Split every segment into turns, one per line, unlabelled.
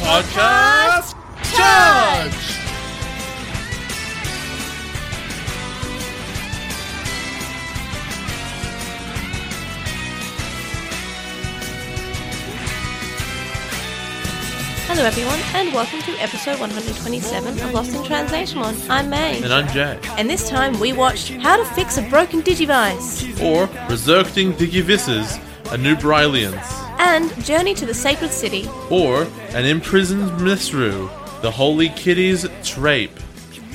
Podcast Charge!
Hello, everyone, and welcome to episode 127 of Lost in Translation. On I'm May,
And I'm Jay.
and this time we watched How to Fix a Broken Digivice
Or Resurrecting Digivices, a new Brylians.
and Journey to the Sacred City.
Or An Imprisoned Misru, the Holy Kitty's Trape.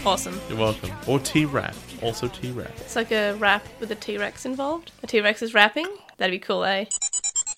Awesome.
You're welcome. Or T Rat. Also T Rat.
It's like a rap with a T Rex involved. A T Rex is rapping. That'd be cool, eh?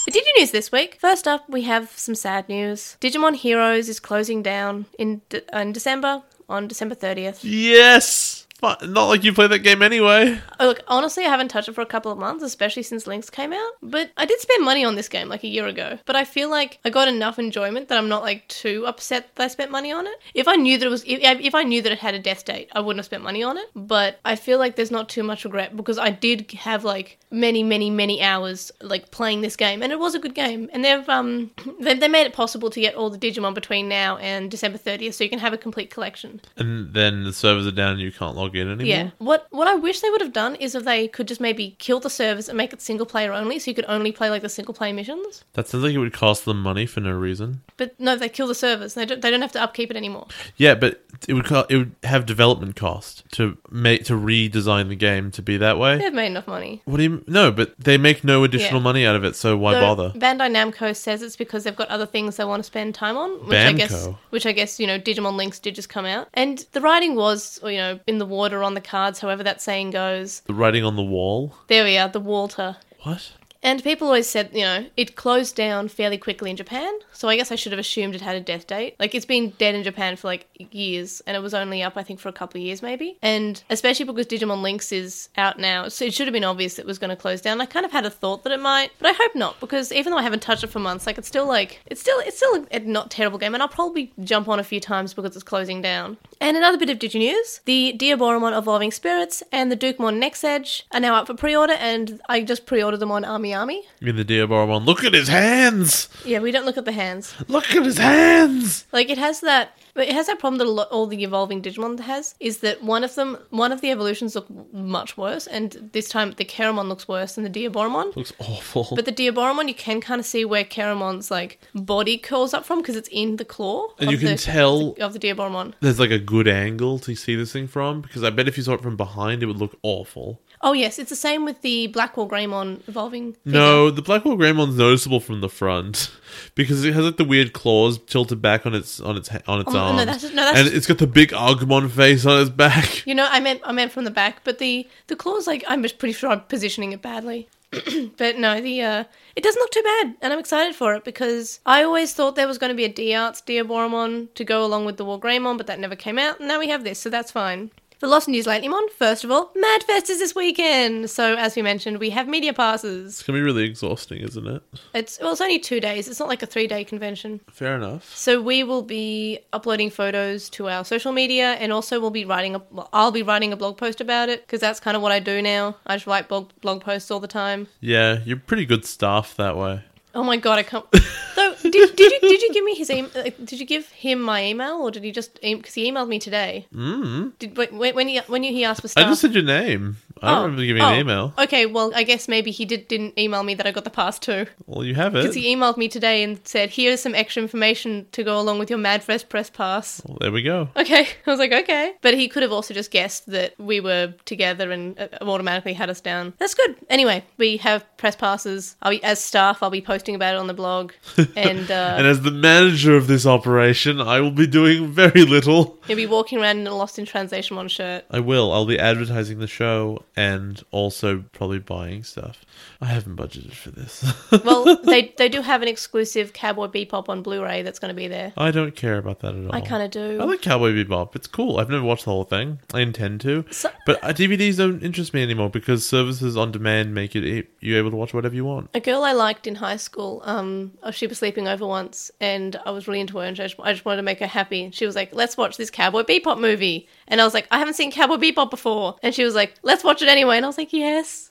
But Digi news this week. First up, we have some sad news. Digimon Heroes is closing down in, de- in December, on December 30th.
Yes! But not like you play that game anyway.
Oh, look, honestly, I haven't touched it for a couple of months, especially since Links came out. But I did spend money on this game like a year ago. But I feel like I got enough enjoyment that I'm not like too upset that I spent money on it. If I knew that it was, if, if I knew that it had a death date, I wouldn't have spent money on it. But I feel like there's not too much regret because I did have like many, many, many hours like playing this game, and it was a good game. And they've um they they made it possible to get all the Digimon between now and December 30th, so you can have a complete collection.
And then the servers are down and you can't log in anymore.
Yeah. What what I wish they would have done is if they could just maybe kill the servers and make it single player only, so you could only play like the single player missions.
That sounds like it would cost them money for no reason.
But no, they kill the servers. They don't, they don't have to upkeep it anymore.
Yeah, but it would co- it would have development cost to make to redesign the game to be that way.
They've made enough money.
What do you m- no? But they make no additional
Yeah.
money out of it, so why
So
bother?
Bandai Namco says it's because they've got other things they want to spend time on, which I guess,
Bamco.
which I guess you know, Digimon Links did just come out, and the writing was you know in the water on the cards, however that saying goes.
The writing on the wall.
There we are, the Walter.
What?
And people always said, you know, it closed down fairly quickly in Japan, so I guess I should have assumed it had a death date. Like, it's been dead in Japan for like years, and it was only up, I think, for a couple of years maybe. And especially because Digimon Links is out now, so it should have been obvious it was going to close down. I kind of had a thought that it might, but I hope not, because even though I haven't touched it for months, like, it's still like, it's still, it's still a not terrible game, and I'll probably jump on a few times because it's closing down. And another bit of Digi news the Diaboromon Evolving Spirits and the Dukemon Next Edge are now up for pre order, and I just pre ordered them on Army Army.
In the Diaboromon. Look at his hands.
Yeah, we don't look at the hands.
Look at his hands.
Like it has that, but it has that problem that a lot, all the evolving Digimon has is that one of them, one of the evolutions look much worse, and this time the Keramon looks worse than the Diaboromon.
Looks awful.
But the Diaboromon, you can kind of see where Keramon's like body curls up from because it's in the claw.
And
of
you can
the-
tell-
of the Diaboromon.
There's like a good angle to see this thing from because I bet if you saw it from behind, it would look awful.
Oh yes, it's the same with the Blackwall Greymon evolving. figure.
No, the Blackwell Greymon's noticeable from the front because it has like the weird claws tilted back on its on its ha- on its
Oh, no,
arm,
that's- no, that's-
and it's got the big Agumon face on its back.
You know, I meant I meant from the back, but the the claws like I'm just pretty sure I'm positioning it badly. but no, the uh it doesn't look too bad, and I'm excited for it because I always thought there was going to be a D-Arts Diaboromon to go along with the Wargreymon, but that never came out. And now we have this, so that's fine. For Lost News Lately Mon, first of all, Madfest is this weekend. So as we mentioned, we have media passes.
It's gonna be really exhausting, isn't it?
It's well, it's only two days. It's not like a three-day convention.
Fair enough.
So we will be uploading photos to our social media, and also we'll be writing a. well, I'll be writing a blog post about it because that's kind of what I do now. I just write blog blog posts all the time.
Yeah, you're pretty good staff that way.
Oh my god, I can't. so did, did you did you give me his email? Did you give him my email, or did he just because he emailed me today? Mm. Did when when he when he asked for stuff?
Hmm. I just said your name. I don't
Oh.
remember giving
Oh.
an email.
Okay, well, I guess maybe he did didn't email me that I got the pass too.
Well, you have it.
Because he emailed me today and said, "Here's some extra information to go along with your Madfest press pass."
Well, there we go.
Okay. I was like, okay. But he could have also just guessed that we were together and uh, automatically had us down. That's good. Anyway, we have press passes. I'll be, as staff, I'll be posting about it on the blog. And, uh,
And as the manager of this operation, I will be doing very little.
you'll be walking around in a Lost in Translation one shirt.
I will. I'll be advertising the show and also probably buying stuff. I haven't budgeted for this.
Well, they, they do have an exclusive Cowboy Bebop on Blu ray that's going to be there.
I don't care about that at all.
I kind of
Oh. I
do.
like Cowboy Bebop. It's cool. I've never watched the whole thing. I intend to,
So-
but uh, DVDs don't interest me anymore because services on demand make it e- you able to watch whatever you want.
A girl I liked in high school, um, oh, she was sleeping over once, and I was really into her, and I just, I just wanted to make her happy. She was like, "Let's watch this Cowboy Bebop movie," and I was like, "I haven't seen Cowboy Bebop before," and she was like, "Let's watch it anyway," and I was like, "Yes."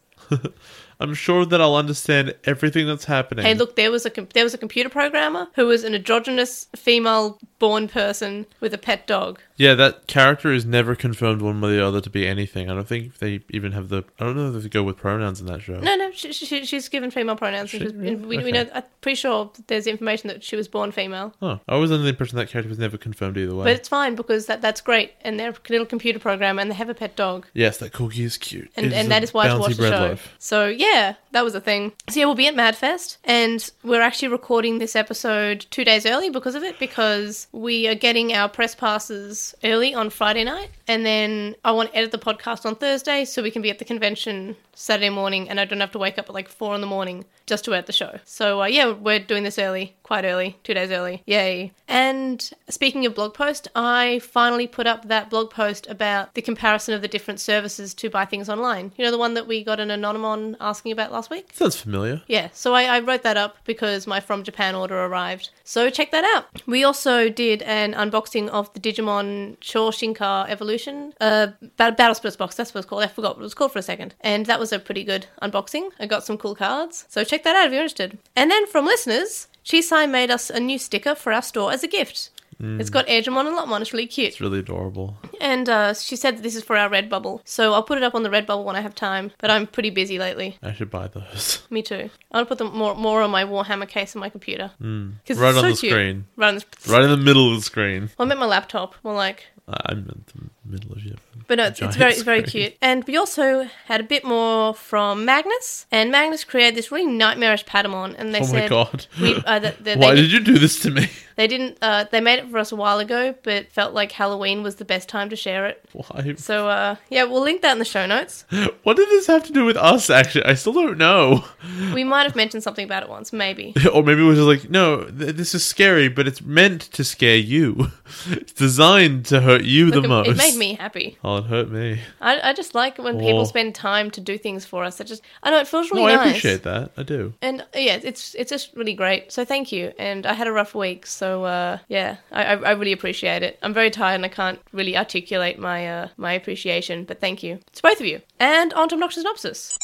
I'm sure that I'll understand everything that's happening.
Hey, look, there was a com- there was a computer programmer who was an androgynous female-born person with a pet dog.
Yeah, that character is never confirmed one way or the other to be anything. I don't think they even have the. I don't know if they go with pronouns in that show.
No, no, she, she, she's given female pronouns. and
She-
she's- and we,
okay.
we know. I'm pretty sure there's information that she was born female.
Huh. I was under the impression that character was never confirmed either way.
But it's fine because that that's great, and they're a little computer program, and they have a pet dog,
yes, that cookie is cute.
and
It
and
a
that is why to
bouncy
watch the
bread
show.
loaf.
So yeah, that was a thing. So yeah, we'll be at Madfest, and we're actually recording this episode two days early because of it, because we are getting our press passes early on Friday night, and then I want to edit the podcast on Thursday so we can be at the convention Saturday morning, and I don't have to wake up at like four in the morning just to edit the show. So uh, yeah, we're doing this early, quite early, two days early. Yay! And speaking of blog post, I finally put up that blog post about the comparison of the different services to buy things online. You know, the one that we got an anonymon asking about last week.
Sounds familiar.
Yeah, so I, I wrote that up because my From Japan order arrived. So check that out. We also did an unboxing of the Digimon Shorshinka Evolution, uh, Bat- Battle Splits box, that's what it's called. I forgot what it was called for a second. And that was a pretty good unboxing. I got some cool cards. So check that out if you're interested. And then from listeners, Chisai made us a new sticker for our store as a gift. It's got Edgemon and Lotmon. It's really cute.
It's really adorable.
And uh, she said that this is for our Redbubble. So I'll put it up on the Redbubble when I have time. But I'm pretty busy lately.
I should buy those.
Me too. I want to put them more more on my Warhammer case on my computer. Mm.
Hmm. Right on the screen.
Right on the
Right in the middle of the screen.
well, I meant my laptop. More like,
I- I'm in the middle of you.
but no, it's,
Giant
it's very it's very
screen.
cute. And we also had a bit more from Magnus, and Magnus created this really nightmarish Patamon, and they
Oh my
said,
god.
we, uh, that that
Why
they,
did you do this to me?
they didn't uh, they made it for us a while ago, but felt like Halloween was the best time to share it.
Why?
So uh, yeah, we'll link that in the show notes.
What did this have to do with us, actually? I still don't know.
We might have mentioned something about it once, maybe.
Or maybe it was just like, no, th- this is scary, but it's meant to scare you. It's designed to hurt you
Look,
the
it-
most.
it made me happy.
Oh, it hurt me.
I, I just like it when people
Oh.
spend time to do things for us. It just I know it feels
No,
really
I
nice.
appreciate that. I do.
And uh, yeah, it's it's just really great. So thank you. And I had a rough week, so uh, yeah, I, I I really appreciate it. I'm very tired and I can't really articulate my uh, my appreciation, but thank you to both of you. And on to obnoxious synopsis.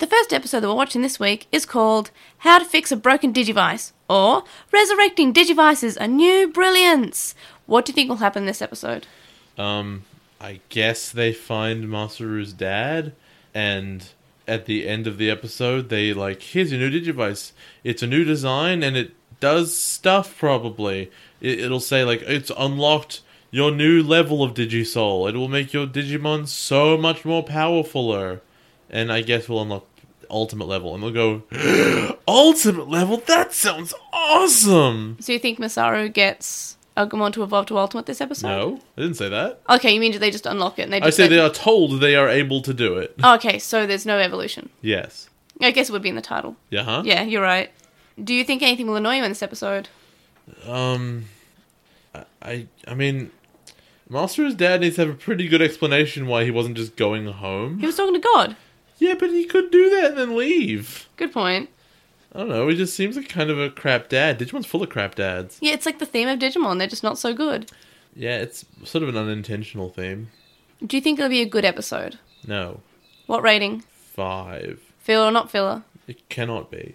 The first episode that we're watching this week is called How to Fix a Broken Digivice or Resurrecting Digivices a New Brilliance. What do you think will happen in this episode?
Um, I guess they find Masaru's dad, and at the end of the episode, they like, here's your new Digivice. It's a new design, and it does stuff. Probably it, it'll say like, it's unlocked your new level of Digisoul. It will make your Digimon so much more powerfuler, and I guess we'll unlock ultimate level, and we'll go ultimate level. That sounds awesome.
So you think Masaru gets Agumon to evolve to Ultimate this episode?
No, I didn't say that.
Okay, you mean do they just unlock it and they
I
just
say they are told they are able to do it.
Oh, okay, so there's no evolution.
Yes.
I guess it would be in the title.
Yeah, huh?
Yeah, you're right. Do you think anything will annoy you in this episode?
Um, I- I, I mean, Master's dad needs to have a pretty good explanation why he wasn't just going
He
home.
was talking to God.
Yeah, but he could do that and then leave.
Good point.
I don't know. He just seems like kind of a crap dad. Digimon's full of crap dads.
Yeah, it's like the theme of Digimon. They're just not so good.
Yeah, it's sort of an unintentional theme.
Do you think it'll be a good episode?
No,
What rating?
five.
Filler or not filler?
It cannot be.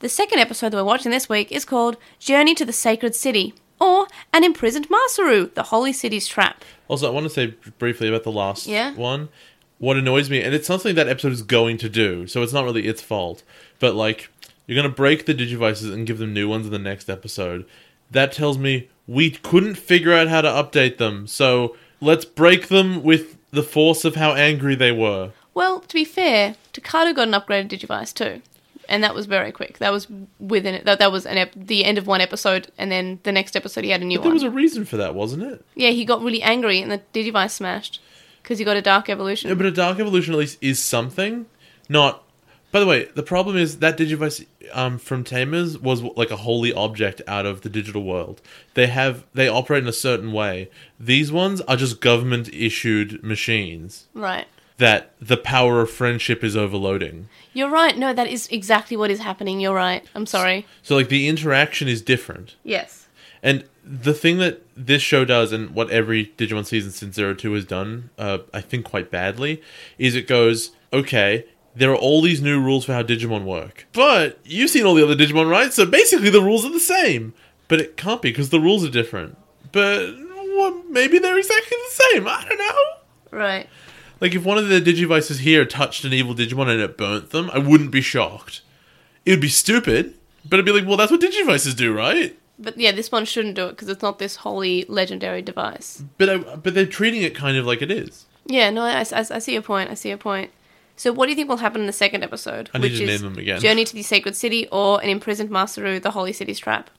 The second episode that we're watching this week is called Journey to the Sacred City, or An Imprisoned Masaru, the Holy City's Trap.
Also, I want to say briefly about the last
Yeah?
one. What annoys me, and it's something that episode is going to do, so it's not really its fault, but like, you're going to break the Digivices and give them new ones in the next episode. That tells me we couldn't figure out how to update them, so let's break them with the force of how angry they were.
Well, to be fair, Takado got an upgraded Digivice too, and that was very quick. That was within it. That, that was an ep- the end of one episode, and then the next episode he had a new
There
one.
was a reason for that, wasn't it?
yeah, he got really angry, and the Digivice smashed because he got a Dark Evolution.
Yeah, but a Dark Evolution at least is something, not. By the way, the problem is that Digivice um, from Tamers was like a holy object out of the digital world. They have they operate in a certain way. These ones are just government issued machines
right,
that the power of friendship is overloading.
you're right. No, that is exactly what is happening. You're right. I'm sorry.
So like the interaction is different.
Yes.
And the thing that this show does, and what every Digimon season since Zero Two has done, uh, I think quite badly, is it goes, okay, there are all these new rules for how Digimon work. But you've seen all the other Digimon, right? So basically the rules are the same. But it can't be because the rules are different. But well, maybe they're exactly the same. I don't know.
Right.
Like if one of the Digivices here touched an evil Digimon and it burnt them, I wouldn't be shocked. It would be stupid, but it'd be like, well, that's what Digivices do, right?
But yeah, this one shouldn't do it because it's not this wholly legendary device.
But I, but they're treating it kind of like it is.
Yeah, no, I, I, I see your point. I see your point. So, what do you think will happen in the second episode?
I need to name them again.
Journey to the Sacred City or An Imprisoned Masaru, the Holy City's Trap.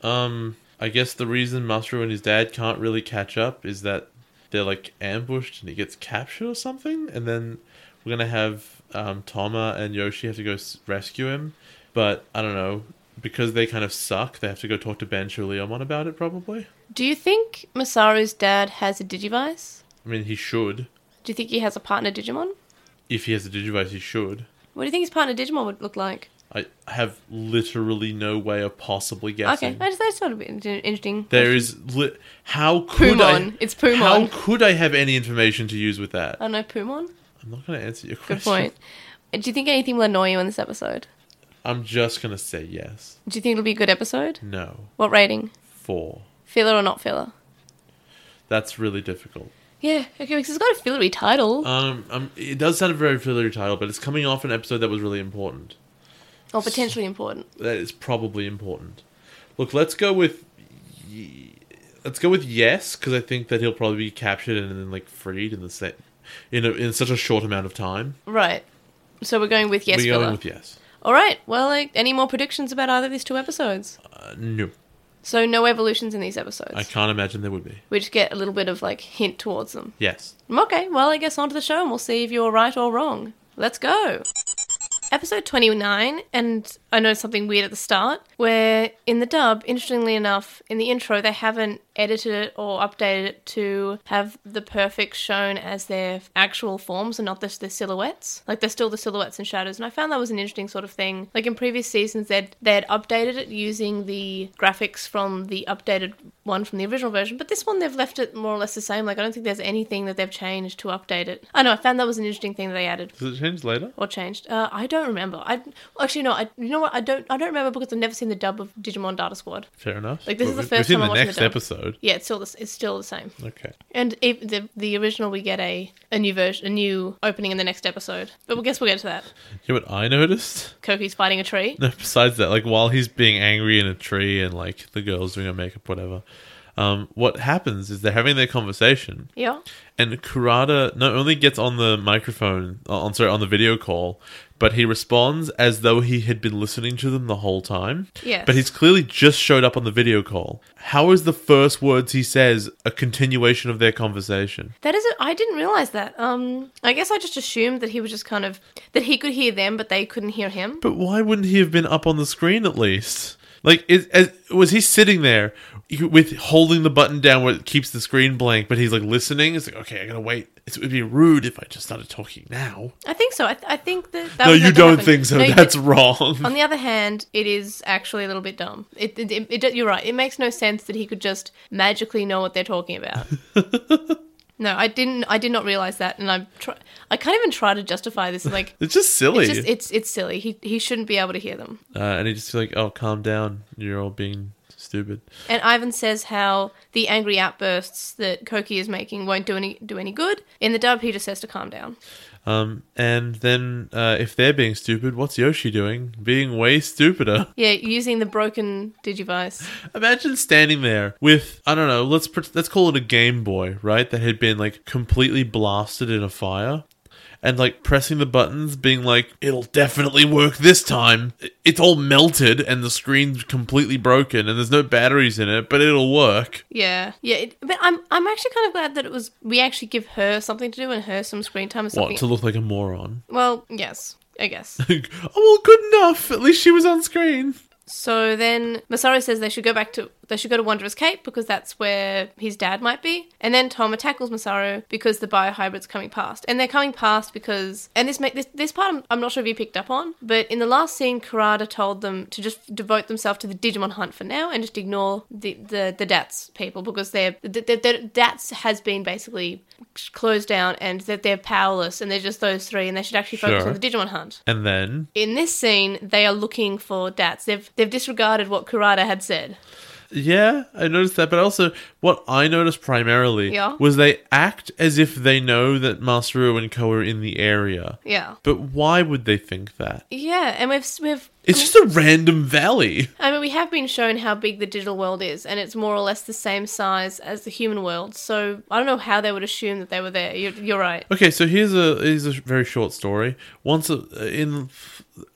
Um, I guess the reason Masaru and his dad can't really catch up is that they're like ambushed and he gets captured or something, and then we're gonna have um, Toma and Yoshi have to go s- rescue him. But I don't know because they kind of suck. They have to go talk to Bancho Leomon about it, probably.
Do you think Masaru's dad has a Digivice?
I mean, he should.
Do you think he has a partner Digimon?
If he has a Digivice, he should.
What do you think his partner Digimon would look like?
I have literally no way of possibly guessing.
Okay, I just, I just thought it'd be an interesting.
There is li- how could I?
Pumon. It's Pumon.
How could I have any information to use with that?
I don't know, Pumon?
I'm not going to answer your question.
Good point. Do you think anything will annoy you in this episode?
I'm just going to say yes.
Do you think it'll be a good episode?
No.
What rating?
Four.
Filler or not filler?
That's really difficult.
Yeah, okay, because it's got a fillery title.
Um, um, it does sound a very familiar title, but it's coming off an episode that was really important.
or potentially important.
That is probably important. Look, let's go with. Ye- let's go with yes, because I think that he'll probably be captured and then like freed in the set, in a, in such a short amount of time.
Right. So we're going with yes
We're
filler.
going with yes.
All right. Well, like, any more predictions about either of these two episodes?
Uh, no,
So no evolutions in these episodes.
I can't imagine there would be.
We just get a little bit of like hint towards them.
Yes.
Okay, well, I guess on to the show and we'll see if you're right or wrong. Let's go. Episode 29, and I noticed something weird at the start, where in the dub, interestingly enough, in the intro, they haven't edited it or updated it to have the perfects shown as their actual forms and not just their silhouettes. Like, they're still the silhouettes and shadows, and I found that was an interesting sort of thing. Like, in previous seasons, they'd, they'd updated it using the graphics from the updated one from the original version, but this one they've left it more or less the same. Like, I don't think there's anything that they've changed to update it. I know, I found that was an interesting thing that they added
Does it change later?
or changed. Uh, I don't remember. I actually no. I you know what? I don't. I don't remember because I've never seen the dub of Digimon Data Squad.
Fair enough.
Like, this is
Well,
the first
we've seen
time I'm
the
watching
next
the dub.
episode.
Yeah, it's still the, s- it's still the same.
Okay.
And if the the original, we get a a new version, a new opening in the next episode. But we guess we'll get to that.
You know what I noticed?
Koki's fighting a tree.
No, besides that, like while he's being angry in a tree and like the girls doing her makeup, whatever. Um, what happens is they're having their conversation,
Yeah.
and Kurata not only gets on the microphone, uh, on sorry, on the video call, but he responds as though he had been listening to them the whole time.
Yes.
But he's clearly just showed up on the video call. How is the first words he says a continuation of their conversation?
That is. A, I didn't realize that. Um. I guess I just assumed that he was just kind of that he could hear them, but they couldn't hear him.
But why wouldn't he have been up on the screen at least? Like, is, as, was he sitting there with holding the button down where it keeps the screen blank, but he's like listening? It's like, okay, I gotta wait. It would be rude if I just started talking now.
I think so. I, th- I think that. that
no,
was
you
meant to
don't
happen.
think so.
Oh, No, you
That's wrong.
On the other hand, it is actually a little bit dumb. It, it, it, it- you're right. It makes no sense that he could just magically know what they're talking about. no, I didn't. I did not realize that, and I'm. Try, I can't even try to justify this. Like,
It's just silly.
it's just it's it's silly. He he shouldn't be able to hear them.
uh, and he just feel like, oh, calm down. You're all being stupid.
And Ivan says how the angry outbursts that Koki is making won't do any do any good. In the dub, he just says to calm down.
Um, and then uh, if they're being stupid, what's Yoshi doing? Being way stupider.
Yeah, using the broken digivice.
Imagine standing there with I don't know. Let's pret let's call it a Game Boy, right? That had been like completely blasted in a fire, and like pressing the buttons, being like, "It'll definitely work this time." I- It's all melted and the screen's completely broken, and there's no batteries in it, but it'll work.
Yeah, yeah. It, but I'm I'm actually kind of glad that it was we actually give her something to do and her some screen time or something.
What to look like a moron?
Well, yes, I guess.
oh well, good enough. At least she was on screen.
So then Masaru says they should go back to they should go to Wanderer's Cape because that's where his dad might be. And then Toma tackles Masaru because the biohybrid's coming past. And they're coming past because and this make this this part I'm, I'm not sure if you picked up on, but in the last scene Karada told them to just devote themselves to the Digimon hunt for now and just ignore the the, the Dats people because they're the, the, the Dats has been basically closed down and that they're powerless and they're just those three and they should actually focus
Sure.
on the Digimon hunt.
And then
In this scene, they are looking for Dats. They've they've disregarded what Kurata had said.
Yeah, I noticed that. But also, what I noticed primarily
Yeah.
was they act as if they know that Masaru and Ko are in the area.
Yeah.
But why would they think that?
Yeah, and we've we've
It's just a random valley.
I mean we have been shown how big the digital world is and it's more or less the same size as the human world. So I don't know how they would assume that they were there. You're, you're right.
Okay, so here's a here's a very short story. Once uh, in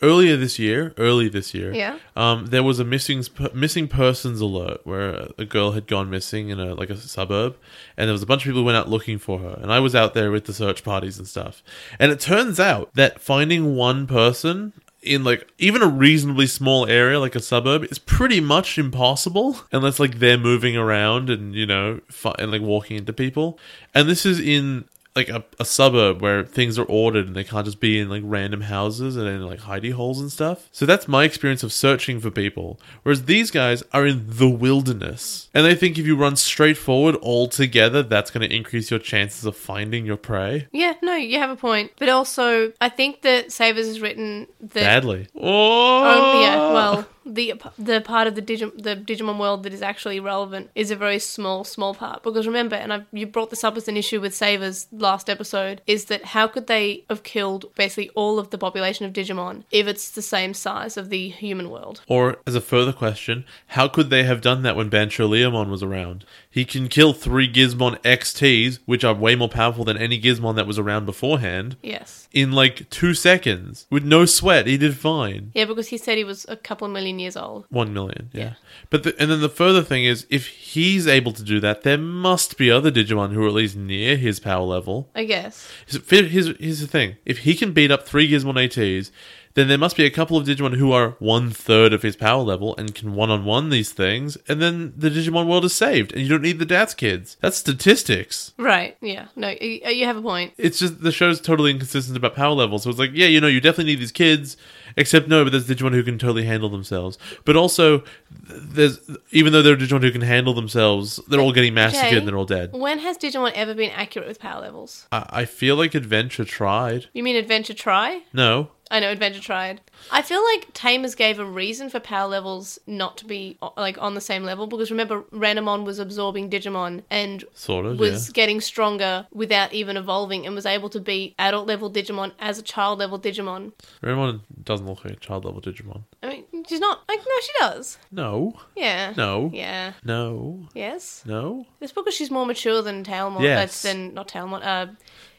earlier this year, early this year,
Yeah.
um, there was a missing sp- missing persons alert where a girl had gone missing in a like a suburb, and there was a bunch of people who went out looking for her, and I was out there with the search parties and stuff, and it turns out that finding one person in like even a reasonably small area like a suburb is pretty much impossible unless like they're moving around and you know fi- and like walking into people and this is in like a, a suburb where things are ordered and they can't just be in like random houses and in like hidey holes and stuff. So that's my experience of searching for people. Whereas these guys are in the wilderness and they think if you run straight forward all together, that's going to increase your chances of finding your prey
Yeah, no, you have a point. But also, I think that Savers has written that
badly. Oh,
Oh yeah, well, the the part of the Digim- the Digimon world that is actually relevant is a very small, small part. Because remember, and I've, you brought this up as an issue with Savers last episode, is that how could they have killed basically all of the population of Digimon if it's the same size of the human world?
Or as a further question, how could they have done that when Bancho Leomon was around? He can kill three Gizmon XTs, which are way more powerful than any Gizmon that was around beforehand.
Yes.
in like two seconds with no sweat. He did fine.
Yeah, because he said he was a couple of million years old.
One million, yeah. But the, and then the further thing is, if he's able to do that, there must be other Digimon who are at least near his power level.
I guess.
So, fi- Here's, here's the thing: if he can beat up three Gizmon ATs, then there must be a couple of Digimon who are one third of his power level and can one on one these things, and then the Digimon world is saved, and you don't need the Dats kids. That's statistics.
Right. Yeah. No, you, you have a point.
it's just the show's totally inconsistent about power levels. So it's like, yeah, you know, you definitely need these kids, except no, but there's Digimon who can totally handle themselves. But also, th- there's even though there are Digimon who can handle themselves, they're all getting massacred
Okay.
and they're all dead.
When has Digimon ever been accurate with power levels?
I, I feel like Adventure tried.
You mean Adventure Try?
No,
I know Adventure tried. I feel like Tamers gave a reason for power levels not to be o- like on the same level because remember Ranamon was absorbing Digimon and
sort of.
was
yeah.
getting stronger without even evolving and was able to beat adult level Digimon as a child level Digimon.
Everyone doesn't look like a child level Digimon.
I mean, she's not like no, she does.
No,
Yeah.
no,
Yeah.
no,
Yes.
no.
It's because she's more mature than Tailmon.
Yes.
Yes. than not Tailmon. Uh,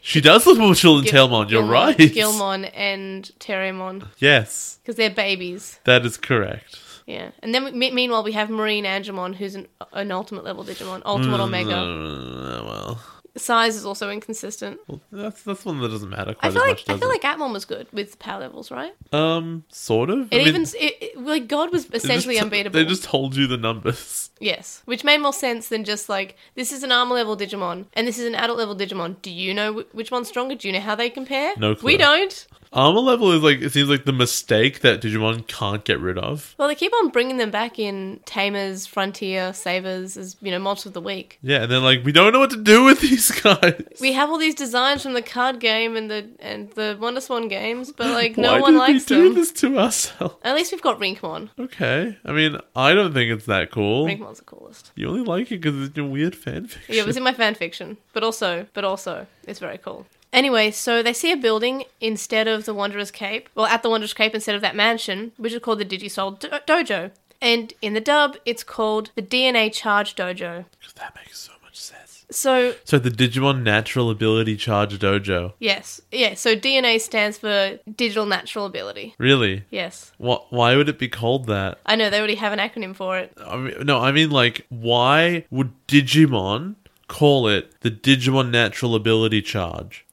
She does look more chill than Tailmon. You're
Gilmon,
right.
Gilmon and Terramon
Yes,
because they're babies.
that is correct.
Yeah, and then we, me- meanwhile we have Marine Angemon, who's an, an ultimate level Digimon, Ultimate
Mm.
Omega.
Uh, well,
Size is also inconsistent.
well, that's that's one that doesn't matter quite
I feel
as
like
much.
I
does
feel
it?
like Atmon was good with power levels, right?
Um, sort of.
It even s- it, it- like God was
they just-
essentially unbeatable.
They just told you the numbers.
yes, which made more sense than just like this is an armor level Digimon and this is an adult level Digimon. Do you know wh- which one's stronger? Do you know how they compare?
No clue.
We don't.
Armor level is like it seems like the mistake that Digimon can't get rid of.
Well, they keep on bringing them back in Tamers, Frontier, Savers as you know monster of the week.
Yeah, and then like we don't know what to do with these guys.
We have all these designs from the card game and the and the Wonder Swan games, but like
Why
no
did
one
we
likes
do
them.
this to ourselves?
At least we've got Rinkmon.
Okay, I mean I don't think it's that cool.
Rinkmon's the coolest.
You only like it because it's your weird fanfiction.
Yeah, it was in my fan fiction, but also, but also, it's very cool. Anyway, so they see a building instead of the Wanderer's Cape, well, at the Wanderer's Cape instead of that mansion, which is called the Digisoul Do- Dojo. And in the dub, it's called the DNA Charge Dojo.
'Cause that makes so much sense.
So
So the Digimon Natural Ability Charge Dojo.
yes, yeah. So DNA stands for Digital Natural Ability.
Really?
Yes,
Wh- why would it be called that?
I know they already have an acronym for it.
I mean, no, I mean like, why would Digimon call it the Digimon Natural Ability Charge?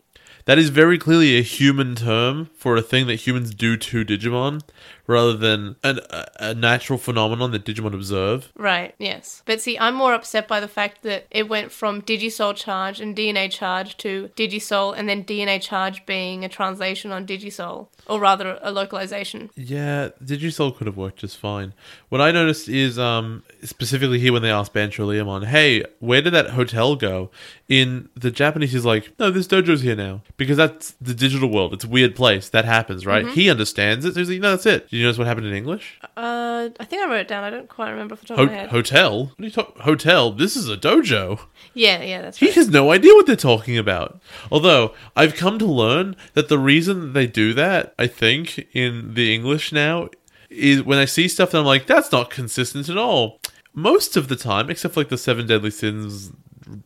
That is very clearly a human term for a thing that humans do to Digimon, rather than an, a, a natural phenomenon that Digimon observe.
Right, yes. But see, I'm more upset by the fact that it went from Digisoul Charge and DNA Charge to Digisoul and then DNA Charge being a translation on Digisoul, or rather a localization.
Yeah, Digisoul could have worked just fine. What I noticed is um, specifically here when they asked Bancho Liamon, hey, where did that hotel go? In the Japanese, he's like, no, this dojo's here now. Because that's the digital world. It's a weird place. That happens, right? He understands it. So he's like, no, that's it. Did you notice what happened in English?
Uh, I think I wrote it down. I don't quite remember off the top of my
Ho-
head.
hotel? What are you talk- hotel? This is a dojo.
yeah, yeah, that's
He
right.
has no idea what they're talking about. Although, I've come to learn that the reason that they do that, I think, in the English now, is when I see stuff that I'm like, that's not consistent at all. Most of the time, except for like the seven deadly sins,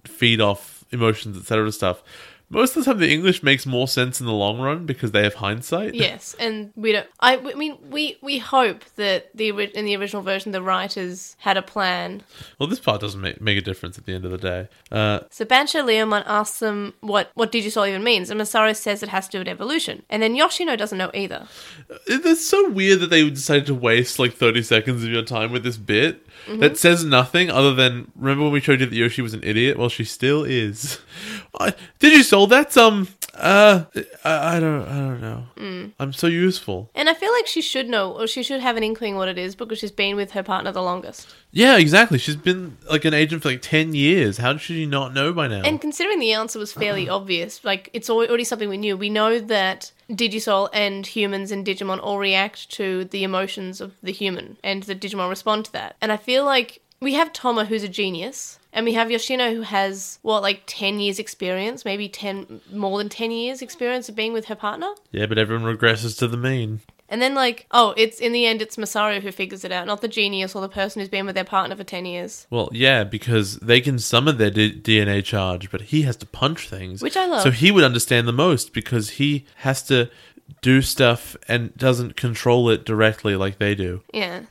feed off emotions, etc. stuff, most of the time the English makes more sense in the long run because they have hindsight.
Yes, and we don't. I, I mean, we we hope that the ori- in the original version the writers had a plan
Well, this part doesn't make, make a difference at the end of the day. Uh,
So Bancho Leomon asks them what, what Digisoul even means, and Masaru says it has to do with evolution. And then Yoshino doesn't know either.
It- It's so weird that they decided to waste like 30 seconds of your time with this bit that says nothing other than remember when we showed you that Yoshi was an idiot? Well, she still is. I, did you sold that's um uh I, I don't I don't know. I'm so useful.
And I feel like she should know, or she should have an inkling what it is, because she's been with her partner the longest.
Yeah, exactly. She's been like an agent for like 10 years. How should you not know by now?
And considering the answer was fairly obvious, like it's al- already something we knew. We know that Digisoul and humans and Digimon all react to the emotions of the human, and the Digimon respond to that. And I feel like we have Toma, who's a genius, and we have Yoshino, who has what like ten years experience, maybe ten more than ten years experience of being with her partner.
yeah, but everyone regresses to the mean.
And then like, oh, it's in the end, it's Masaru who figures it out, not the genius or the person who's been with their partner for ten years.
Well, yeah, because they can summon their D- DNA charge, but he has to punch things.
Which I love.
So he would understand the most because he has to do stuff and doesn't control it directly like they do.
Yeah.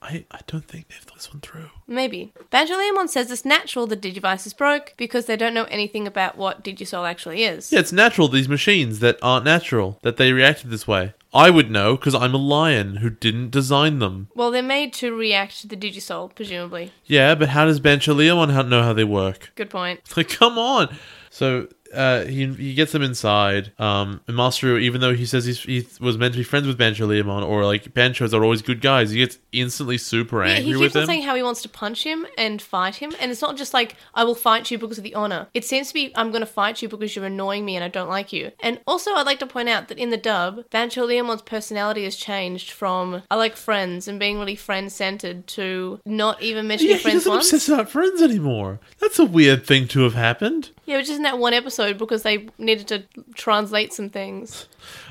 I, I don't think they've thought this one through.
Maybe. Banjolimon says it's natural that Digivice is broke because they don't know anything about what Digisoul actually is.
Yeah, it's natural, these machines that aren't natural, that they reacted this way. I would know because I'm a lion who didn't design them.
Well, they're made to react to the Digisoul, presumably.
Yeah, but how does Banchaleon ho- know how they work?
Good point.
It's like, come on. So uh, he he gets them inside. Um, and Masaru, even though he says he's, he was meant to be friends with Bancho Liamon, or like Banchos are always good guys, he gets instantly super
Yeah,
angry
he
with
keeps on
them.
saying how he wants to punch him and fight him, and it's not just like, I will fight you because of the honor. It seems to be, I'm going to fight you because you're annoying me and I don't like you. And also, I'd like to point out that in the dub, Bancho Leomon's personality has changed from, I like friends and being really friend centered to not even mentioning
yeah, he
friends
doesn't
once.
obsess about friends anymore. That's a weird thing to have happened.
Yeah, but just in that one episode because they needed to translate some things.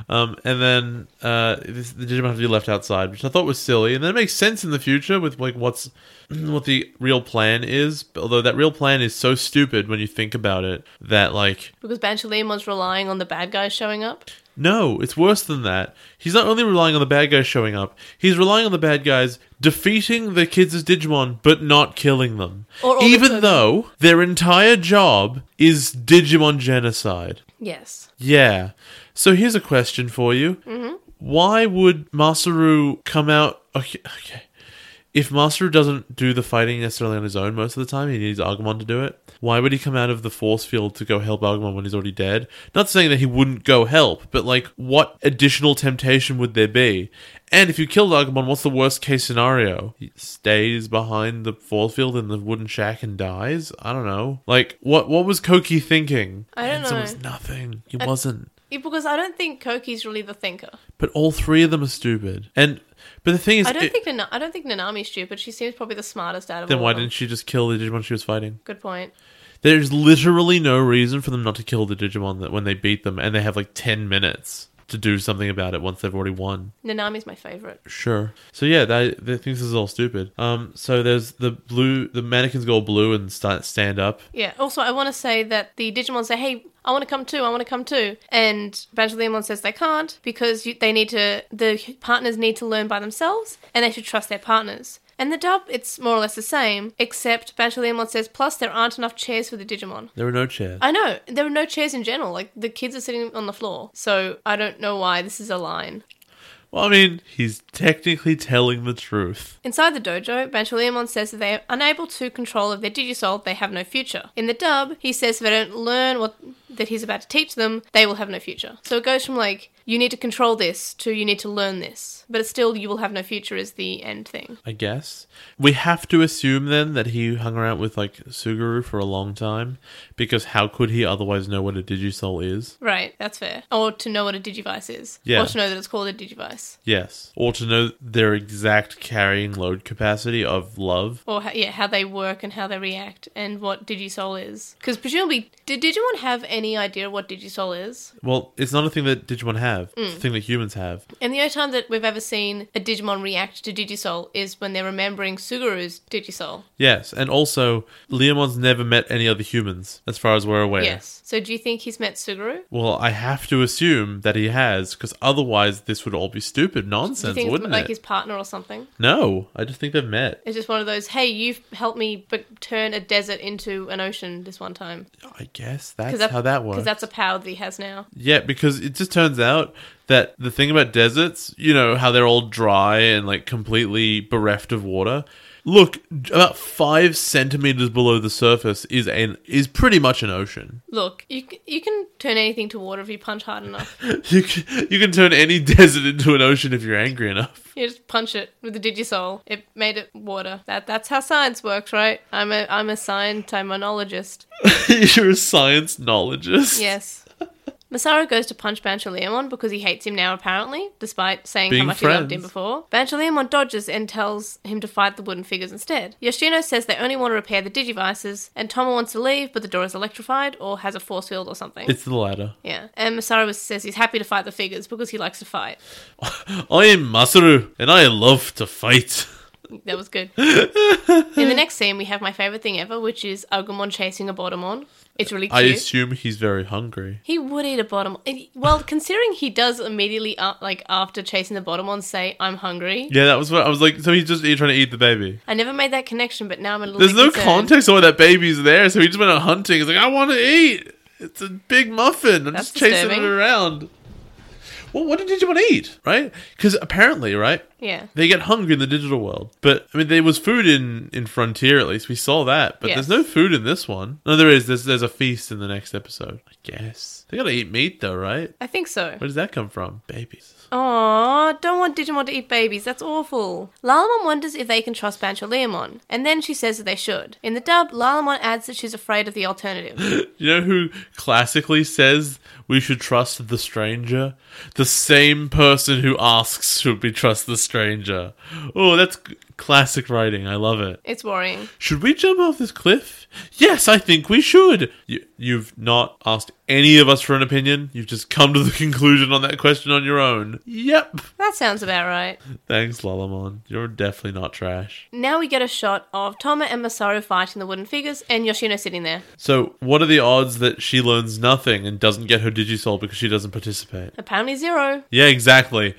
Um, and then uh, this, the Digimon have to be left outside, which I thought was silly, and then it makes sense in the future with like what's what the real plan is. Although that real plan is so stupid when you think about it that like
Because Banchalim was relying on the bad guys showing up.
No, it's worse than that. He's not only relying on the bad guys showing up, he's relying on the bad guys defeating the kids as Digimon but not killing them.
Or all of
Even
them.
though their entire job is Digimon genocide.
Yes.
Yeah. So here's a question for you. Mm-hmm. Why would Masaru come out? Okay, okay. If Masaru doesn't do the fighting necessarily on his own most of the time, he needs Agumon to do it. Why would he come out of the force field to go help Agumon when he's already dead? Not saying that he wouldn't go help, but like, what additional temptation would there be? And if you killed Agumon, what's the worst case scenario? He stays behind the force field in the wooden shack and dies. I don't know. Like, what what was Koki thinking?
I don't
Answer
know.
was nothing. He wasn't.
Yeah, because I don't think Koki's really the thinker.
But all three of them are stupid. And but the thing is,
I don't
it-
think Nana- I don't think Nanami's stupid. She seems probably the smartest out of
then
all
why
of them.
didn't she just kill the Digimon she was fighting?
Good point.
There's literally no reason for them not to kill the Digimon that when they beat them, and they have like ten minutes to do something about it once they've already won.
Nanami's my favorite.
Sure. So yeah, they, they think this is all stupid. Um. So there's the blue. The mannequins go all blue and start stand up.
Yeah. Also, I want to say that the Digimon say, "Hey, I want to come too. I want to come too." And Banjolimon says they can't because you, they need to. The partners need to learn by themselves, and they should trust their partners. And the dub, it's more or less the same, except Banjolimon says, "Plus, there aren't enough chairs for the Digimon."
There were no chairs.
I know there are no chairs in general. Like the kids are sitting on the floor, so I don't know why this is a line.
Well, I mean, he's technically telling the truth.
Inside the dojo, Bantuliamon says that they are unable to control if their digisoul, they have no future. In the dub, he says if they don't learn what that he's about to teach them, they will have no future. So it goes from like you need to control this to you need to learn this, but it's still you will have no future is the end thing.
I guess. We have to assume then that he hung around with like Suguru for a long time because how could he otherwise know what a Digisoul is?
Right, that's fair. Or to know what a digivice is,
Yeah.
or to know that it's called a digivice,
Yes. Or to know their exact carrying load capacity of love.
or ho- yeah, how they work and how they react and what digisoul is. Because presumably, did Digimon have any idea what digisoul is?
Well, it's not a thing that Digimon have, it's a
Mm.
thing that humans have.
And the only time that we've ever seen a Digimon react to Digisoul is when they're remembering Suguru's Digisoul.
Yes. And also, Leomon's never met any other humans, as far as we're aware.
Yes. So do you think he's met Suguru?
Well, I have to assume that he has, because otherwise this would all be stupid
Do you
nonsense,
think it's
wouldn't
like
it?
his partner or something?
No, I just think they've met.
It's just one of those, hey, you've helped me b- turn a desert into an ocean this one time.
I guess that's how that works.
Because that's a power that he has now.
Yeah, because it just turns out that the thing about deserts, you know, how they're all dry and like completely bereft of water. Look, about five centimeters below the surface is an is pretty much an ocean.
Look, you, c- you can turn anything to water if you punch hard enough.
You can, you can turn any desert into an ocean if you're angry enough.
you just punch it with the Digisoul. It made it water. That That's how science works, right? I'm a, I'm a scientimonologist.
you're a science knowledgeist.
Yes. Masaru goes to punch Banchuliamon because he hates him now, apparently, despite saying
Being
how much he loved him
friends.
before. Banchuliamon dodges and tells him to fight the wooden figures instead. Yoshino says they only want to repair the digivices, and Toma wants to leave, but the door is electrified or has a force field or something.
It's the latter.
yeah. And Masaru was- says he's happy to fight the figures because he likes to fight.
I am Masaru, and I love to fight.
That was good. In the next scene, we have my favorite thing ever, which is Agumon chasing a Bottomon. It's really
I
cute.
assume he's very hungry.
He would eat a bottom. and- Well, considering he does immediately, uh, like after chasing the bottom on, say, "I'm hungry."
Yeah, that was what I was like. So he's just trying to eat the baby.
I never made that connection, but now I'm a little.
There's
bit
no
concerned.
context on why that baby's there, so he just went out hunting. He's like, I want to eat. It's a big muffin. I'm
That's
just chasing
disturbing.
it around. Well, what did Digimon eat? Right? Because apparently, right,
Yeah,
they get hungry in the digital world. But I mean, there was food in in Frontier at least. We saw that, but
Yes.
there's no food in this one. No, there is. There's there's a feast in the next episode. I guess they gotta eat meat though, right?
I think so.
Where does that come from? Babies.
Aw, don't want Digimon to eat babies. That's awful. Lalamon wonders if they can trust Bancholeomon, and then she says that they should. In the dub, Lalamon adds that she's afraid of the alternative.
You know who classically says we should trust the stranger? The same person who asks should we trust the stranger. Oh, that's c- classic writing. I love it.
It's worrying.
Should we jump off this cliff? Yes, I think we should. You, you've not asked any of us for an opinion. You've just come to the conclusion on that question on your own. Yep.
That sounds about right.
Thanks, Lalamon. You're definitely not trash.
Now we get a shot of Toma and Masaru fighting the wooden figures, and Yoshino sitting there.
So, what are the odds that she learns nothing and doesn't get her Digisoul because she doesn't participate?
Apparently zero.
Yeah, exactly.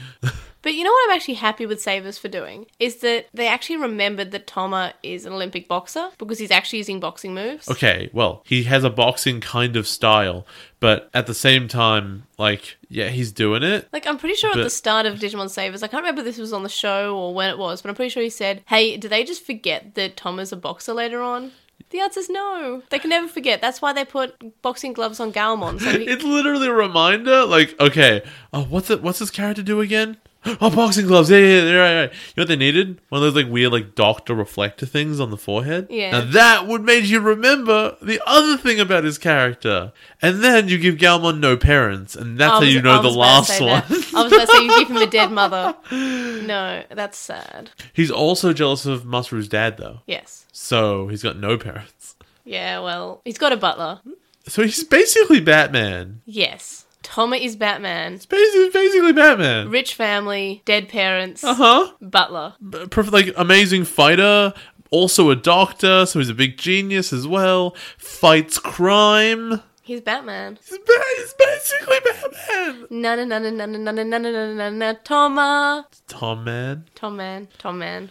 But you know what I'm actually happy with Savers for doing is that they actually remembered that Toma is an Olympic boxer because he's actually using boxing moves.
Okay, well, he has a boxing kind of style, but at the same time, like, yeah, he's doing it.
Like I'm pretty sure at
But-
the start of Digimon Savers, I can't remember if this was on the show or when it was, but I'm pretty sure he said, "Hey, do they just forget that Toma's a boxer later on?" The answer's no. They can never forget. That's why they put boxing gloves on Galmon. So he,
It's literally a reminder, like, okay, oh, what's it? What's this character do again? Oh, boxing gloves. Yeah, yeah, yeah, right, right. You know what they needed? One of those like weird like doctor reflector things on the forehead.
Yeah.
Now that would make you remember the other thing about his character, and then you give Galmon no parents, and that's
I
how
was-
you
I
know the
was about to
last
say
one.
that. I was about to say you give him a dead mother. No, that's sad.
he's also jealous of Masaru's dad though,
Yes.
so he's got no parents.
Yeah. Well, he's got a butler.
So he's basically Batman.
Yes. Toma is Batman.
Basically, basically Batman.
rich family, dead parents,
Uh huh.
butler.
Like amazing fighter, also a doctor, so he's a big genius as well. Fights crime.
He's Batman.
He's ba- he's basically Batman.
Na na na na na na na na na na na na Toma.
Tom Man,
Tom man. Tom man.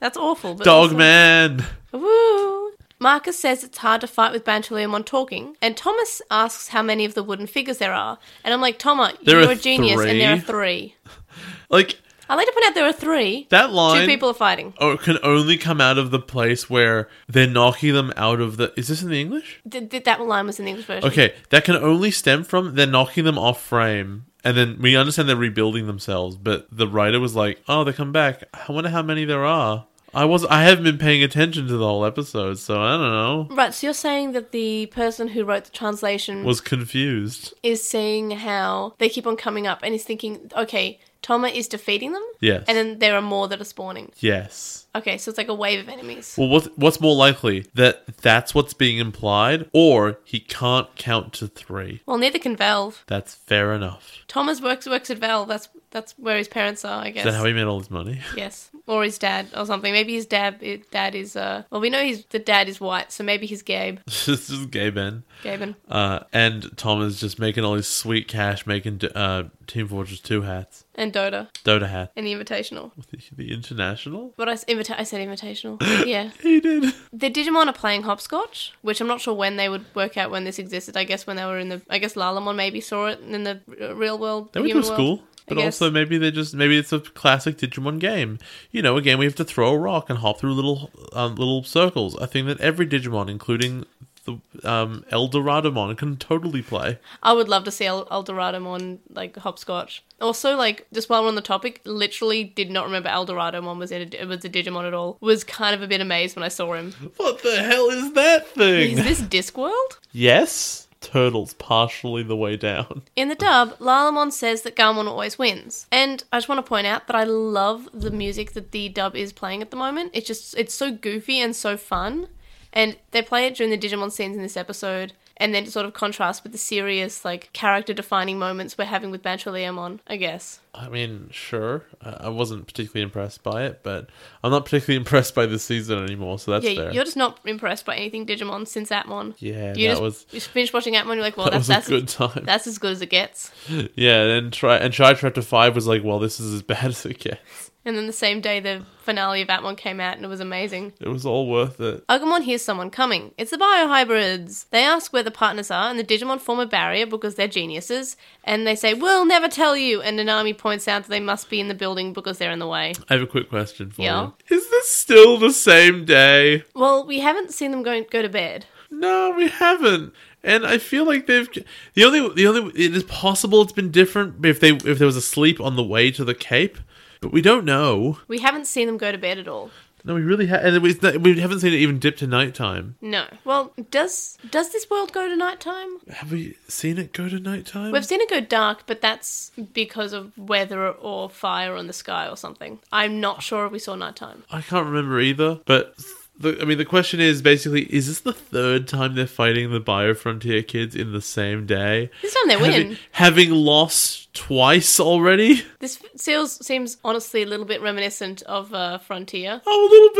That's awful. But
Dog
also-
Man.
Woo. Marcus says it's hard to fight with Bantulium on talking, and Thomas asks how many of the wooden figures there are. And I'm like, Toma,
There
you're
are
a genius, and there are
three.
three.
Like
I'd like to point out there are three.
that line
Two people are fighting.
o- can only come out of the place where they're knocking them out of the Is this in the English?
Th- th- that line was in the English version.
Okay, that can only stem from they're knocking them off frame. And then we understand they're rebuilding themselves, but the writer was like, "Oh, they come back. I wonder how many there are." I was I haven't been paying attention to the whole episode, so I don't know.
Right, so you're saying that the person who wrote the translation
Was confused.
is seeing how they keep on coming up and is thinking, okay, Toma is defeating them.
Yes.
And then there are more that are spawning.
yes.
Okay, so it's like a wave of enemies.
Well, what's, what's more likely that that's what's being implied, or he can't count to three?
Well, neither can Valve.
That's fair enough.
Thomas works works at Valve. That's that's where his parents are, I guess.
Is that how he made all his money?
yes, or his dad or something. Maybe his dad i- dad is uh. Well, we know his the dad is white, so maybe he's Gabe.
this is gay Ben.
Gaben.
Uh, and Tom is just making all his sweet cash making uh, Team Fortress 2 hats.
and Dota
Dota hat.
and the Invitational.
The, the international?
But I, s- invita- I said Invitational. yeah.
He did.
The Digimon are playing hopscotch, which I'm not sure when they would work out when this existed. I guess when they were in the, I guess Lalamon maybe saw it in the r- real world.
They went
the
to a
human
school.
world.
But
I guess.
also maybe they just maybe it's a classic Digimon game. You know, a game we have to throw a rock and hop through little um, little circles. A thing that every Digimon, including the um, El Doradomon, can totally play.
I would love to see El, El Dorado on like hopscotch. Also, like just while we're on the topic, literally did not remember El Dorado Mon was in a, was a Digimon at all. Was kind of a bit amazed when I saw him.
What the hell is that thing?
Is this Discworld?
yes, turtles partially the way down.
In the dub, Lalamon says that Garmon always wins. And I just want to point out that I love the music that the dub is playing at the moment. It's just it's so goofy and so fun. And they play it during the Digimon scenes in this episode. And then it sort of contrasts with the serious, like, character defining moments we're having with Bancho Leomon, I guess.
I mean, sure, I I wasn't particularly impressed by it, but I'm not particularly impressed by this season anymore. So that's
yeah,
fair.
you're just not impressed by anything Digimon since Atmon.
yeah,
you
that
just,
was
you just finished watching Atmon, you're like, well,
that
that's,
was a
that's,
good time.
that's as good as it gets.
Yeah, and try and try chapter five was like, well, this is as bad as it gets.
And then the same day, the finale of Atmon came out, and it was amazing.
It was all worth it.
Agumon hears someone coming. It's the biohybrids. They ask where the partners are, and the Digimon form a barrier because they're geniuses, and they say, We'll never tell you! And Nanami points out that they must be in the building because they're in the way.
I have a quick question for
Yeah?
you. Is this still the same day?
Well, we haven't seen them go, go to bed.
No, we haven't. And I feel like they've the only the only it is possible it's been different if they if there was a sleep on the way to the Cape, but we don't know.
We haven't seen them go to bed at all.
No, we really ha- and we, we haven't seen it even dip to nighttime.
No. Um. Well, does does this world go to nighttime?
Have we seen it go to nighttime?
We've seen it go dark, but that's because of weather or fire on the sky or something. I'm not sure if we saw nighttime.
I can't remember either. But the, I mean, the question is basically: Is this the third time they're fighting the Biofrontier kids in the same day?
This time they
Having-
win.
having lost twice already.
This feels seems honestly a little bit reminiscent of uh, Frontier.
Oh, a little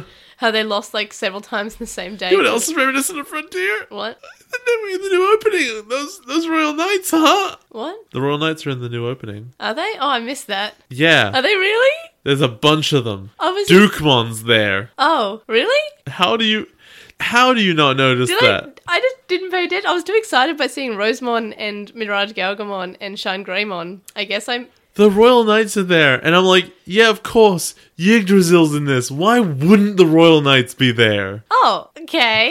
bit.
How they lost like several times in the same day.
You know what else is reminiscent of Frontier?
What?
The new, the new opening. Those those Royal Knights, huh?
What?
The Royal Knights are in the new opening.
Are they? Oh, I missed that.
Yeah,
Are they really?
there's a bunch of them.
I was.
Dukemon's there.
oh, really?
How do you how do you not notice
Did
that?
I? I just didn't pay attention. I was too excited by seeing Rosemon and Mirage Galgamon and Shine Greymon. I guess I'm.
The Royal Knights are there, and I'm like, yeah, of course, Yggdrasil's in this. Why wouldn't the Royal Knights be there?
Oh, okay.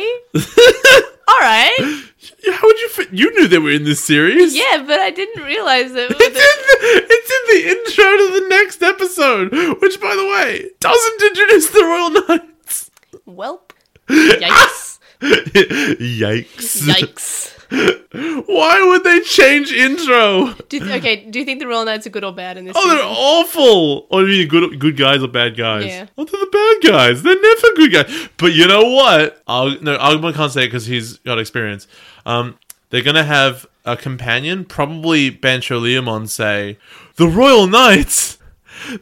All right.
How would you? Fi- you knew they were in this series.
Yeah, but I didn't realize that.
It's in, the, it's in the intro to the next episode, which, by the way, doesn't introduce the Royal Knights.
Welp. Yikes.
Yikes!
Yikes.
Why would they change intro?
Do you- okay, do you think the Royal Knights are good or bad in this?
Oh, they're
season?
awful. Oh, you mean good good guys or bad guys?
Yeah.
Oh, they're the bad guys. They're never good guys. But you know what? I'll, no, Agumon can't say it because he's got experience. Um, they're gonna have a companion, probably Bancho Leomon, say the Royal Knights.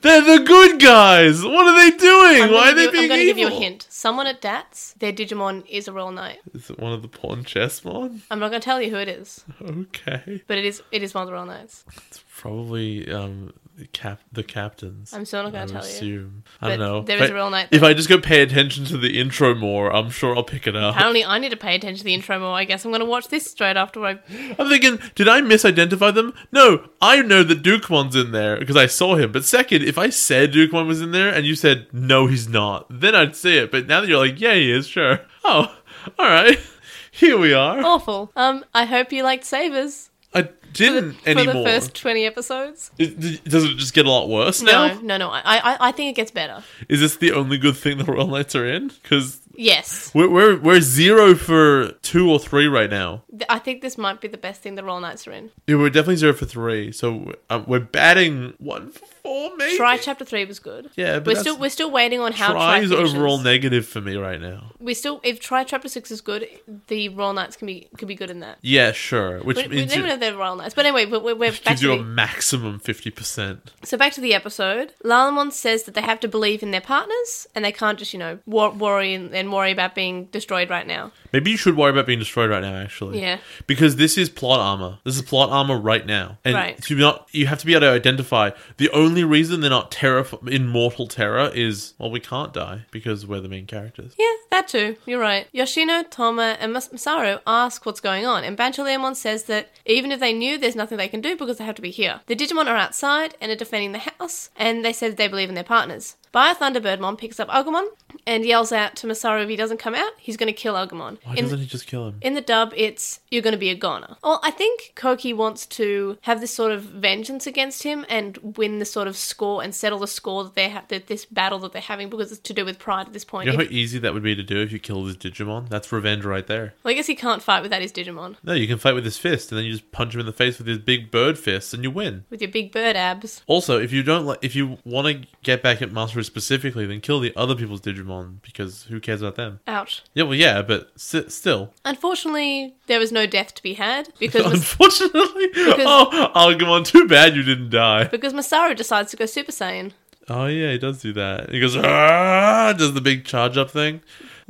They're the good guys. What are they doing?
I'm gonna
Why are
give
they
you-
being
I'm going to give
evil?
you a hint. Someone at DATS, their Digimon is a Royal Knight.
Is it one of the pawn chessmon?
I'm not going to tell you who it is,
Okay,
but it is it is one of the Royal Knights.
it's probably um, cap the captains.
I'm still not
I
going to
would
tell you.
assume. I
But
don't know.
there
If
is
I-
a real night
If I just go pay attention to the intro more, I'm sure I'll pick it up.
Apparently, I need to pay attention to the intro more. I guess I'm going to watch this straight after I.
I'm thinking, did I misidentify them? No, I know that Dukemon's in there because I saw him. But second, if I said Dukemon was in there and you said no, he's not, then I'd see it. But now that you're like, yeah, he is, sure. Oh, all right, here we are.
Awful. Um, I hope you liked Savers
I
for the,
didn't
for the
anymore.
first 20 episodes.
It- does it just get a lot worse
No,
now?
no, no. I, I, I think it gets better.
Is this the only good thing the Royal Knights are in? Because
Yes.
we're, we're we're zero for two or three right now.
Th- I think this might be the best thing the Royal Knights are in.
Yeah, we're definitely zero for three. So um, we're batting one for four, maybe.
Try Chapter 3 was good.
Yeah, but
We're
that's-
still, we're still waiting on how
try
Try
is
finishes.
overall negative for me right now.
we still if try chapter six is good, the Royal Knights can be could be good in that.
Yeah, sure. Which
We, we don't
means
even know
it
if they're Royal Knights, but anyway, we're, we're, we're back
gives
to
you a
the,
maximum fifty percent.
so back to the episode. Lalamon says that they have to believe in their partners and they can't just you know wor- worry and, and worry about being destroyed right now.
Maybe you should worry about being destroyed right now, actually.
Yeah.
Because this is plot armor. This is plot armor right now, and
Right.
to not you have to be able to identify the only reason they're not terrif- in mortal terror is well we can't die because we're the main characters.
Yeah, that too. You're right. Yoshino, Toma, and Mas- Masaru ask what's going on, and Bancho Leomon says that even if they knew, there's nothing they can do because they have to be here. The Digimon are outside and are defending the house, and they said they believe in their partners. Bio Thunderbirdmon picks up Agumon and yells out to Masaru if he doesn't come out, he's going to kill Agumon.
Why
In-
doesn't he just kill him?
in the dub, it's you're going to be a goner. Well, I think Koki wants to have this sort of vengeance against him and win the sort of score and settle the score that they have, that this battle that they're having because it's to do with pride at this point.
You know
If-
how easy that would be to do if you kill this Digimon? That's revenge right there.
Well, I guess he can't fight without his Digimon
No, you can fight with his fist, and then you just punch him in the face with his big bird fist, and you win.
with your big bird abs.
Also, if you don't like, if you want to get back at Master Root specifically, then kill the other people's Digimon because who cares about them?
Ouch.
Yeah, well, yeah, but si- still,
Unfortunately, there was no death to be had because Mas-
unfortunately, oh, Agumon, too bad you didn't die.
because Masaru decides to go Super Saiyan.
Oh yeah, he does do that. He goes, "Ah," does the big charge up thing.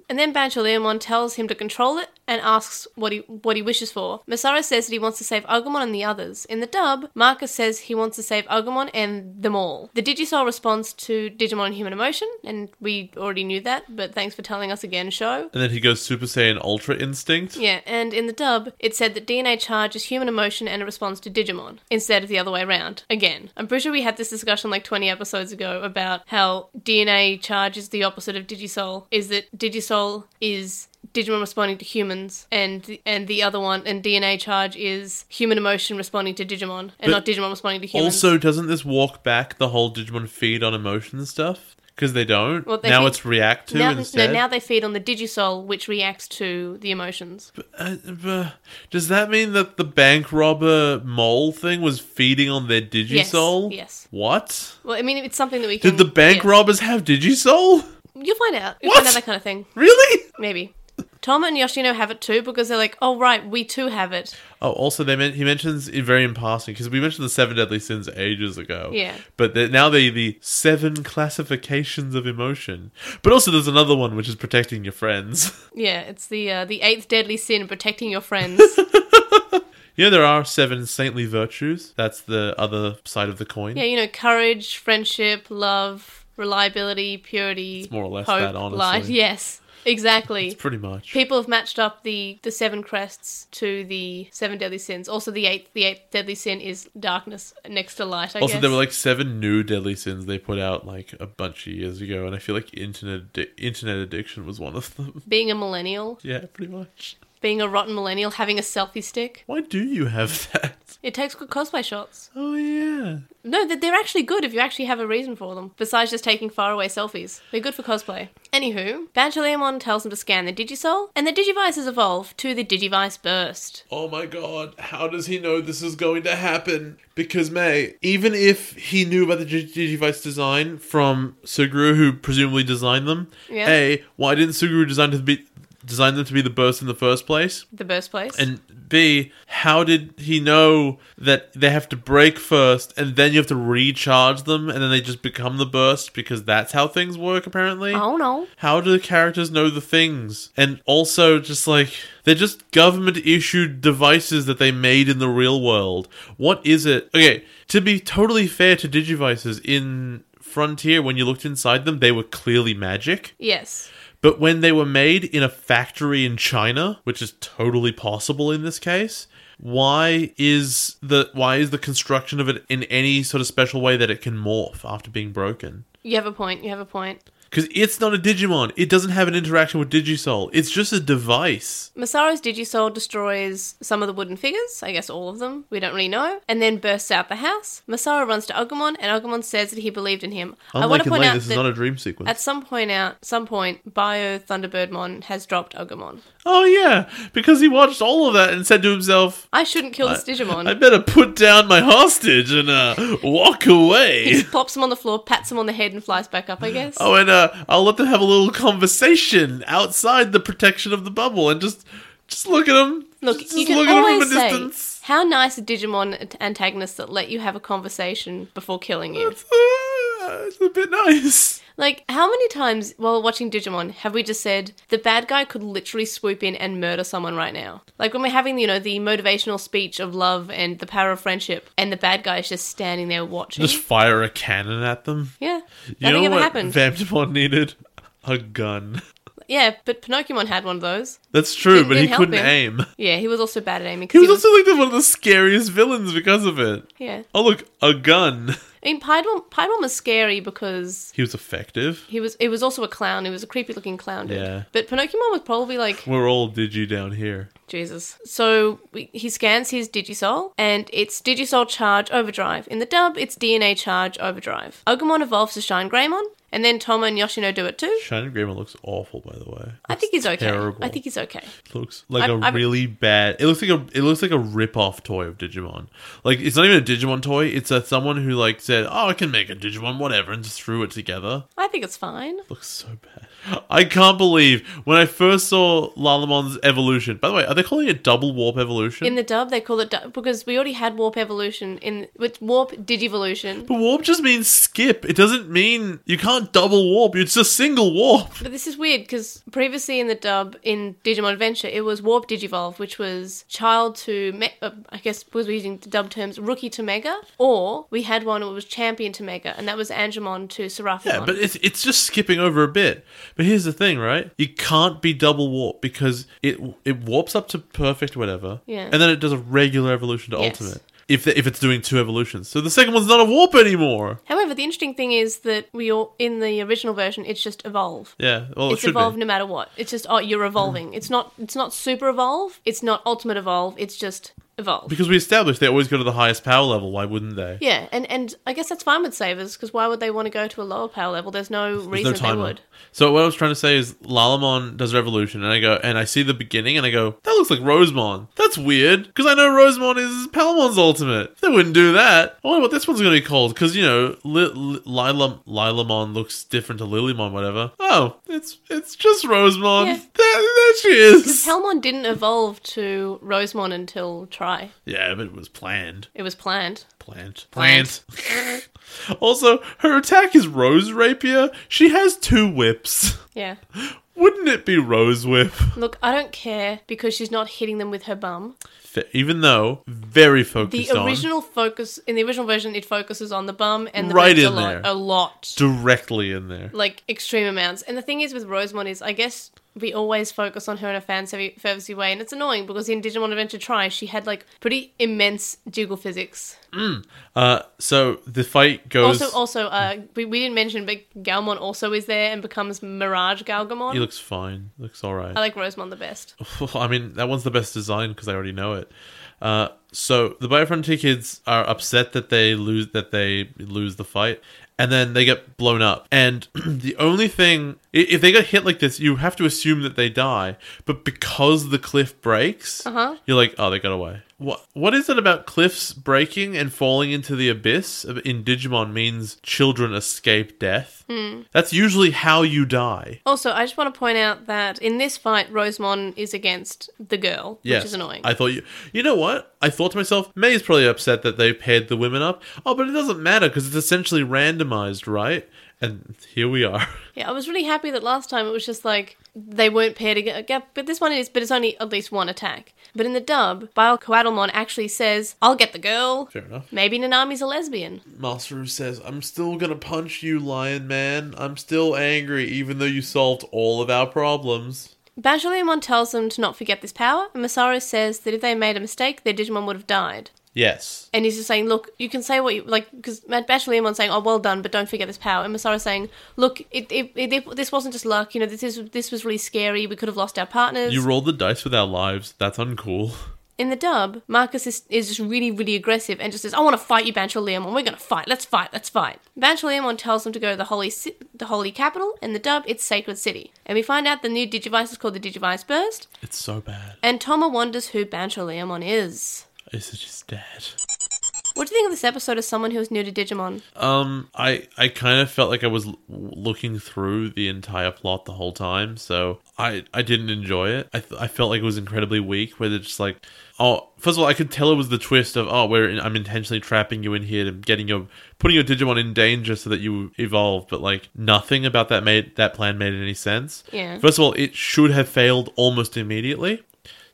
And then Bancho Leomon tells him to control it and asks what he what he wishes for. Masaru says that he wants to save Agumon and the others. In the dub, Marcus says he wants to save Agumon and them all. The Digisoul responds to Digimon and Human Emotion, and we already knew that, but thanks for telling us again, show.
And then he goes Super Saiyan Ultra Instinct.
Yeah, and in the dub, it said that DNA charge is human emotion and it responds to Digimon instead of the other way around. Again, I'm pretty sure we had this discussion like 20 episodes ago about how DNA charge is the opposite of Digisoul. Is that Digisoul is Digimon responding to humans, and and the other one, and DNA charge is human emotion responding to Digimon,
But
and not Digimon responding to humans.
Also, doesn't this walk back the whole Digimon feed on emotion stuff? Because they don't.
Well, they
now
feed-
it's react to
now,
instead.
no, now they feed on the Digisoul, which reacts to the emotions.
Uh, uh, does that mean that the bank robber mole thing was feeding on their Digisoul?
yes. Mm,
What?
Well, I mean, it's something that we can.
Did the bank
yeah.
robbers have Digisoul?
You'll find out. You'll
What?
find out that kind of thing.
Really?
Maybe. Tom and Yoshino have it too because they're like, oh, right, we too have it.
Oh, also, they men- he mentions it very in passing because we mentioned the seven deadly sins ages ago.
Yeah.
But they- now they the seven classifications of emotion. But also, there's another one which is protecting your friends.
Yeah, it's the uh, the eighth deadly sin, protecting your friends.
you know, there are seven saintly virtues. That's the other side of the coin.
yeah, you know, courage, friendship, love, reliability, purity,
more or less
hope,
that, honestly.
light. Yes, exactly.
Pretty much.
People have matched up the, the seven crests to the seven deadly sins. Also, the eighth the eighth deadly sin is darkness next to light. I
Also,
guess.
there were like seven new deadly sins they put out like a bunch of years ago, and I feel like internet addi- internet addiction was one of them.
being a millennial,
yeah, pretty much.
being a rotten millennial, having a selfie stick.
Why do you have that?
It takes good cosplay shots.
Oh yeah,
No, that they're actually good if you actually have a reason for them, besides just taking faraway selfies. They're good for cosplay. Anywho, Banchaleamon tells them to scan the Digisoul, and the Digivices evolve to the Digivice Burst.
Oh my god, how does he know this is going to happen? Because, May, even if he knew about the G- Digivice design from Suguru, who presumably designed them,
Yeah.
A, why didn't Suguru design to be designed them to be the burst in the first place?
The burst place.
And B, how did he know that they have to break first and then you have to recharge them and then they just become the burst because that's how things work apparently?
oh no.
How do the characters know the things? And also, just like, they're just government issued devices that they made in the real world. What is it? Okay, to be totally fair to Digivices, in Frontier, when you looked inside them, they were clearly magic.
Yes.
But when they were made in a factory in China, which is totally possible in this case, why is the why is the construction of it in any sort of special way that it can morph after being broken?
You have a point. You have a point.
Because it's not a Digimon. It doesn't have an interaction with Digisoul. It's just a device.
Masaru's Digisoul destroys some of the wooden figures, I guess all of them, we don't really know, and then bursts out the house. Masaru runs to Agumon, and Agumon says that he believed in him. I
Unlike
want to
in
point
Lay,
out
this
that
is not a dream sequence.
at some point out, some point, Bio Thunderbirdmon has dropped Agumon.
oh yeah, because he watched all of that and said to himself,
I shouldn't kill this Digimon.
"I better put down my hostage and uh, walk
He
away."
just plops him on the floor, pats him on the head, and flies back up, I guess.
Oh, and uh, I'll let them have a little conversation outside the protection of the bubble, and just just look at them.
Look,
just,
you
just
can
look at 'em
always
from a
say,
distance.
how nice are Digimon ant- antagonists that let you have a conversation before killing you?
It's, uh, it's a bit nice.
Like, how many times while watching Digimon have we just said the bad guy could literally swoop in and murder someone right now? Like when we're having, you know, the motivational speech of love and the power of friendship, and the bad guy is just standing there watching.
Just fire a cannon at them.
yeah,
You
nothing
know
ever
what
happened.
Vamptamon needed? A gun.
yeah, but Pinocchio had one of those.
That's true,
Didn't-
but
didn't
he
help
couldn't
him.
aim.
Yeah, he was also bad at aiming. 'cause
He was also like the- one of the scariest villains because of it.
yeah.
Oh look, a gun.
I mean, Piedmon, Piedmon was scary because
He was effective.
he was. It was also a clown. He was a creepy looking clown. Dude.
Yeah.
But Pinocchio was probably like
We're all digi down here.
Jesus. So we, he scans his Digisoul, and it's Digisoul Charge Overdrive. In the dub, it's DNA Charge Overdrive. Agumon evolves to Shine Greymon, and then Tomo and Yoshino do it too.
Shining Grayman looks awful, by the way.
I think he's okay.
terrible.
I think he's okay.
looks like a
I'm- I'm-
really bad. It looks like a it looks like a rip off toy of Digimon. Like it's not even a Digimon toy. It's a someone who like said, "Oh, I can make a Digimon, whatever," and just threw it together.
I think it's fine.
Looks so bad. I can't believe when I first saw Lalamon's evolution. By the way, are they calling it double warp evolution?
In the dub, they call it du- because we already had Warp Evolution in with Warp Digivolution.
but warp just means skip. It doesn't mean you can't double warp. It's a single warp.
But this is weird because previously in the dub in Digimon Adventure, it was Warp Digivolve, which was child to, me- uh, I guess, because we're using the dub terms, rookie to Mega, or we had one that was champion to Mega, and that was Angemon to Seraphimon.
Yeah, but it's it's just skipping over a bit. But here's the thing, right? You can't be double warp because it it warps up to perfect whatever,
Yeah.
and then it does a regular evolution to
Yes.
ultimate. If if it's doing two evolutions, so the second one's not a warp anymore.
However, the interesting thing is that we all in the original version, it's just evolve.
Yeah, well, it
it's
should
evolve
be. Mm.
no matter what. It's just oh, you're evolving. It's not. It's not super evolve. It's not ultimate evolve. It's just evolve.
because we established they always go to the highest power level. Why wouldn't they?
yeah, and, and I guess that's fine with savers because why would they want to go to a lower power level? There's no
There's
reason
no time
they
limit.
would.
So what I was trying to say is Lalamon does Revolution, and I go and I see the beginning, and I go, that looks like Rosemon. That's weird because I know Rosemon is Palmon's ultimate. They wouldn't do that. I wonder what this one's going to be called because you know Li- Li- Lila Lilamon looks different to Lilymon, whatever. Oh, it's it's just Rosemon.
Yeah.
There, there she is.
Palmon didn't evolve to Rosemon until Try.
yeah, but it was planned.
It was planned.
Plant.
Plant.
also, her attack is Rose Rapier. She has two whips.
Yeah.
Wouldn't it be Rose Whip?
Look, I don't care because she's not hitting them with her bum.
Fa- even though very
The
focused
original focus in the original version, it focuses on the bum and the
Right
boobs
in
a lot,
there.
a lot,
on directly in there.
like extreme amounts. And the thing is with Rosemon is, I guess we always focus on her in a fan serv- servicey way, and it's annoying because in Digimon Adventure Try, she had like pretty immense jiggle physics.
Uh, so the fight goes.
Also, also, uh, we, we didn't mention, but Galmon also is there and becomes Mirage Galgamon.
he looks fine. Looks all right.
I like Rosemon the best.
I mean, that one's the best design because I already know it. Uh, So the Biofrontier kids are upset that they lose that they lose the fight, and then they get blown up. And the only thing, i- if they get hit like this, you have to assume that they die. But because the cliff breaks,
Uh-huh.
you're like, oh, they got away. What what is it about cliffs breaking and falling into the abyss in Digimon means children escape death? That's usually how you die.
Also, I just want to point out that in this fight, Rosemon is against the girl,
Yes.
which is annoying.
I thought you. You know what? I thought to myself, May is probably upset that they paired the women up. Oh, but it doesn't matter because it's essentially randomized, right? And here we are.
yeah, I was really happy that last time it was just like they weren't paired together. Yeah, but this one is, but it's only at least one attack. But in the dub, Biocoadelmon actually says, I'll get the girl.
Fair enough.
Maybe Nanami's a lesbian.
Masaru says, "I'm still gonna punch you, Lion Man. I'm still angry, even though you solved all of our problems."
Banjolimon tells them to not forget this power, and Masaru says that if they made a mistake, their Digimon would have died.
Yes.
And he's just saying, look, you can say what you like, because Bacheloremon's saying, oh, well done, but don't forget this power. And Masaru's saying, look, it, it, it, this wasn't just luck. You know, this is this was really scary. We could have lost our partners.
You rolled the dice with our lives. That's uncool.
In the dub, Marcus is, is just really, really aggressive and just says, I want to fight you, Bancholemon. We're going to fight. Let's fight. Let's fight. Bancholemon tells them to go to the holy, ci- the holy capital. In the dub, it's Sacred City. And we find out the new Digivice is called the Digivice Burst.
It's so bad.
And Toma wonders who Bancholemon is.
Is it just dad?
What do you think of this episode as someone who is new to Digimon?
Um, I I kind of felt like I was l- looking through the entire plot the whole time, so I I didn't enjoy it. I th- I felt like it was incredibly weak. Where they're just like, oh, first of all, I could tell it was the twist of oh, we're in, I'm intentionally trapping you in here and getting your putting your Digimon in danger so that you evolve, but like nothing about that made that plan made any sense.
Yeah.
First of all, it should have failed almost immediately.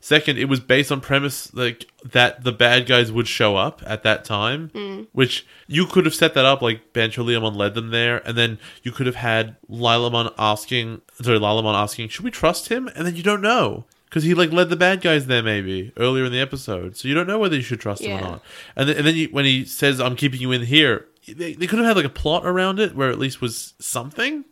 Second, it was based on premise like that the bad guys would show up at that time, which you could have set that up like Bancho Liamon led them there, and then you could have had Lilamon asking, sorry, Lilamon asking, should we trust him? And then you don't know because he like led the bad guys there maybe earlier in the episode, so you don't know whether you should trust him or
Yeah.
not. And then, and then you, when he says, "I'm keeping you in here," they, they could have had like a plot around it where at least was something.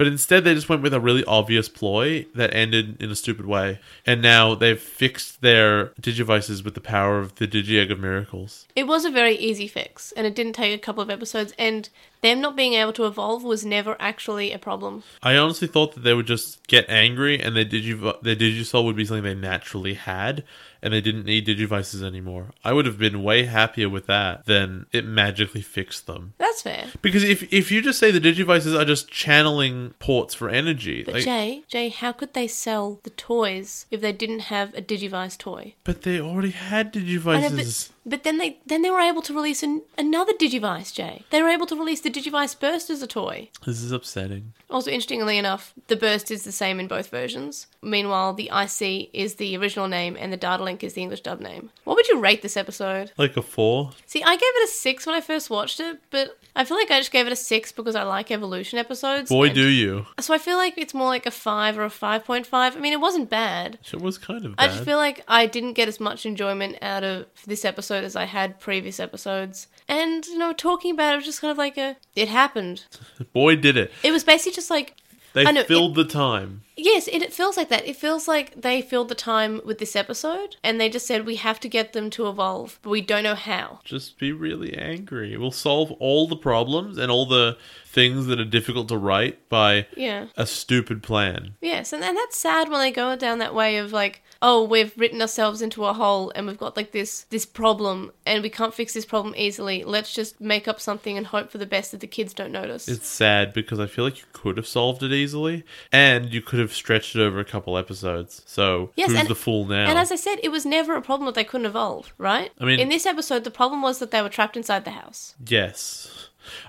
But instead, they just went with a really obvious ploy that ended in a stupid way. And now they've fixed their digivices with the power of the Digiegg of Miracles.
It was a very easy fix, and it didn't take a couple of episodes, and them not being able to evolve was never actually a problem.
I honestly thought that they would just get angry and their, Digiv- their Digisoul would be something they naturally had and they didn't need digivices anymore. I would have been way happier with that than it magically fixed them.
That's fair.
Because if, if you just say the digivices are just channeling ports for energy,
But
like,
Jay, Jay, how could they sell the toys if they didn't have a Digivice toy?
but they already had
I
digivices.
know, but, but then they then they were able to release an, another Digivice, Jay. They were able to release the Digivice Burst as a toy.
This is upsetting.
Also, interestingly enough, the Burst is the same in both versions. Meanwhile, the IC is the original name and the Data Link is the English dub name. What would you rate this episode?
Like a four?
See, I gave it a six when I first watched it, but I feel like I just gave it a six because I like evolution episodes.
Boy,
and-
do you.
So I feel like it's more like a five or a five point five. I mean, it wasn't bad.
It was kind of
I
bad.
just feel like I didn't get as much enjoyment out of this episode as I had previous episodes. And, you know, talking about it was just kind of like a. It happened.
Boy, did it.
It was basically just like.
They
I know,
filled the time.
Yes, it, it feels like that. It feels like they filled the time with this episode and they just said, we have to get them to evolve, but we don't know how.
Just be really angry. We'll solve all the problems and all the things that are difficult to write by
Yeah.
a stupid plan.
Yes, and, and that's sad when they go down that way of like, oh, we've written ourselves into a hole and we've got like this this problem and we can't fix this problem easily. Let's just make up something and hope for the best that the kids don't notice.
It's sad because I feel like you could have solved it easily and you could have stretched it over a couple episodes. So,
Yes,
who's
and-
the fool now?
and as I said, it was never a problem that they couldn't evolve, right?
I mean-
in this episode, the problem was that they were trapped inside the house.
yes.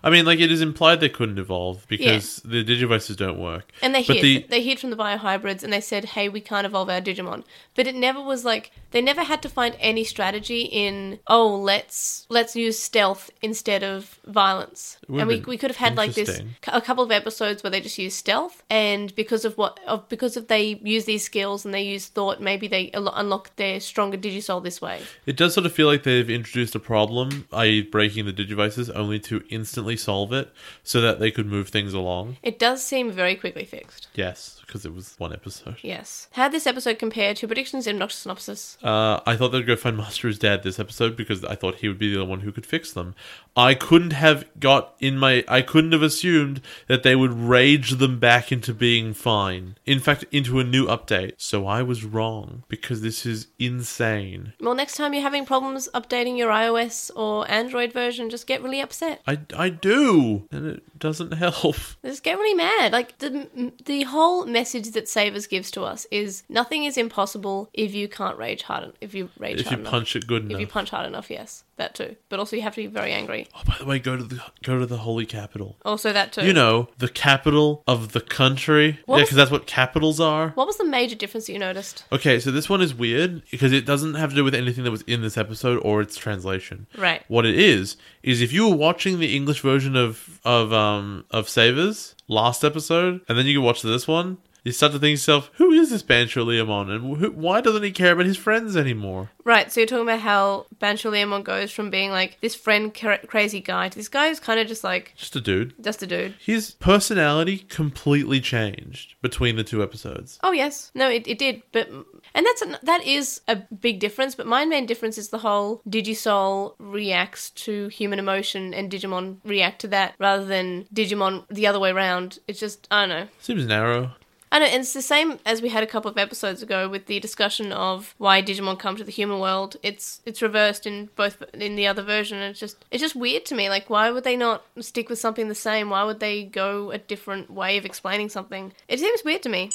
I mean, like, it is implied they couldn't evolve because the digivices don't work.
And they
But
hid.
the-
they hid from the biohybrids and they said, hey, we can't evolve our Digimon. But it never was like they never had to find any strategy in oh, let's let's use stealth instead of violence.
would've
And we,
been
we could have had like this
interesting.
a couple of episodes where they just use stealth and because of what of because of they use these skills and they use thought, maybe they unlo- unlock their stronger Digisoul this way.
It does sort of feel like they've introduced a problem, i.e., breaking the digivices, only to instantly solve it so that they could move things along.
It does seem very quickly fixed.
Yes, because it was one episode.
Yes. How'd this episode compare to predictions in Noxious Synopsis?
Uh, I thought they'd go find Master's dad this episode because I thought he would be the one who could fix them. I couldn't have got in my. I couldn't have assumed that they would rage them back into being fine. In fact, into a new update. So I was wrong because this is insane.
Well, next time you're having problems updating your iOS or Android version, just get really upset.
I, I do, and it doesn't help.
Just get really mad. Like the the whole message that Savers gives to us is nothing is impossible if you can't rage hard. en- If you rage
If
hard
you
enough.
punch it good enough.
if you punch hard enough, yes, that too. But also you have to be very angry.
oh, by the way, go to the go to the holy capital.
Also that too.
You know, the capital of the country. Yeah, 'cause
What
yeah,
was-
because that's what capitals are.
What was the major difference that you noticed?
Okay, so this one is weird because it doesn't have to do with anything that was in this episode or its translation.
Right.
What it is is if you were watching the English version of of um of Savers last episode, and then you can watch this one, you start to think to yourself, who is this Bancho Liamon, and who, why doesn't he care about his friends anymore?
Right, so you're talking about how Bancho Liamon goes from being like this friend cra- crazy guy to this guy who's kind of just like
Just a dude.
just a dude.
His personality completely changed between the two episodes.
Oh yes, no, it, it did, but and that's an, that is a big difference. But my main difference is the whole Digisoul reacts to human emotion and Digimon react to that rather than Digimon the other way around. It's just I don't know.
Seems narrow.
I know, and it's the same as we had a couple of episodes ago with the discussion of why Digimon come to the human world. It's it's reversed in both in the other version. And it's just it's just weird to me. Like, why would they not stick with something the same? Why would they go a different way of explaining something? It seems weird to me.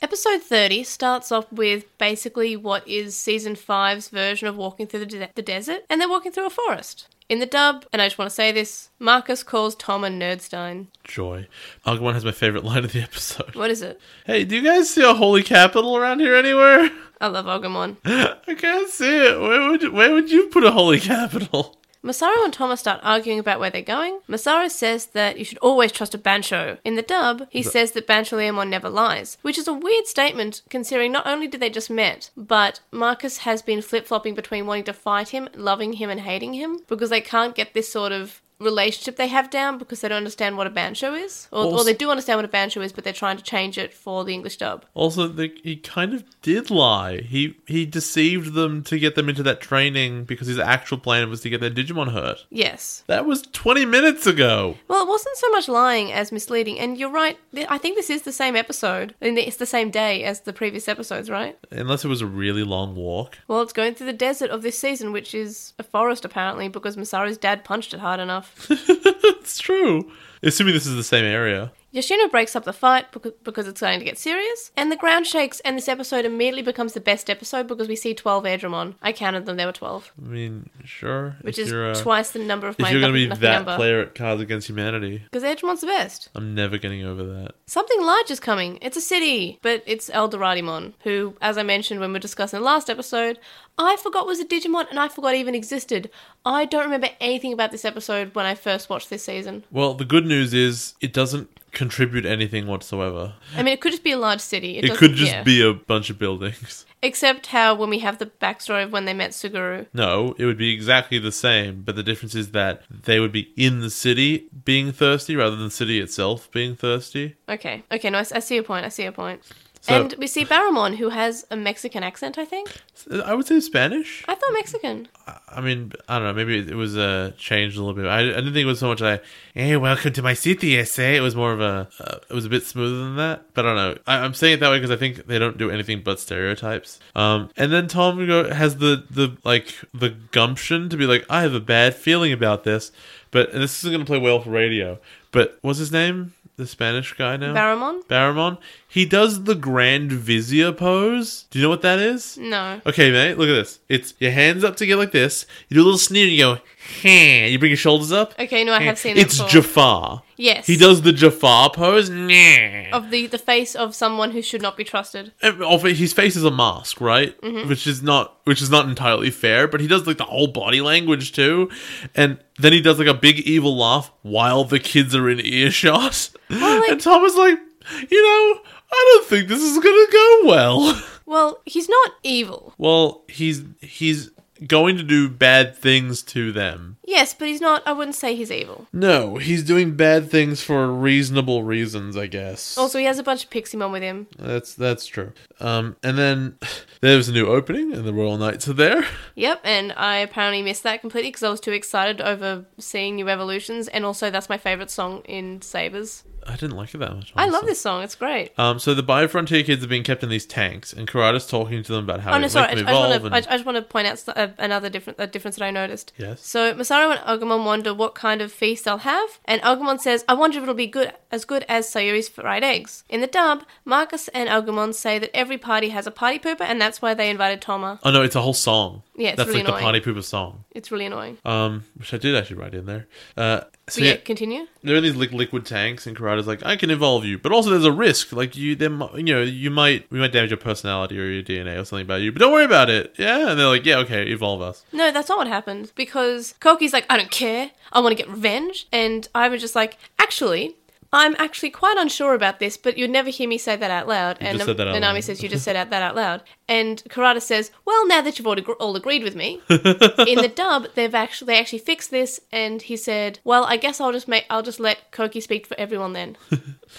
Episode 30 starts off with basically what is season 5's version of walking through the, de- the desert, and they're walking through a forest. In the dub, and I just want to say this Marcus calls Tom a Nerdstein.
Joy. Agumon has my favorite line of the episode.
What is it?
Hey, do you guys see a holy capital around here anywhere?
I love Ogamon.
I can't see it. Where would you, where would you put a holy capital?
Masaru and Thomas start arguing about where they're going. Masaru says that you should always trust a Bancho. In the dub, he says that Bancho Liamon never lies, which is a weird statement considering not only did they just met, but Marcus has been flip flopping between wanting to fight him, loving him, and hating him because they can't get this sort of relationship they have down because they don't understand what a Bancho is. Or,
Well,
or they do understand what a Bancho is, but they're trying to change it for the English dub.
Also, the, he kind of did lie. He he deceived them to get them into that training because his actual plan was to get their Digimon hurt.
Yes.
That was 20 minutes ago.
Well, it wasn't so much lying as misleading, and you're right. th- I think this is the same episode, and it's the same day as the previous episodes, right?
Unless it was a really long walk.
Well, it's going through the desert of this season, which is a forest apparently, because Masaru's dad punched it hard enough.
it's true. Assuming this is the same area.
Yoshino breaks up the fight becau- because it's going to get serious, and the ground shakes, and this episode immediately becomes the best episode because we see 12 Edramon. I counted them, there were 12,
I mean, sure.
which
if
is
you're, uh,
twice the number of
if
my
you're going to be
lucky
that
number.
player at Cards Against Humanity,
Because Edgemon's the best.
I'm never getting over that.
Something large is coming. It's a city, but it's Eldoradimon, who, as I mentioned when we were discussing the last episode, I forgot was a Digimon and I forgot even existed. I don't remember anything about this episode when I first watched this season.
Well, the good news is it doesn't contribute anything whatsoever.
I mean, it could just be a large city.
It
doesn't-
could just
yeah.
be a bunch of buildings.
Except how when we have the backstory of when they met Suguru.
No, it would be exactly the same, but the difference is that they would be in the city being thirsty rather than the city itself being thirsty.
Okay, okay, no, I, s- I see your point. I see your point.
So-
and we see Baramon, who has a Mexican accent, I think.
I would say Spanish.
I thought Mexican.
I- I mean, I don't know. Maybe it- it was uh, changed a little bit. I, I didn't think it was so much like, "Hey, welcome to my city." I say it was more of a. Uh, it was a bit smoother than that, but I don't know. I, I'm saying it that way because I think they don't do anything but stereotypes. Um, and then Tom go, has the the like the gumption to be like, "I have a bad feeling about this," but and this isn't going to play well for radio. But what's his name? The Spanish guy now.
Baramon?
Baramon. He does the Grand Vizier pose. Do you know what that is?
No.
Okay, mate, look at this. It's your hands up together like this. You do a little sneer and you go, "Huh." You bring your shoulders up.
Okay, no, I have seen it
It's
before.
Jafar.
Yes.
He does the Jafar pose. Nah.
Of the, the face of someone who should not be trusted.
Of- His face is a mask, right?
Mm-hmm.
Which is not which is not entirely fair, but he does like the whole body language too. And then he does like a big evil laugh while the kids are in earshot.
like-
and Tom is like, you know, I don't think this is gonna go well.
Well, he's not evil.
Well, he's he's going to do bad things to them.
Yes, but he's not. I wouldn't say he's evil.
No, he's doing bad things for reasonable reasons, I guess.
Also, he has a bunch of Piximon with him.
That's that's true. Um, and then there's a new opening, and the Royal Knights are there.
Yep, and I apparently missed that completely because I was too excited over seeing new evolutions, and also that's my favorite song in Sabers.
I didn't like it that much.
I love
honestly.
this song; it's great.
Um, so the Biofrontier kids are being kept in these tanks, and Karada's talking to them about how
Oh
to
no,
make
sorry. I,
them
I just
evolve.
want to.
and-
I, I just want to point out so- a- another different a difference that I noticed.
yes.
So Masaru and Agumon wonder what kind of feast they'll have, and Agumon says, "I wonder if it'll be good as good as Sayuri's fried eggs." In the dub, Marcus and Agumon say that every party has a party pooper, and that's why they invited Toma.
Oh no, it's a whole song.
Yeah, it's
that's
really
like the Party
annoying.
Pooper song,
It's really annoying.
um, which I did actually write in there. Uh, so
But yeah,
yeah,
continue.
they're in these like liquid tanks, and Karada's like, "I can evolve you, but also there's a risk. Like you, there, mi- you know, you might we might damage your personality or your DNA or something about you, but don't worry about it." Yeah, and they're like, "Yeah, okay, evolve us."
No, that's not what happened because Koki's like, I don't care. I want to get revenge. And I was just like, actually, I'm actually quite unsure about this, but you'd never hear me say that out loud. and
just said that out
Nanami
loud.
says, You just said out that out loud. And Karada says, Well, now that you've all, agr all agreed with me, in the dub, they've actually they actually fixed this. And he said, Well, I guess I'll just make I'll just let Koki speak for everyone then.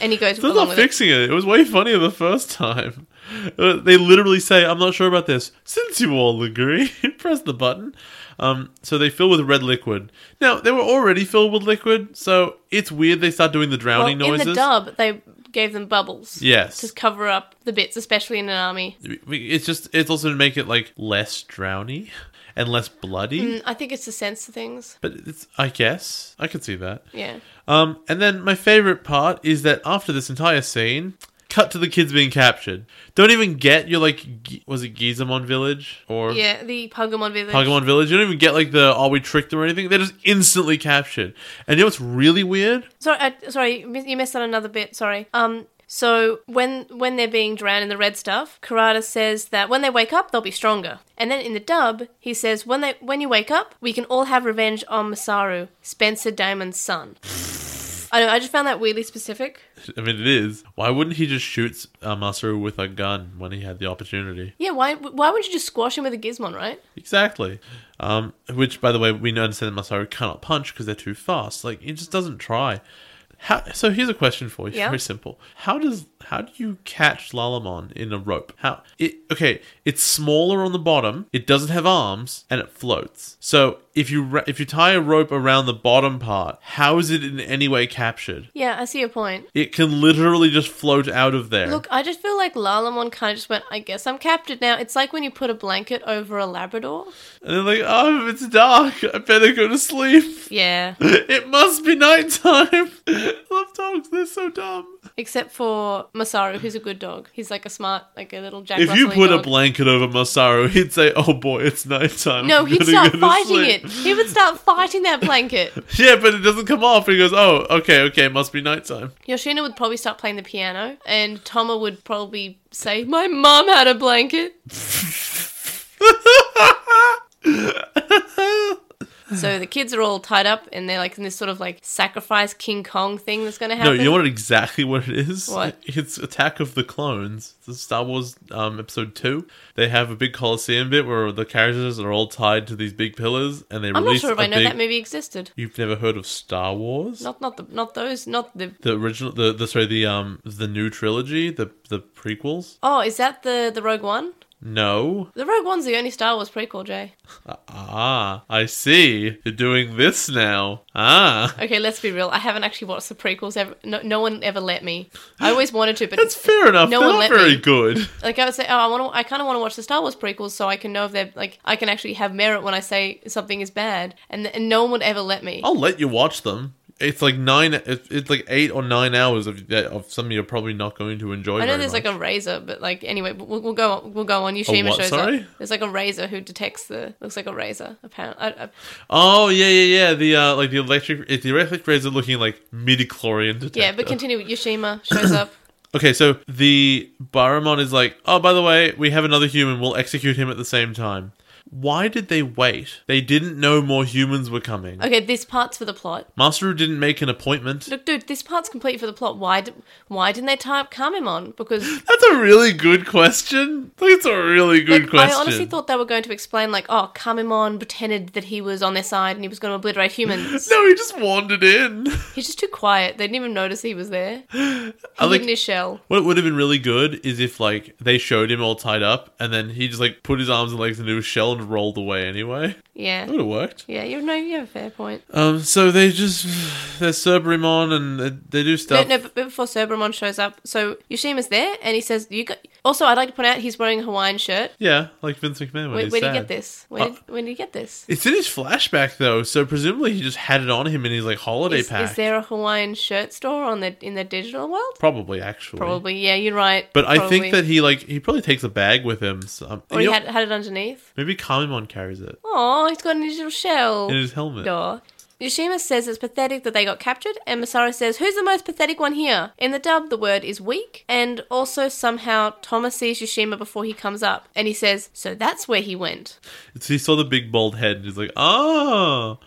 And he goes
They're
along
not
with it.
fixing it. It was way funnier the first time. Uh, They literally say, "I'm not sure about this." Since you all agree, press the button. Um, so they fill with red liquid. Now they were already filled with liquid, so it's weird they start doing the
Well,
drowning
in
noises.
the dub, they gave them bubbles.
yes,
To cover up the bits, especially in an army.
We- it's just it's also to make it like less drowny and less bloody.
Mm, I think it's the sense of things.
But it's I guess I could see that.
Yeah.
Um, and then my favorite part is that after this entire scene, cut to the kids being captured. Don't even get your like G- was it Gizamon Village or
Yeah, the Pokemon Village.
Pokemon Village? You don't even get like the oh we tricked them or anything. They're just instantly captured. And you know what's really weird?
Sorry, I, uh, sorry, you miss- you missed out another bit. Sorry. Um. So when when they're being drowned in the red stuff, Karada says that when they wake up, they'll be stronger. And then in the dub, he says when they when you wake up, we can all have revenge on Masaru, Spencer Damon's son. I know. I just found that weirdly specific.
I mean it is. Why wouldn't he just shoot uh, Masaru with a gun when he had the opportunity?
Yeah. Why why would you just squash him with a Gizmon, right?
Exactly. Um, which, by the way, we understand that Masaru cannot punch because they're too fast. Like, it just doesn't try. How, so here's a question for you.
Yeah.
Very simple. How does how do you catch Lalamon in a rope? How it okay? It's smaller on the bottom. It doesn't have arms and it floats. So if you ra- if you tie a rope around the bottom part, how is it in any way captured?
Yeah, I see your point.
It can literally just float out of there.
Look, I just feel like Lalamon kind of just went. I guess I'm captured now. It's like when you put a blanket over a Labrador.
And they're like, oh, it's dark. I better go to sleep.
Yeah.
It must be nighttime. Love dogs, they're so dumb.
Except for Masaru, who's a good dog. He's like a smart, like a little Jack.
If you
Russell-y
put a
dog.
blanket over Masaru, he'd say, "Oh boy, it's nighttime."
no,
I'm
he'd
gonna
start
go to
fighting
sleep."
it. He would start fighting that blanket.
Yeah, but it doesn't come off. He goes, "Oh, okay, okay, it must be nighttime."
Yoshina would probably start playing the piano, and Toma would probably say, "My mom had a blanket." so the kids are all tied up, and they're like in this sort of like sacrifice King Kong thing that's going to
No,
happen.
you know what exactly what it is?
What?
It's Attack of the Clones, the Star Wars um, episode two. They have a big Colosseum bit where the characters are all tied to these big pillars, and they
I'm not
release
sure if
a
I know
big-
that movie existed.
You've never heard of Star Wars?
Not not the not those not the.
the original the, the sorry the um the new trilogy the the prequels
Oh, is that the the Rogue One?
no
The Rogue One's the only Star Wars prequel, Jay.
ah i see you're doing this now ah
Okay, let's be real. I haven't actually watched the prequels ever. No, no one ever let me. I always wanted to, but
that's fair enough
No
they're
one
not
let
very
me.
good
like I would say, oh, I want to. I kind of want to watch the Star Wars prequels so I can know if they're like I can actually have merit when I say something is bad, and, and no one would ever let me.
i'll let you watch them it's like nine it's it's like eight or nine hours of that of something you're probably not going to enjoy
I know
very
there's
much.
like a razor, but like anyway, we'll, we'll go on. We'll go on. Yoshima
what,
shows
sorry?
up. There's like a razor who detects the looks like a razor. uh, Apparently, I, I,
oh yeah yeah yeah the uh like the electric it's the electric razor looking like midi-chlorian detector.
yeah. But continue. Yoshima shows up.
Okay, so the Baramon is like, oh, by the way, we have another human. We'll execute him at the same time. Why did they wait? They didn't know more humans were coming.
Okay, this part's for the plot.
Masaru didn't make an appointment.
Look, dude, this part's complete for the plot. Why? Did, why didn't they type Kamemon? Because
That's a really good question. That's a really good
Like,
question.
I honestly thought they were going to explain, like, oh, Kamimon pretended that he was on their side and he was going to obliterate humans.
No, he just wandered in.
He's just too quiet. They didn't even notice he was there. He
I
hid
like
in his shell.
what would have been really good is if like they showed him all tied up and then he just like put his arms and legs into his shell and rolled away anyway. That
Yeah.
would have worked.
Yeah, you know, you have a fair point.
Um, so they just they're Cerberimon and they, they do
No,
stuff.
no, but before Cerberamon shows up, so Yoshima's there and he says, you got... Also, I'd like to point out he's wearing a Hawaiian shirt.
Yeah, like Vince McMahon. When
Where,
he's
where did
sad.
he get this? Where did,
Uh,
when did he get this?
It's in his flashback though, so presumably he just had it on him in his like holiday
Is,
pack.
is there a Hawaiian shirt store on the in the digital world?
Probably actually.
Probably, yeah, you're right.
But I
Probably.
think that he like he probably takes a bag with him. So, um, you
Or he
know,
had, had it underneath.
maybe Kamimon carries it
Oh, he's got an digital shell.
in his helmet.
door. Yoshima says it's pathetic that they got captured, and Masaru says, Who's the most pathetic one here? In the dub, the word is weak, and also somehow Thomas sees Yoshima before he comes up, and he says, So that's where he went.
So he saw the big bald head and he's like, oh.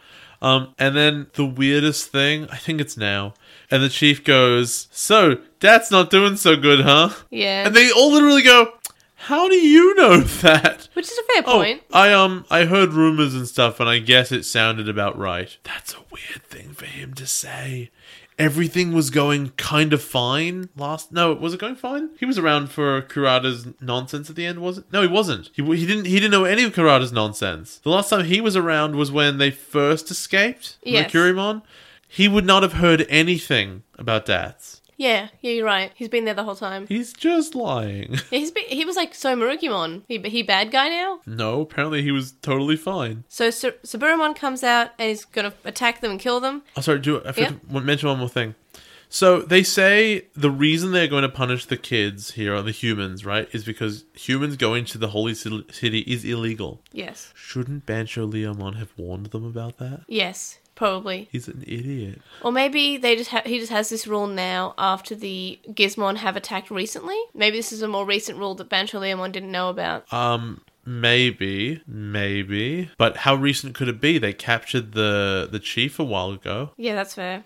Um, and then the weirdest thing, I think it's now. And the chief goes, So, dad's not doing so good, huh?
Yeah.
And they all literally go, How do you know that?
Which is a fair
Oh,
point.
I um I heard rumors and stuff and I guess it sounded about right. That's a weird thing for him to say. Everything was going kind of fine last No, was it going fine? He was around for Kurada's nonsense at the end, was it? No, he wasn't. He, he didn't he didn't know any of Kurada's nonsense. The last time he was around was when they first escaped
Yes.
Mercurymon. He would not have heard anything about Dats.
Yeah, yeah, you're right. He's been there the whole time.
He's just lying.
Yeah, he's been, he was like, So Marukimon, he, he bad guy now?
no, apparently he was totally fine.
So Sir, Saburamon comes out and he's gonna attack them and kill them.
Oh, sorry. Do I forgot to mention one more thing? So they say the reason they're going to punish the kids here or the humans, right, is because humans going to the holy ci- city is illegal.
Yes.
Shouldn't Bancho Leomon have warned them about that?
Yes, probably.
He's an idiot.
Or maybe they just ha- he just has this rule now after the Gizmon have attacked recently. Maybe this is a more recent rule that Bancho Leomon didn't know about.
Um, maybe, maybe, but how recent could it be? They captured the the chief a while ago.
Yeah, that's fair.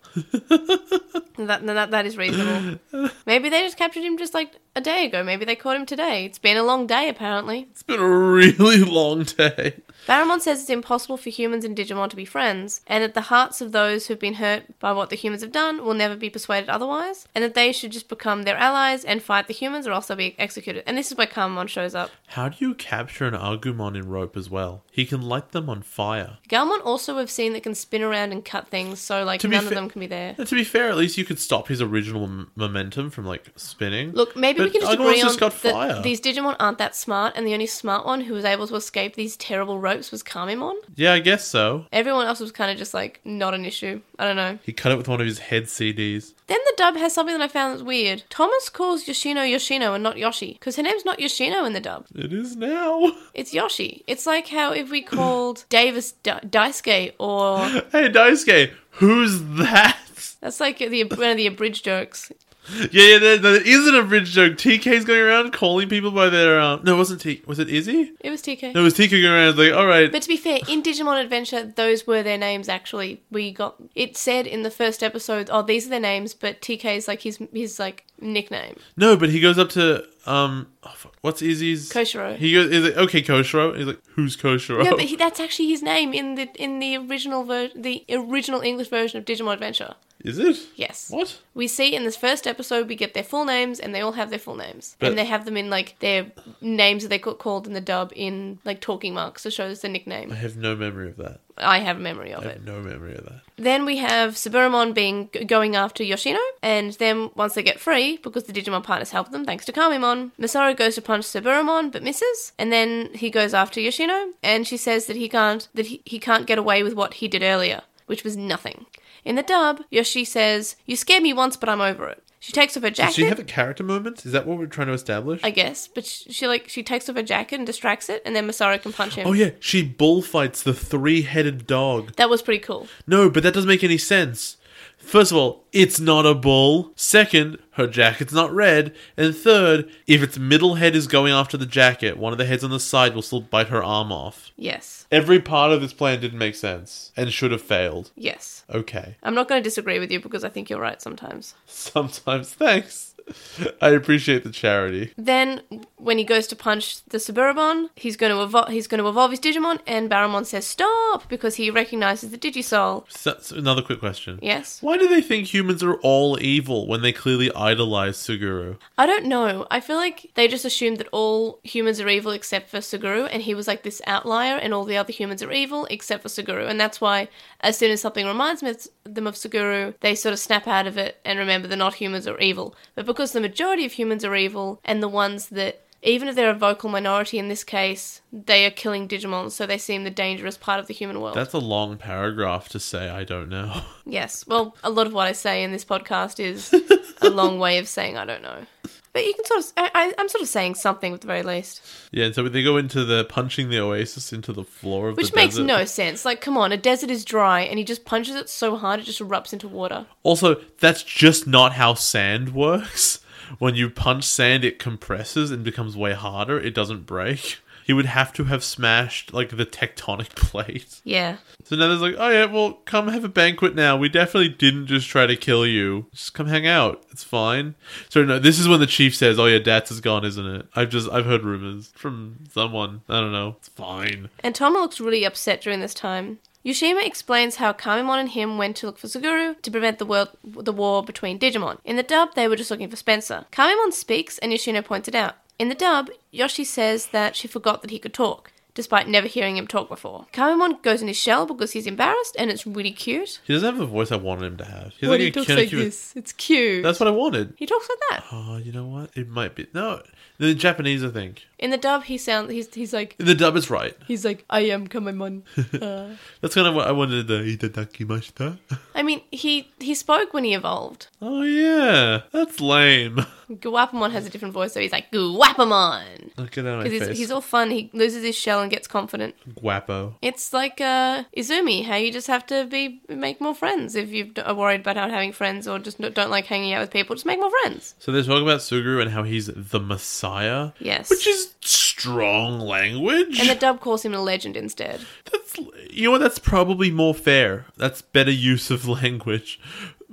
that, that that is reasonable. Maybe they just captured him just like a day ago. Maybe they caught him today. It's been a long day apparently.
It's been a really long day.
Baramon says it's impossible for humans and Digimon to be friends, and that the hearts of those who've been hurt by what the humans have done will never be persuaded otherwise, and that they should just become their allies and fight the humans or else they'll be executed. And this is where Kamamon shows up.
How do you capture an Agumon in rope as well? He can light them on fire.
Galmon also we've seen that can spin around and cut things, so like
To be
none of
fa-
them can be there.
And to be fair, at least you could stop his original m- momentum from like spinning.
Look, maybe we
But
can just
Agumon's
agree on
just got
that
fire.
these Digimon aren't that smart, and the only smart one who was able to escape these terrible ropes was Kamimon.
yeah, I guess so.
Everyone else was kind of just like not an issue. I don't know.
He cut it with one of his head CDs.
Then the dub has something that I found that's weird. Thomas calls Yoshino Yoshino and not Yoshi because her name's not Yoshino in the dub.
It is now.
It's Yoshi. It's like how if we called Davis D- Daisuke or
hey, Daisuke, who's that?
that's like the one of the abridged jokes.
Yeah, yeah, there, there isn't a bridge joke. TK's going around calling people by their. Um, no, it wasn't T. Was it Izzy?
It was TK.
No, it was TK going around like, all right.
But to be fair, in Digimon Adventure, those were their names. Actually, we got it said in the first episode. Oh, these are their names, but TK is like his his like nickname.
no, but he goes up to um, oh, fuck, what's Izzy's?
Koshiro.
He goes, is it okay, Koshiro? He's like, who's Koshiro?
no, but he, that's actually his name in the in the original ver- the original English version of Digimon Adventure.
is it?
Yes.
What?
We see in this first episode, we get their full names, and they all have their full names,
But-
and they have them in like their names that they got called in the dub in like talking marks to show us the
I
nickname.
have no memory of that.
I have a memory of
I
it.
have no memory of that.
Then we have Saburamon being g- going after Yoshino, and then once they get free, because the Digimon partners help them thanks to Kamimon, Masaru goes to punch Saburamon but misses, and then he goes after Yoshino, and she says that he can't that he, he can't get away with what he did earlier, which was nothing. In the dub, Yoshi says, "You scared me once, but I'm over it." She takes off her jacket.
Does she have a character moment? Is that what we're trying to establish?
I guess, but she, she like she takes off her jacket and distracts it, and then Masaru can punch him.
oh yeah, she bullfights the three-headed dog.
That was pretty cool.
No, but that doesn't make any sense. First of all, it's not a bull. Second, her jacket's not red. And third, if its middle head is going after the jacket, one of the heads on the side will still bite her arm off.
Yes.
Every part of this plan didn't make sense and should have failed.
Yes.
Okay.
I'm not going to disagree with you because I think you're right sometimes.
Sometimes, thanks. I appreciate the charity.
Then, when he goes to punch the Suburbon, he's going to evolve. He's going to evolve his Digimon, and Baramon says stop because he recognizes the Digisoul.
So, so another quick question.
Yes,
Why do they think humans are all evil when they clearly idolize Suguru?
I don't know. I feel like they just assumed that all humans are evil except for Suguru, and he was like this outlier, and all the other humans are evil except for Suguru, and that's why as soon as something reminds me- them of Suguru, they sort of snap out of it and remember that not humans are evil. But because the majority of humans are evil, and the ones that even if they're a vocal minority in this case, they are killing Digimon, so they seem the dangerous part of the human world.
That's a long paragraph to say I don't know.
Yes. Well, a lot of what I say in this podcast is a long way of saying I don't know. But you can sort of, I, I, I'm sort of saying something at the very least,
yeah, and so they go into the punching the oasis into the floor of
which
the
makes
desert.
no sense. Like, come on, a desert is dry, and he just punches it so hard it just erupts into water.
Also, that's just not how sand works. When you punch sand, it compresses and becomes way harder. It doesn't break. He would have to have smashed like the tectonic plate.
Yeah.
So now there's like, oh yeah, well, come have a banquet now. We definitely didn't just try to kill you. Just come hang out. It's fine. So no, this is when the chief says, oh yeah, Dats is gone, isn't it? I've just I've heard rumors from someone. I don't know. It's fine.
And Toma looks really upset during this time. Yoshima explains how Kamimon and him went to look for Suguru to prevent the world the war between Digimon. In the dub, they were just looking for Spencer. Kamimon speaks and Yoshino points it out. In the dub, Yoshi says that she forgot that he could talk, despite never hearing him talk before. Kamimon goes in his shell because he's embarrassed and it's really cute.
He doesn't have the voice I wanted him to have. He's
When
like
he
a
talks
kinda
like
cute-
this, it's cute.
That's what I wanted.
he talks like that.
Oh, you know what? It might be no. The Japanese, I think.
In the dub, he sounds he's he's like
The dub is right.
he's like I am Kamimon. Uh,
That's kind of what I wanted. The itadakimashita.
I mean, he he spoke when he evolved.
Oh yeah, that's lame.
Guapamon has a different voice, so he's like Guapamon.
Look at that on my
Because
face.
he's, he's all fun. He loses his shell and gets confident.
Guapo.
It's like uh, Izumi, how you just have to be make more friends if you are worried about not having friends or just no- don't like hanging out with people. Just make more friends.
So they're talking about Suguru and how he's the Messiah,
Yes.
which is strong language.
and the dub calls him a legend instead.
That's you know what? That's probably more fair. That's better use of language.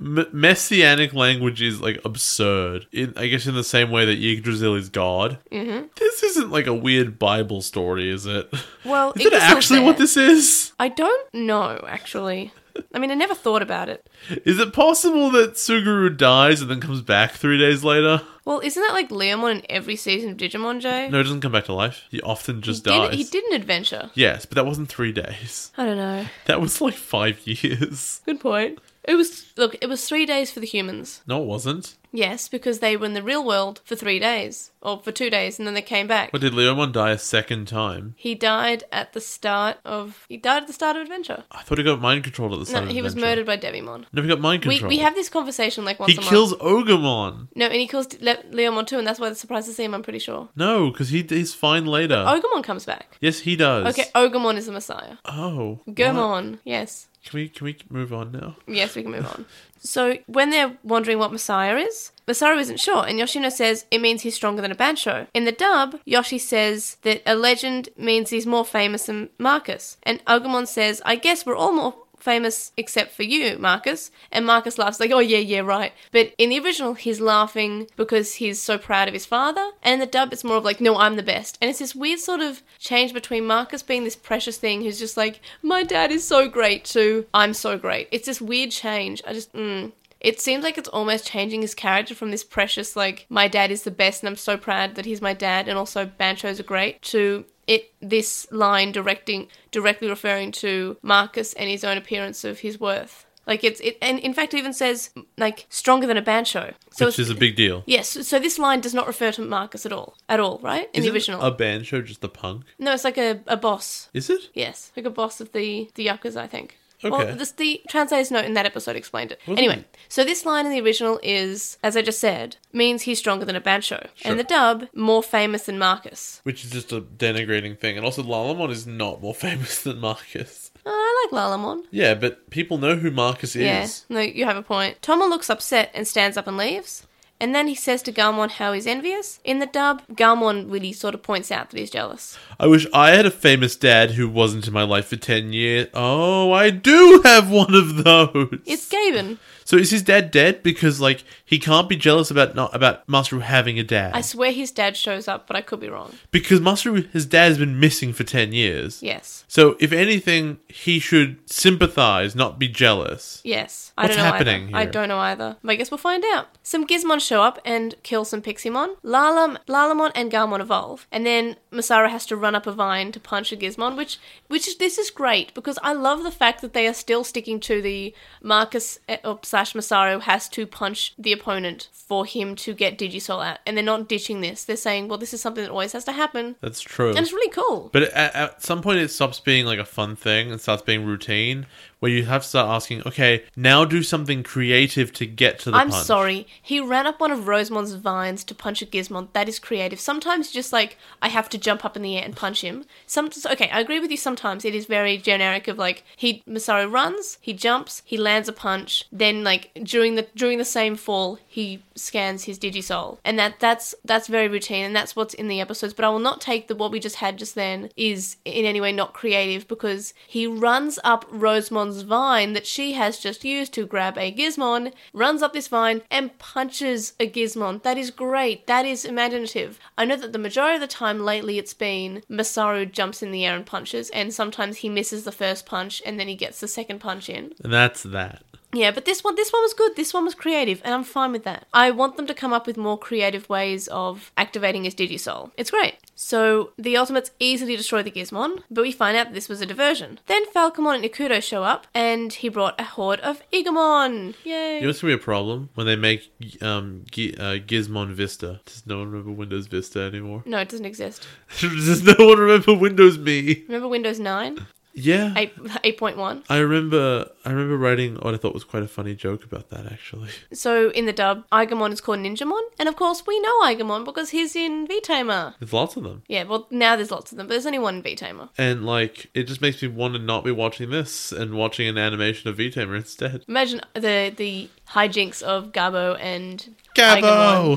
M- messianic language is like absurd. In, I guess in the same way that Yggdrasil is God. Mm-hmm. This isn't like a weird Bible story, is it?
Well,
Is it
Yggdrasil's
actually
there.
what this is?
I don't know actually. I mean, I never thought about it.
Is it possible that Suguru dies and then comes back three days later?
Well, isn't that like Leomon in every season of Digimon Jay?
No, he doesn't come back to life. He often just
he,
dies.
did, he did an adventure.
Yes, but that wasn't three days.
I don't know.
That was like five years.
Good point. It was look. It was three days for the humans.
No, it wasn't.
Yes, because they were in the real world for three days or for two days, and then they came back.
But did Leomon die a second time?
He died at the start of he died at the start of Adventure.
I thought he got mind controlled at the
No,
start. of
he was
Adventure.
murdered by Devimon.
No, he got mind
We,
control.
we have this conversation like once
he
a
kills
month.
Ogamon.
No, and he kills Le- Leomon too, and that's why the surprise to see him. I'm pretty sure.
No, because he he's fine later.
Ogamon comes back.
yes, he does.
Okay, Ogamon is the Messiah.
Oh, what?
Germon, yes.
Can we can we move on now?
Yes, we can move on. So when they're wondering what Messiah is, Masaru isn't sure, and Yoshino says it means he's stronger than a Bancho. In the dub, Yoshi says that a legend means he's more famous than Marcus, and Ogamon says, "I guess we're all more." Famous except for you, Marcus. And Marcus laughs like, oh, yeah, yeah, right. But in the original, he's laughing because he's so proud of his father. And in the dub, it's more of like, no, I'm the best. And it's this weird sort of change between Marcus being this precious thing who's just like, my dad is so great, to I'm so great. It's this weird change. I just, mm. It seems like it's almost changing his character from this precious, like, my dad is the best and I'm so proud that he's my dad and also Banchos are great to it this line directing directly referring to Marcus and his own appearance of his worth. Like it's it and in fact it even says like stronger than a Bancho. So
Which
it's,
is a big deal.
Yes, so this line does not refer to Marcus at all. At all, right? In
Isn't
the original.
a band show just the punk?
no, it's like a, a boss.
Is it?
Yes, like a boss of the the yuccas, I think.
Okay.
Well, this, the translator's note in that episode explained it.
Wasn't
anyway,
it?
so this line in the original is, as I just said, means he's stronger than a bancho,
Sure.
and the dub more famous than Marcus.
Which is just a denigrating thing. And also, Lalamon is not more famous than Marcus.
Oh, I like Lalamon.
Yeah, but people know who Marcus
Yeah,
is.
no, you have a point. Toma looks upset and stands up and leaves. And then he says to Garmon how he's envious. In the dub, Garmon really sort of points out that he's jealous.
I wish I had a famous dad who wasn't in my life for 10 years. Oh, I do have one of those.
It's Gaben.
so is his dad dead because like he can't be jealous about not about Masaru having a dad?
I swear his dad shows up, but I could be wrong.
because Masaru his dad has been missing for 10 years.
Yes.
So if anything, he should sympathize, not be jealous.
Yes. I
What's
don't know
happening
either. I
here?
don't know either. But I guess we'll find out. Some Gizmon show up and kill some Piximon. Lalam, Lalamon and Garmon evolve. And then Masara has to run up a vine to punch a Gizmon, which which is this is great because I love the fact that they are still sticking to the Marcus eh, or slash Masaru has to punch the opponent for him to get Digisol out. And they're not ditching this. They're saying, well, this is something that always has to happen.
That's true.
And it's really cool.
But at, at some point, it stops being like a fun thing and starts being routine, where you have to start asking, okay, now do something creative to get to the
I'm
punch.
sorry. He ran up one of Rosemont's vines to punch a Gizmon. That is creative. Sometimes you're just like, I have to jump up in the air and punch him. Some okay, I agree with you sometimes. It is very generic of like he Masaru runs, he jumps, he lands a punch, then like during the during the same fall, he scans his digisoul. And that that's that's very routine and that's what's in the episodes, but I will not take the what we just had just then is in any way not creative because he runs up Rosemont's vine that she has just used to grab a Gizmon, runs up this vine and punches a Gizmon. That is great. That is imaginative. I know that the majority of the time lately it's been Masaru jumps in the air and punches, and sometimes he misses the first punch and then he gets the second punch in.
And that's that.
Yeah, but this one this one was good. This one was creative, and I'm fine with that. I want them to come up with more creative ways of activating his Digisoul. It's great. So the Ultimates easily destroy the Gizmon, but we find out that this was a diversion. Then Falcomon and Ikudo show up, and he brought a horde of Igamon. Yay!
You know what's gonna be a problem when they make um, G- uh, Gizmon Vista? Does no one remember Windows Vista anymore?
no, it doesn't exist.
Does no one remember Windows Me?
Remember Windows 9?
Yeah,
8, 8.1?
I remember. I remember writing what I thought was quite a funny joke about that actually.
So in the dub, Igamon is called Ninjamon, and of course we know Igamon because he's in V-Tamer.
There's lots of them.
Yeah, well, now there's lots of them, but there's only one in V-Tamer.
And like, it just makes me want to not be watching this and watching an animation of VTamer instead.
Imagine the the hijinks of Gabo and
Gabo!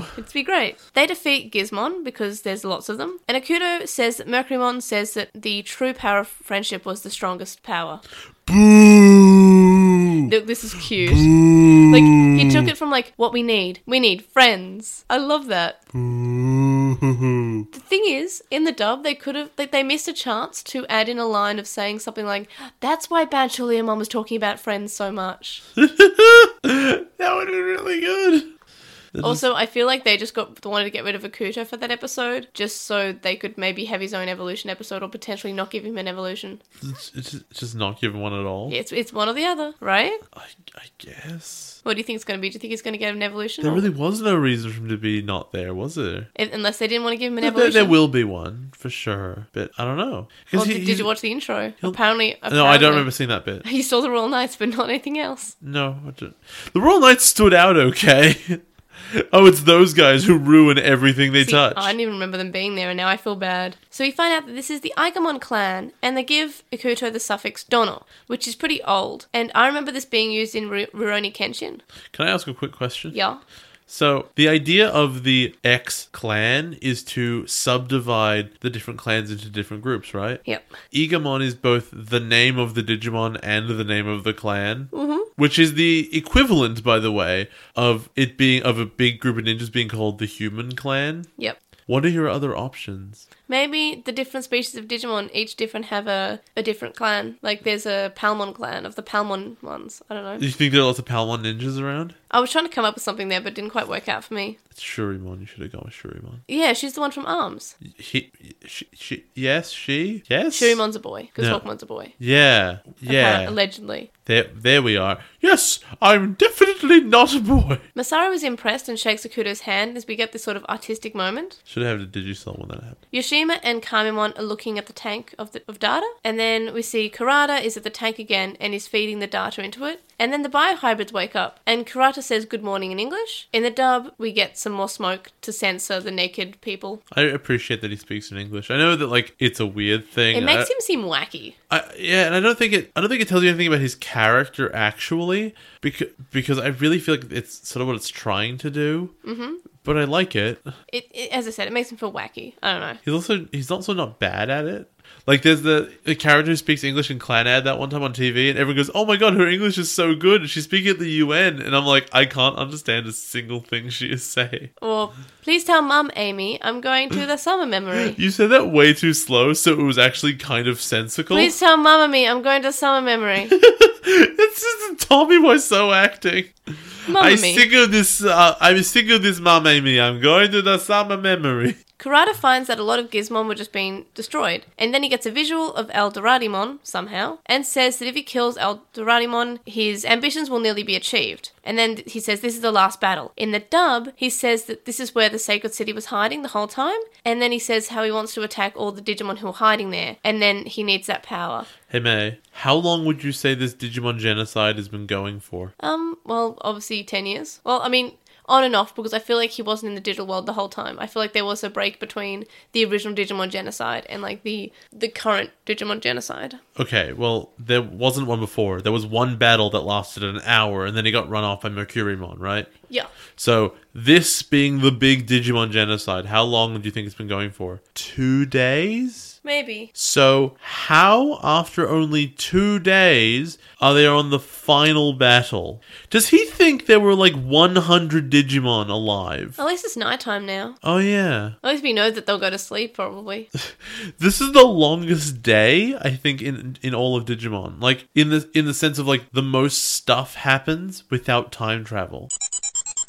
Igamon. It'd be great. They defeat Gizmon because there's lots of them. And Akudo says that Mercurymon says that the true power of friendship was the strongest power.
Boo!
Look, this is cute. Like he took it from like what we need. We need friends. I love that. The thing is, in the dub, they could have they, they missed a chance to add in a line of saying something like, "That's why Bad Chulia Mom was talking about friends so much."
that would be really good.
Also, I feel like they just got wanted to get rid of Akuto for that episode, just so they could maybe have his own evolution episode, or potentially not give him an evolution.
It's, it's just- it's just not given one at all.
It's it's one or the other, right?
I, I guess.
What do you think it's going to be? Do you think he's going to get an evolution?
There
Or-
really was no reason for him to be not there, was there?
if- unless they didn't want to give him an
There- There,
evolution.
will be one for sure, but I don't know. 'Cause
Well,
he-
did,
he-
did you watch the intro? Apparently, apparently,
No, I don't remember seeing that bit.
He saw the Royal Knights, but not anything else.
No, I don't. The Royal Knights stood out okay. oh, it's those guys who ruin everything they
See,
touch.
I didn't even remember them being there, and now I feel bad. So you find out that this is the Igamon clan, and they give Ikuto the suffix Dono, which is pretty old. And I remember this being used in Ru- Rurouni Kenshin.
Can I ask a quick question?
Yeah.
So the idea of the X clan is to subdivide the different clans into different groups, right?
Yep.
Egamon is both the name of the Digimon and the name of the clan,
Mm-hmm.
which is the equivalent, by the way, of it being of a big group of ninjas being called the Human Clan.
Yep.
What are your other options?
Maybe the different species of Digimon each different have a, a different clan. Like there's a Palmon clan of the Palmon ones. I don't know.
You think there are lots of Palmon ninjas around?
I was trying to come up with something there, but it didn't quite work out for me.
It's Shurimon. You should have gone with Shurimon.
Yeah, she's the one from Arms.
He, she, she, yes, she, yes.
Shurimon's a boy because
No.
Walkmon's a boy.
Yeah,
Apparent-
yeah.
Allegedly.
There, there we are. Yes, I'm definitely not a boy.
Masaru is impressed and shakes Akuto's hand as we get this sort of artistic moment.
Should have had a Digicel when that happened.
Yoshima and Kamimon are looking at the tank of, the, of data, and then we see Karada is at the tank again and is feeding the data into it. And then the biohybrids wake up, and Karada just says good morning in English. In the dub, we get some more smoke to censor the naked people.
I appreciate that he speaks in English. I know that like it's a weird thing.
It makes
I-
him seem wacky.
I, yeah, and I don't think it. I don't think it tells you anything about his character actually, because because I really feel like it's sort of what it's trying to do. Mm-hmm. But I like it.
It, it, as I said, it makes him feel wacky. I don't know.
He's also he's also not bad at it. Like there's the, the character who speaks English in Clan Ad that one time on TV, and everyone goes, "Oh my god, her English is so good!" And she's speaking at the UN, and I'm like, I can't understand a single thing she is saying.
Or please tell Mum, Amy, I'm going to the summer memory.
You said that way too slow, so it was actually kind of sensical.
Please tell Mama me, I'm going to summer memory.
it's just Tommy Wiseau acting.
Mama
I
me.
sick of this. Uh, I'm sick of this, Mom Amy. I'm going to the summer memory.
Karada finds that a lot of Gizmon were just being destroyed, and then he gets a visual of El Doradimon somehow, and says that if he kills El Doradimon, his ambitions will nearly be achieved. And then he says this is the last battle. In the dub, he says that this is where the Sacred City was hiding the whole time, and then he says how he wants to attack all the Digimon who are hiding there, and then he needs that power.
Hey May, how long would you say this Digimon genocide has been going for?
Um, well, obviously 10 years. Well, I mean, on and off because I feel like he wasn't in the digital world the whole time. I feel like there was a break between the original Digimon genocide and like the the current Digimon genocide.
Okay, well there wasn't one before. There was one battle that lasted an hour, and then he got run off by Mercurymon, right?
Yeah.
So this being the big Digimon genocide, how long do you think it's been going for? Two days.
Maybe.
So, how, after only two days, are they on the final battle? Does he think there were like 100 Digimon alive?
At least it's nighttime now.
Oh, yeah.
At least we know that they'll go to sleep probably.
This is the longest day, I think, in, in all of Digimon. Like, in the, in the sense of like the most stuff happens without time travel.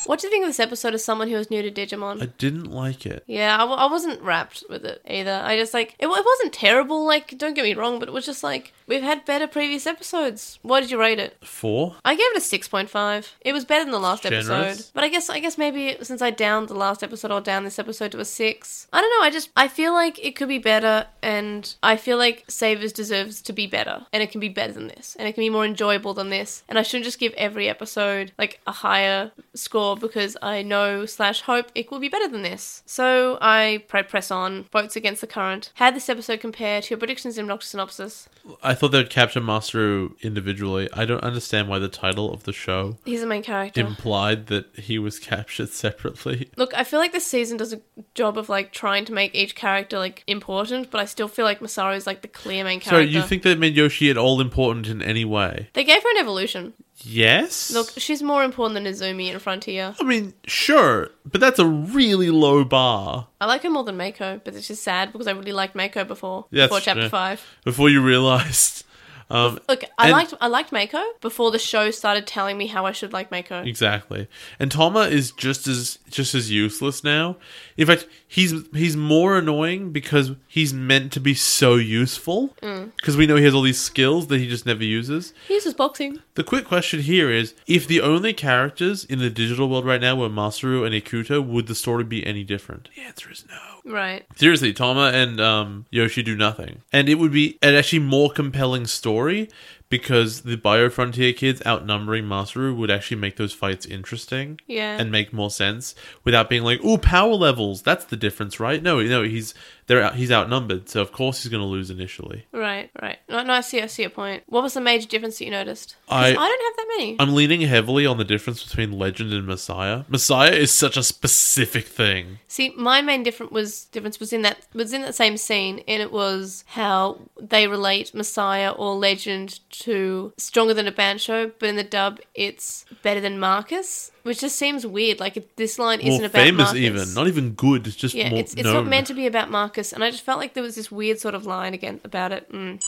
what do you think of this episode as someone who was new to Digimon?
I didn't like it.
yeah, I, w- I wasn't wrapped with it either. I just like it, w- it wasn't terrible. Like, don't get me wrong, but it was just like we've had better previous episodes. Why did you rate it?
Four?
I gave it a six point five. It was better than the last
Generous.
episode, but I guess I guess maybe since I downed the last episode, I'll down this episode to a six. I don't know. I just I feel like it could be better, and I feel like Savers deserves to be better, and it can be better than this, and it can be more enjoyable than this, and I shouldn't just give every episode like a higher score because I know slash hope it will be better than this. So I pr- press on. Votes against the current. How did this episode compare to your predictions in Noctis Synopsis?
I thought they would capture Masaru individually. I don't understand why the title of the show
He's the main character.
implied that he was captured separately.
Look, I feel like this season does a job of like trying to make each character like important, but I still feel like Masaru is like the clear main
Sorry,
character.
you think that made Yoshi at all important in any way?
they gave her an evolution?
Yes.
Look, she's more important than Izumi in Frontier.
I mean, sure, but that's a really low bar.
I like her more than Mako, but it's just sad because I really liked Mako before
Yes,
before chapter
yeah.
five.
Before you realized, um,
Look, I
And-
liked I liked Mako before the show started telling me how I should like Mako.
exactly. And Tama is just as just as useless now. In fact, he's he's more annoying because he's meant to be so useful.
Mm.
Because we know he has all these skills that he just never uses.
He uses boxing.
The quick question here is: If the only characters in the digital world right now were Masaru and Ikuto, would the story be any different? The answer is no.
Right.
Seriously, Tama and um, Yoshi do nothing. And it would be an actually more compelling story because the Biofrontier kids outnumbering Masaru would actually make those fights interesting
Yeah.
and make more sense without being like, "Oh, power levels, that's the difference, right?" No, no, he's they're out, he's outnumbered, so of course he's going to lose initially.
right, right. No, no, I see I see your point. What was the major difference that you noticed? 'Cause
I-
I don't have that many.
I'm leaning heavily on the difference between legend and messiah. Messiah is such a specific thing.
See, my main different was difference was in that was in that same scene, and it was how they relate Messiah or Legend to Stronger Than a Banshee, but in the dub, it's better than Marcus, which just seems weird. Like it, this line isn't
More
about
famous,
Marcus.
even not even good. It's just
yeah,
more
it's, it's
known.
not meant to be about Marcus, and I just felt like there was this weird sort of line again about it. Mm.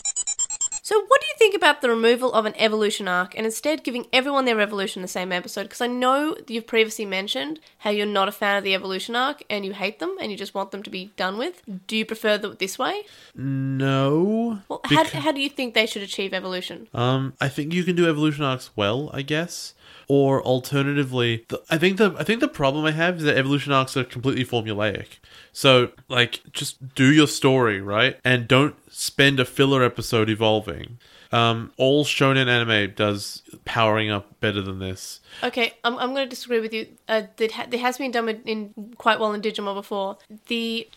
So, what do you think about the removal of an evolution arc and instead giving everyone their evolution in the same episode? Because I know that you've previously mentioned how you're not a fan of the evolution arc and you hate them and you just want them to be done with. Do you prefer the, this way?
no.
Well,
because-
how, how do you think they should achieve evolution?
Um, I think you can do evolution arcs well, I guess. Or alternatively, the, I think the I think the problem I have is that evolution arcs are completely formulaic. So like, just do your story right, and don't spend a filler episode evolving. Um, all shonen anime does powering up better than this.
Okay, I'm, I'm going to disagree with you. Uh, that ha- that has been done with- in quite well in Digimon before. The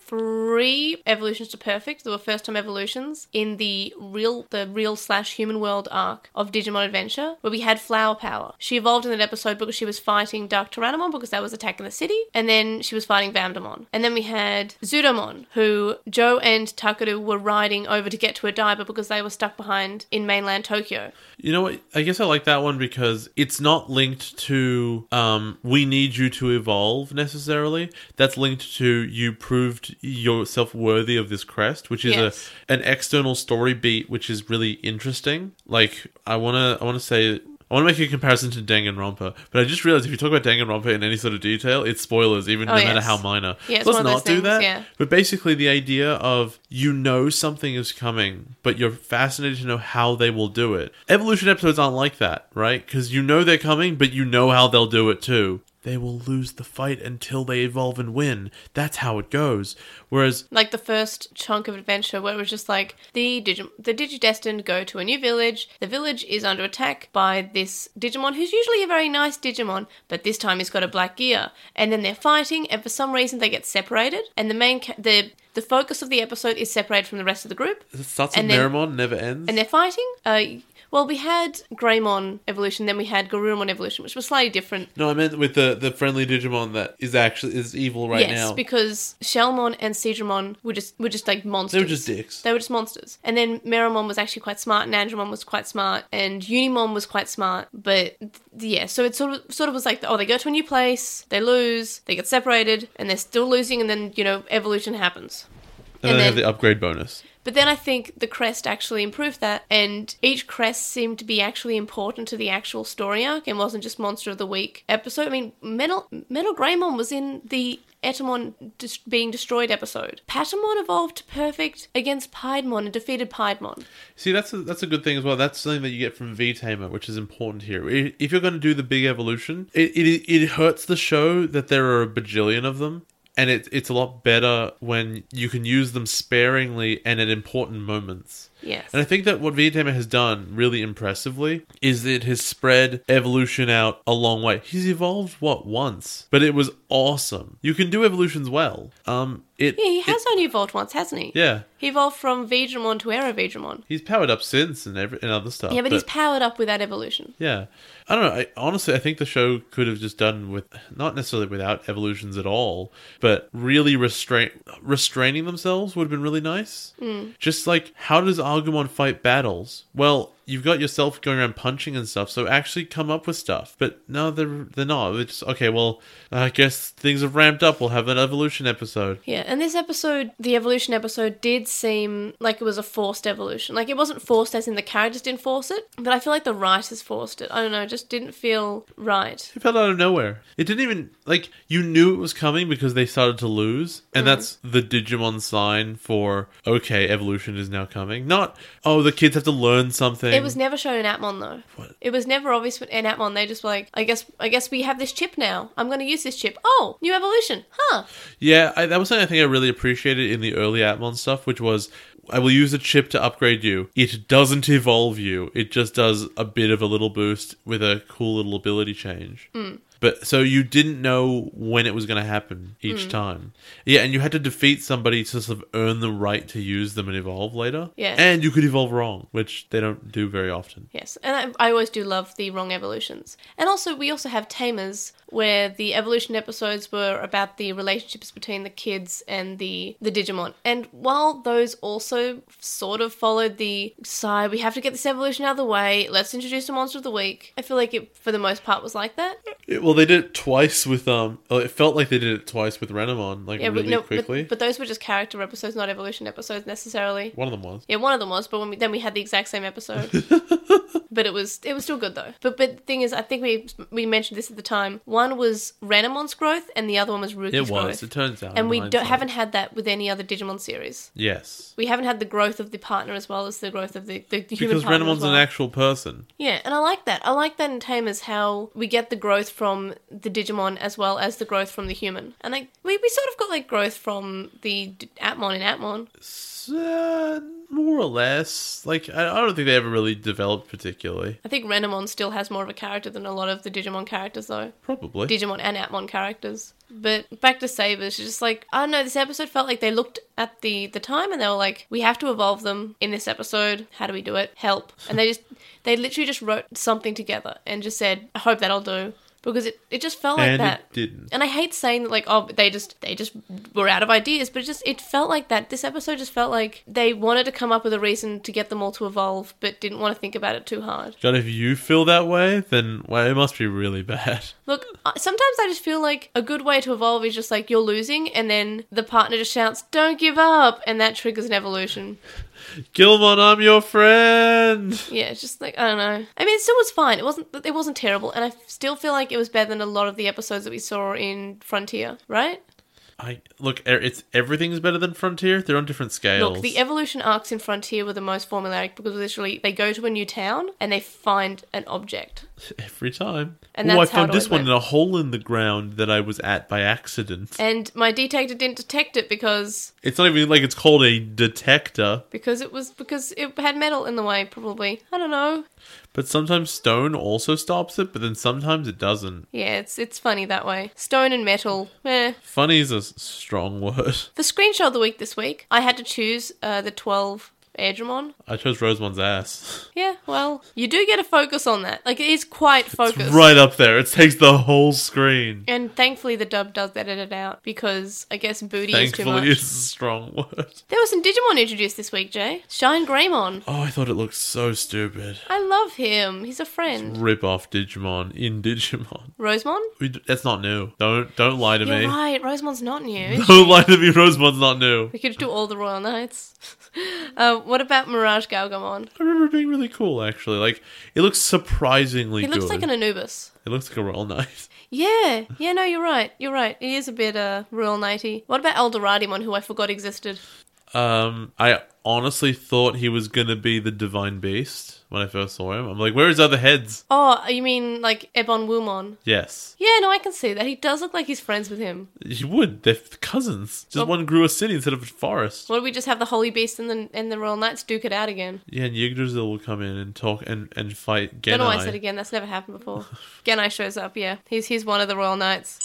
three evolutions to perfect that were first time evolutions in the real the real slash human world arc of Digimon Adventure, where we had Flower Power. She evolved in that episode because she was fighting Dark Tyrannomon because that was Attack in the City, and then she was fighting Vamdemon. And then we had Zudomon, who Joe and Takeru were riding over to get to Odaiba because they were stuck behind in mainland Tokyo.
You know what? I guess I like that one because it's not linked to um, we need you to evolve necessarily. That's linked to you proved yourself worthy of this crest, which is
Yes.
a an external story beat, which is really interesting. Like I wanna, I wanna say. I want to make a comparison to Danganronpa, but I just realized if you talk about Danganronpa in any sort of detail, it's spoilers, even no
Oh,
matter
yes.
how minor.
Yeah, it's
Let's
one
not
of those
do
things,
that.
yeah.
But basically, the idea of you know something is coming, but you're fascinated to know how they will do it. Evolution episodes aren't like that, right? Because you know they're coming, but you know how they'll do it too. They will lose the fight until they evolve and win. That's how it goes. Whereas
like the first chunk of adventure where it was just like the Digim- the Digidestined go to a new village. The village is under attack by this Digimon who's usually a very nice Digimon, but this time he's got a black gear. And then they're fighting, and for some reason they get separated. And the main ca- the the focus of the episode is separated from the rest of the group,
it starts
And
with
then-
Nerimon, never ends.
and they're fighting. Uh, well, we had Greymon evolution, then we had Garurumon evolution, which was slightly different.
no, I meant with the, the friendly Digimon that is actually is evil right
yes,
now.
because Shelmon and Seedramon were just were just like monsters.
they were just dicks.
They were just monsters. And then Meramon was actually quite smart, and Andromon was quite smart, and Unimon was quite smart. But th- yeah, so it sort of sort of was like, oh, they go to a new place, they lose, they get separated, and they're still losing, and then you know evolution happens.
and, then
and
they have
then-
the upgrade bonus.
But then I think the crest actually improved that, and each crest seemed to be actually important to the actual story arc and wasn't just Monster of the Week episode. I mean, Metal, Metal Greymon was in the Etamon dis- being destroyed episode. Patamon evolved to perfect against Piedmon and defeated Piedmon.
See, that's a, that's a good thing as well. That's something that you get from V Tamer, which is important here. I- If you're going to do the big evolution, it, it it hurts the show that there are a bajillion of them, and it, it's a lot better when you can use them sparingly and at important moments.
Yes.
And I think that what Vietama has done really impressively is it has spread evolution out a long way. He's evolved what once, but it was awesome. You can do evolutions well. Um, it
Yeah, he
it-
has only evolved once, hasn't he?
yeah.
He evolved from Vegramon to Aero Vegramon.
He's powered up since and every and other stuff.
Yeah, but he's powered up with that evolution.
Yeah, I don't know. I, honestly, I think the show could have just done with not necessarily without evolutions at all, but really restrain restraining themselves would have been really nice. Just like how does Agumon fight battles? Well, you've got yourself going around punching and stuff, so actually come up with stuff. But no, they're they're not. It's okay. Well, I guess things have ramped up. We'll have an evolution episode.
Yeah, and this episode, the evolution episode, did seem like it was a forced evolution. Like it wasn't forced as in the characters didn't force it, but I feel like the writers forced it. I don't know, it just didn't feel right.
It fell out of nowhere. It didn't even like you knew it was coming because they started to lose, and
Mm-hmm.
that's the Digimon sign for okay, evolution is now coming. Not oh, the kids have to learn something.
It was never shown in Atmon though.
What?
It was never obvious in Atmon. They just were like, I guess, I guess we have this chip now. I'm going to use this chip. Oh, new evolution, huh?
yeah, I, that was something I think I really appreciated in the early Atmon stuff, which was I will use a chip to upgrade you. It doesn't evolve you. It just does a bit of a little boost with a cool little ability change.
Hmm.
But so you didn't know when it was going to happen
Hmm.
each time. Yeah, and you had to defeat somebody to sort of earn the right to use them and evolve later.
Yeah.
And you could evolve wrong, which they don't do very often.
Yes, and I, I always do love the wrong evolutions. And also, we also have Tamers, where the evolution episodes were about the relationships between the kids and the the Digimon. And while those also sort of followed the side, we have to get this evolution out of the way. Let's introduce a monster of the week. I feel like it, for the most part, was like that.
It- well, they did it twice with um oh, it felt like they did it twice with Renamon like
Yeah, but
really
no, but-
quickly.
But, those were just character episodes, not evolution episodes necessarily.
One of them was.
Yeah, one of them was, but when we, then we had the exact same episode. but it was it was still good though. But but the thing is, I think we we mentioned this at the time. One one was Ranamon's growth and the other one was
It was.
Ruki's growth.
It turns out.
and
in
we don't,
hindsight.
haven't had that with any other Digimon series.
Yes.
We haven't had the growth of the partner as well as the growth of the, the, the human
Because
partner. as
Renamon's
well.
an actual person.
Yeah, and I like that. I like that in Tamers how we get the growth from the Digimon as well as the growth from the human. And like we, we sort of got like growth from the D- Atmon in Atmon.
S- uh, more or less. Like, I, I don't think they ever really developed particularly.
I think Renamon still has more of a character than a lot of the Digimon characters though.
Probably.
Digimon and Atmon characters. But back to Sabers, she's just like I don't know, this episode felt like they looked at the the time and they were like, We have to evolve them in this episode. How do we do it? Help. And they just they literally just wrote something together and just said, I hope that'll do. Because it, it just felt like
and
that.
it didn't.
And I hate saying that, like, oh, they just they just were out of ideas, but it just it felt like that. This episode just felt like they wanted to come up with a reason to get them all to evolve, but didn't want to think about it too hard.
God, if you feel that way, then well, it must be really bad.
Look, I- sometimes I just feel like a good way to evolve is just like you're losing, and then the partner just shouts, "Don't give up," and that triggers an evolution.
Gilmon, I'm your friend.
Yeah, it's just like I don't know. I mean, it still was fine. It wasn't it wasn't terrible, and I still feel like it was better than a lot of the episodes that we saw in Frontier, right?
I look. e- It's everything's better than Frontier. They're on different scales.
Look, the evolution arcs in Frontier were the most formulaic because literally they go to a new town and they find an object.
Every time.
And
oh, I
that's how it
found this one
always
in a hole in the ground that I was at by accident.
And my detector didn't detect it because
It's not even like it's called a detector,
because it was because it had metal in the way probably. I don't know.
but sometimes stone also stops it, but then sometimes it doesn't.
Yeah, it's it's funny that way. Stone and metal. Eh.
Funny is a s- strong word.
For screenshot of the week this week, I had to choose uh, the 12 Edgemon.
I chose Rosemon's ass.
Yeah, well, you do get a focus on that. Like it is quite focused.
It's right up there. It takes the whole screen.
And thankfully the dub does edit it out because I guess booty is too much.
Thankfully, it's a strong word.
There was some Digimon introduced this week, Jay. Shine Greymon.
Oh, I thought it looked so stupid.
I love him. He's a friend.
Rip off Digimon in Digimon.
Rosemon?
We d- that's not new. Don't don't lie to
You're
me.
right. Rosemon's not new.
Don't lie to me. Rosemon's not new.
we could do all the Royal Knights. uh, what about Mirage Galgamon?
I remember it being really cool actually. Like it looks surprisingly
He looks
good.
like an Anubis.
it looks like a royal knight.
Yeah, yeah, no, you're right. You're right. He is a bit uh, Royal Knighty. What about Eldoradimon, who I forgot existed?
Um, I honestly thought he was gonna be the divine beast when I first saw him. I'm like, where is other heads?
Oh, you mean like Ebon Wumon?
Yes,
Yeah, no, I can see that. He does look like he's friends with him.
you would. They're f- cousins. Just
Well-
one grew a city instead of a forest.
What do we just have the Holy Beast and the and the Royal Knights duke it out again?
Yeah, and Yggdrasil will come in and talk and and fight Genai.
Don't know why I said again. That's never happened before. Genai shows up. Yeah, he's he's one of the royal knights.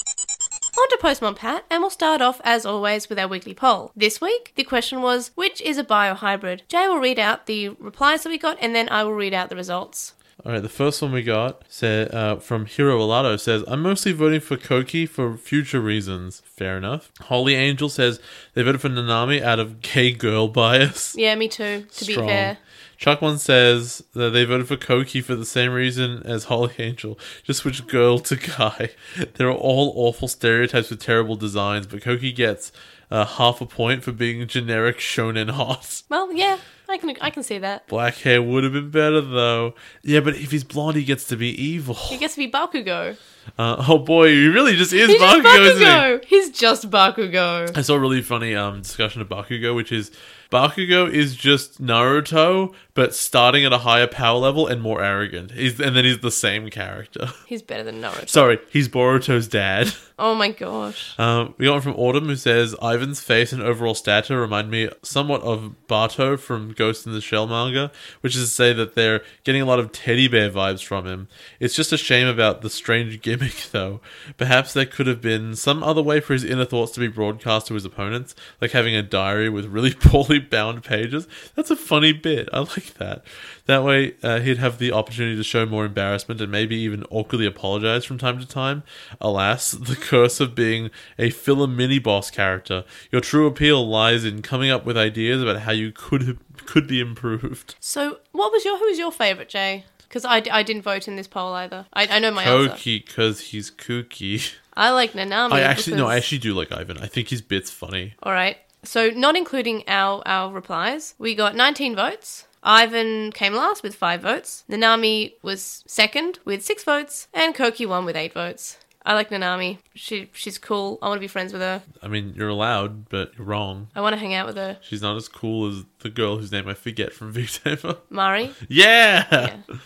On to Postmon Pat, and we'll start off as always with our weekly poll. This week, the question was which is a biohybrid? Jay will read out the replies that we got, and then I will read out the results.
All right, the first one we got said uh, from Hiro Alato says, "I'm mostly voting for Koki for future reasons." Fair enough. Holy Angel says they voted for Nanami out of gay girl bias.
Yeah, me too. To be fair,
Chuck one says that they voted for Koki for the same reason as Holy Angel, just switch girl to guy. They're all awful stereotypes with terrible designs, but Koki gets uh, half a point for being generic shonen hot.
well, yeah, I can I can see that.
Black hair would have been better though. Yeah, but if he's blonde, he gets to be evil.
He gets to be Bakugo.
Uh, oh boy, he really just is
He's just
Bakugo, isn't he?
Bakugo. He's just Bakugo.
I saw a really funny um, discussion of Bakugo, which is Bakugo is just Naruto, but starting at a higher power level and more arrogant. He's, and then he's the same character.
He's better than Naruto.
Sorry, he's Boruto's dad.
Oh my gosh.
Um, we got one from Autumn who says Ivan's face and overall stature remind me somewhat of Bato from Ghost in the Shell manga, which is to say that they're getting a lot of teddy bear vibes from him. It's just a shame about the strange gimmick, though. Perhaps there could have been some other way for his inner thoughts to be broadcast to his opponents, like having a diary with really poorly bound pages. That's a funny bit. I like that. That way, uh, he'd have the opportunity to show more embarrassment and maybe even awkwardly apologize from time to time. Alas, the curse of being a filler mini boss character. Your true appeal lies in coming up with ideas about how you could could be improved.
So, what was your who was your favorite, Jay? Because I, I didn't vote in this poll either. I, I know my answer.
Koki, because he's kooky.
I like Nanami.
I actually no, I
because-
actually do like Ivan. I think his bit's funny.
All right. So, not including our our replies, we got 19 votes. Ivan came last with five votes. Nanami was second with six votes, and Koki won with eight votes. I like Nanami. She she's cool. I want to be friends with her.
I mean, you're allowed, but you're wrong.
I want to hang out with her.
She's not as cool as the girl whose name I forget from Victamer.
Mari.
Yeah. Yeah,
Yeah.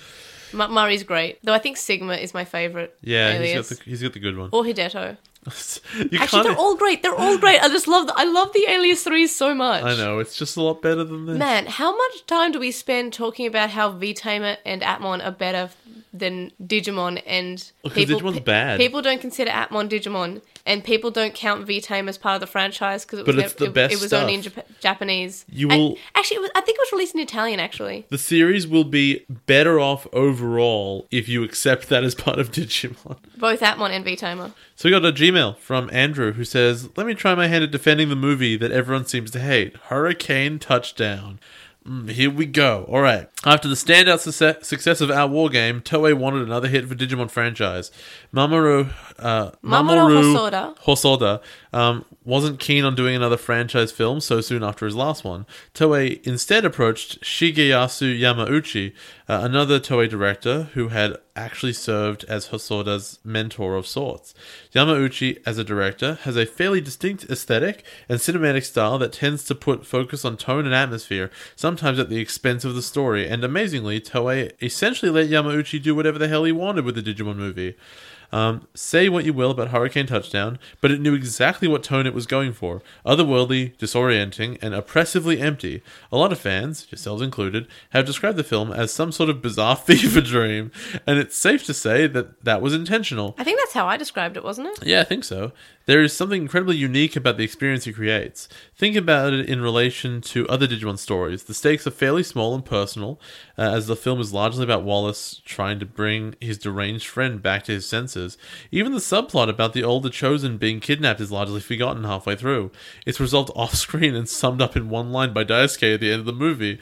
Ma- Mari's great. Though I think Sigma is my favorite.
he's got
alias.
the he's got the good one.
or Hideto.
you
Actually,
can't. e-
they're all great. They're all great. I just love. The- I love the Alias Three so much.
I know it's just a lot better than this.
Man, how much time do we spend talking about how V-Tamer and Atmon are better than Digimon and
Because Oh, Digimon's bad.
People don't consider Atmon Digimon, and people don't count V-Tamer as part of the franchise because it was,
But it's the
it,
best
it was only in Jap- Japanese.
You
And-
will-
actually, it was, I think it was released in Italian. Actually,
the series will be better off overall if you accept that as part of Digimon.
both Atmon and V-Tamer.
So we got a Gmail from Andrew who says, "Let me try my hand at defending the movie that everyone seems to hate, Hurricane Touchdown." Mm, here we go. All right. After the standout success, success of our war game, Toei wanted another hit for Digimon franchise. Mamoru, uh,
Mamoru
Mamoru Hosoda um, wasn't keen on doing another franchise film so soon after his last one. Toei instead approached Shigeyasu Yamauchi, uh, another Toei director who had actually served as Hosoda's mentor of sorts. Yamauchi, as a director, has a fairly distinct aesthetic and cinematic style that tends to put focus on tone and atmosphere, sometimes at the expense of the story. And amazingly, Toei essentially let Yamauchi do whatever the hell he wanted with the Digimon movie. Um, say what you will about Hurricane Touchdown, but it knew exactly what tone it was going for otherworldly, disorienting, and oppressively empty. A lot of fans, yourselves included, have described the film as some sort of bizarre fever dream, and it's safe to say that that was intentional.
I think that's how I described it, wasn't it?
Yeah, I think so. There is something incredibly unique about the experience he creates. Think about it in relation to other Digimon stories. The stakes are fairly small and personal, uh, as the film is largely about Wallace trying to bring his deranged friend back to his senses. Even the subplot about the older Chosen being kidnapped is largely forgotten halfway through. It's resolved off screen and summed up in one line by Daisuke at the end of the movie,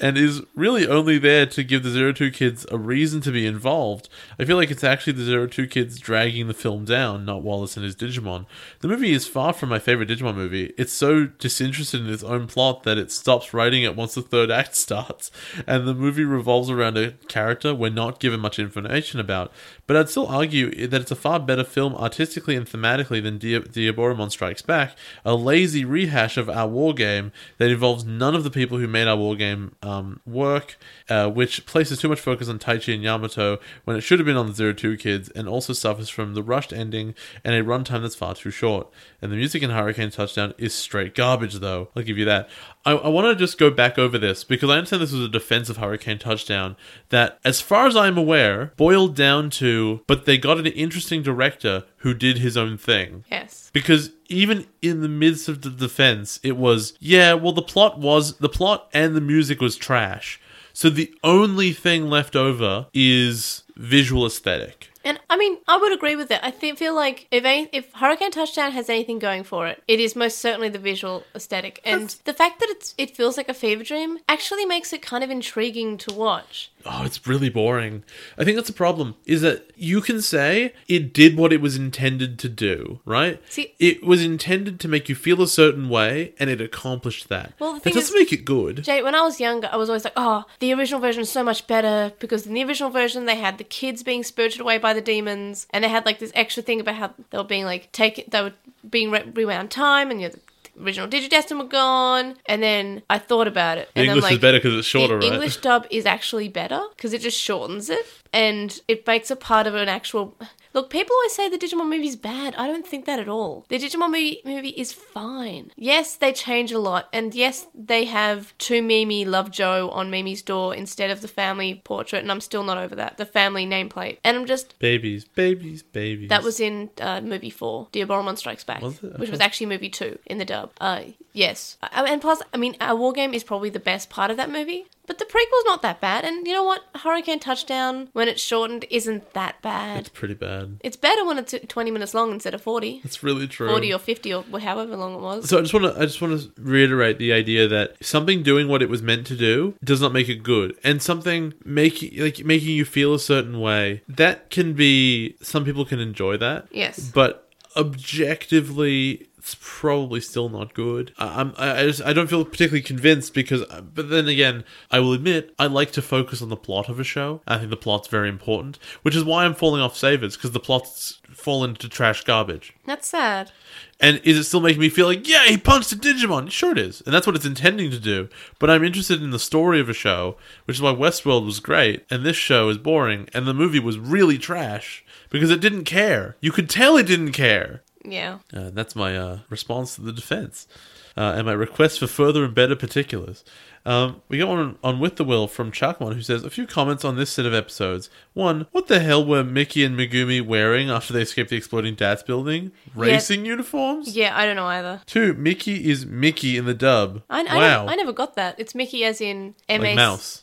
and is really only there to give the Zero Two kids a reason to be involved. I feel like it's actually the Zero Two kids dragging the film down, not Wallace and his Digimon. The movie is far from my favorite Digimon movie. It's so disinterested in its own plot that it stops writing it once the third act starts, and the movie revolves around a character we're not given much information about. But I'd still argue that it's a far better film artistically and thematically than Dia- Diaboromon Strikes Back, a lazy rehash of our war game that involves none of the people who made our war game um, work, uh, which places too much focus on Taichi and Yamato when it should have been on the Zero Two kids, and also suffers from the rushed ending and a runtime that's far too short. And the music in Hurricane Touchdown is straight garbage, though. I'll give you that. I, I want to just go back over this because I understand this was a defense of Hurricane Touchdown that, as far as I'm aware, boiled down to, but they got an interesting director who did his own thing.
Yes.
Because even in the midst of the defense, it was, yeah, well, the plot was, the plot and the music was trash. So the only thing left over is visual aesthetic.
And I mean, I would agree with that. I think, feel like if any, if Hurricane Touchdown has anything going for it, it is most certainly the visual aesthetic, and the fact that it's it feels like a fever dream actually makes it kind of intriguing to watch.
Oh, it's really boring. I think that's the problem is that you can say it did what it was intended to do, right?
See-
it was intended to make you feel a certain way and it accomplished that.
Well, the
that
thing
doesn't
is-
make it good.
Jay, when I was younger, I was always like, "Oh, the original version is so much better because in the original version they had the kids being spirited away by the demons, and they had like this extra thing about how they were being like taken, they were being re- rewound time, and you know, the original Digidestin were gone." And then I thought about it,
The
and
English
I'm like,
is better because it's shorter,
the
right?
English dub is actually better because it just shortens it and it makes a part of an actual. Look, people always say the Digimon movie is bad. I don't think that at all. The Digimon movie, movie is fine. Yes, they change a lot, and yes, they have two Mimi Love Joe on Mimi's door instead of the family portrait, and I'm still not over that. The family nameplate, and I'm just
babies, babies, babies.
that was in uh, movie four, Diaboromon Strikes Back,
Was it?
which was
Okay.
actually movie two in the dub. Uh, yes, I, and plus, I mean, our war game is probably the best part of that movie. But the prequel's not that bad, and you know what? Hurricane Touchdown, when it's shortened, isn't that
It's
bad.
pretty bad.
It's better when it's 20 minutes long instead of 40.
That's really true.
40 or 50 or wh- however long it was.
So I just want to I just want to reiterate the idea that something doing what it was meant to do does not make it good, and something making like making you feel a certain way that can be some people can enjoy that.
Yes.
but objectively. it's probably still not good. I, I'm I I just I don't feel particularly convinced because, but then again, I will admit I like to focus on the plot of a show. I think the plot's very important, which is why I'm falling off Savers because the plot's fallen to trash garbage.
That's sad.
And is it still making me feel like, yeah, he punched a Digimon? Sure it is. And that's what it's intending to do. But I'm interested in the story of a show, which is why Westworld was great, and this show is boring, and the movie was really trash because it didn't care. You could tell it didn't care.
Yeah.
Uh, that's my uh, response to the defense uh, and my request for further and better particulars. Um, we go on, on with the will from Chakmon, who says a few comments on this set of episodes. One, what the hell were Mickey and Megumi wearing after they escaped the exploding Dats building? Racing uniforms?
Yeah, I don't know either.
Two, Mickey is Mickey in the dub.
I, I,
wow.
never, I never got that. It's Mickey as in
mouse.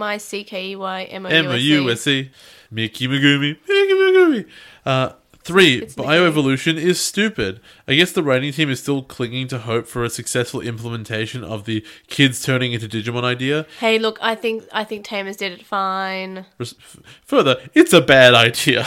M O U
E M-I-C-K-E-Y-M-O-U-S-E.
S E. Mickey Megumi. Mickey Megumi. Uh, three,
Mickey.
bioevolution is stupid. I guess the writing team is still clinging to hope for a successful implementation of the kids turning into Digimon idea.
Hey, look, I think I think Tamers did it fine.
Res- f- Further, it's a bad idea.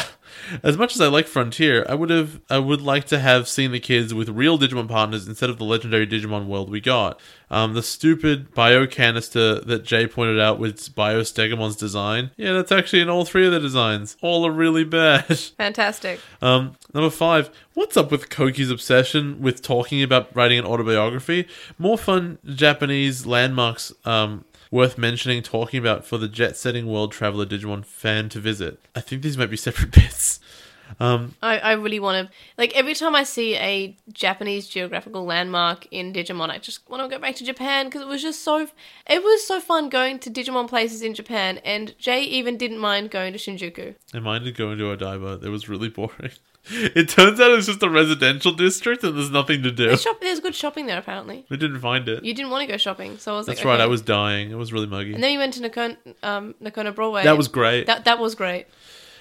As much as I like Frontier, I would have I would like to have seen the kids with real Digimon partners instead of the legendary Digimon world we got. Um, the stupid bio canister that Jay pointed out with Biostegomon's design. Yeah, that's actually in all three of the designs. All are really bad.
Fantastic.
Um, number five, what's up with Koki's obsession with talking about writing an autobiography? More fun Japanese landmarks um, worth mentioning, talking about for the jet setting world traveler Digimon fan to visit. I think these might be separate bits. Um,
I, I really want to like every time I see a Japanese geographical landmark in Digimon, I just want to go back to Japan because it was just so it was so fun going to Digimon places in Japan, and Jay even didn't mind going to Shinjuku.
I minded going to Odaiba. It was really boring. It turns out it's just a residential district and there's nothing to do.
There's shop, there's good shopping there apparently.
We didn't find it.
You didn't want to go shopping, so I was like,
That's right.
okay.
I was dying. It was really muggy.
And then you went to Nakona, um, Nakona Broadway.
That was great.
That that was great.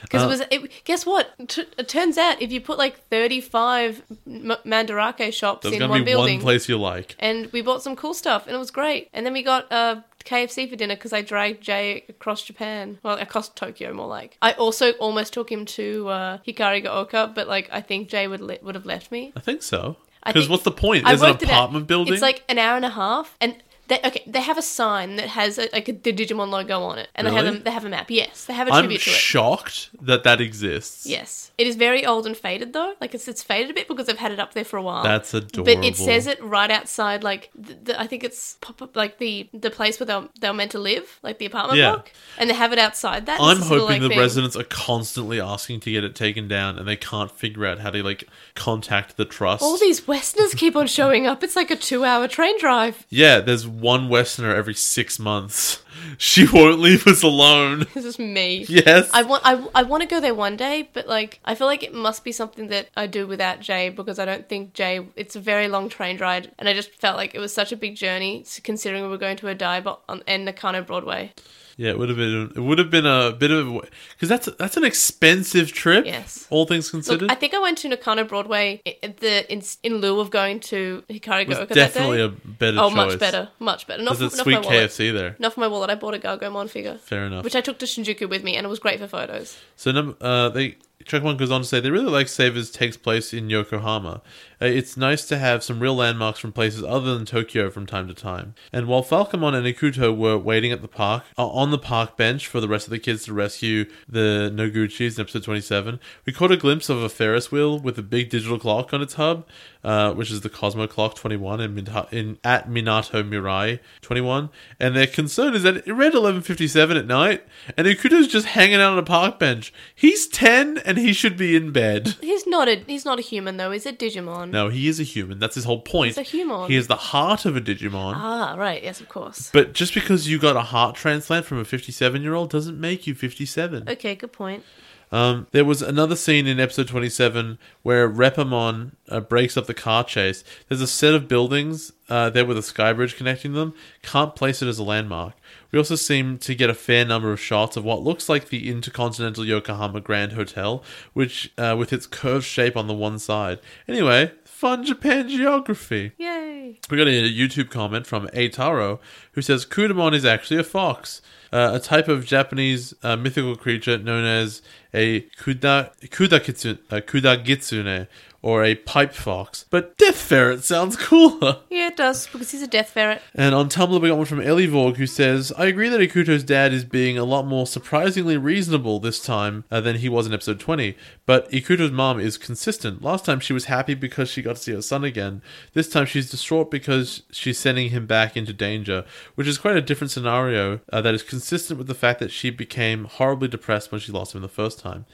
Because
Uh,
it was. It, guess what? T- it turns out if you put like thirty-five m- Mandarake shops
There's
in
gonna
one
be
building,
one place you like.
and we bought some cool stuff, and it was great. And then we got uh, KFC for dinner because I dragged Jay across Japan. Well, across Tokyo, more like. I also almost took him to uh, Hikarigaoka, but like I think Jay would le- would have left me.
I think so.
I
Because
think-
what's the point?
I
There's an
worked it out.
apartment building.
It's like an hour and a half, and they, okay, they have a sign that has a, like the Digimon logo on it, and they
Really?
have a, they have a map. Yes, they have a
I'm
tribute to it.
shocked that that exists.
Yes, it is very old and faded though. Like it's it's faded a bit because I've had it up there for a while.
That's adorable.
But it says it right outside, like the, the, I think it's pop up, like the the place where they're they're meant to live, like the apartment
Yeah.
block, and they have it outside that.
I'm
It's this little,
hoping
like,
the
thing.
residents are constantly asking to get it taken down, and they can't figure out how to like contact the trust.
All these Westerners keep on showing up. It's like a two-hour train drive.
yeah, there's one Westerner every six months. She won't leave us alone.
This is me.
Yes,
I want I, I want to go there one day, but like I feel like it must be something that I do without Jay because I don't think Jay. It's a very long train ride, and I just felt like it was such a big journey considering we were going to a dive on and Nakano Broadway.
yeah, it would have been it would have been a bit of because that's that's an expensive trip.
Yes.
all things
Look,
considered,
I think I went to Nakano Broadway i- at the in, in lieu of going to Hikari
it
Go
was
Oka that
definitely
day.
a better
oh,
choice.
much better, much better. Not
There's
for,
a
not for my
sweet
wallet.
KFC there.
Not for my wallet. I bought a Gargomon figure,
Fair enough.
which I took to Shinjuku with me, and it was great for photos.
So num- uh, they Chuck One goes on to say they really like Savers takes place in Yokohama. Uh, it's nice to have some real landmarks from places other than Tokyo from time to time. And while Falcomon and Ikuto were waiting at the park uh, on the park bench for the rest of the kids to rescue the Noguchis in episode twenty seven, we caught a glimpse of a Ferris wheel with a big digital clock on its hub, uh, which is the Cosmo Clock twenty one in, Minha- in at Minato Mirai twenty one. And their concern is that it read eleven fifty seven at night, and Ikuto's just hanging out on a park bench. He's ten and he should be in bed.
He's not a he's not a human though. He's a Digimon.
No, he is a human. That's his whole point.
He's a human.
He is the heart of a Digimon.
Ah, right. Yes, of course.
But just because you got a heart transplant from a 57 year old doesn't make you 57.
Okay, good point.
Um, there was another scene in episode 27 where Repamon uh, breaks up the car chase. There's a set of buildings uh, there with a sky bridge connecting them. Can't place it as a landmark. We also seem to get a fair number of shots of what looks like the Intercontinental Yokohama Grand Hotel, which uh, with its curved shape on the one side. Anyway, fun Japan geography.
Yay.
We got a YouTube comment from Eitaro who says Kudamon is actually a fox, uh, a type of Japanese uh, mythical creature known as a kuda, kudakitsu, uh, kudagitsune or a pipe fox, but death ferret sounds cooler.
Yeah, it does, because he's a death ferret.
And on Tumblr, we got one from Elivorg who says, I agree that Akuto's dad is being a lot more surprisingly reasonable this time uh, than he was in episode 20, but Ikuto's mom is consistent. Last time she was happy because she got to see her son again. This time she's distraught because she's sending him back into danger, which is quite a different scenario uh, that is consistent with the fact that she became horribly depressed when she lost him the first time.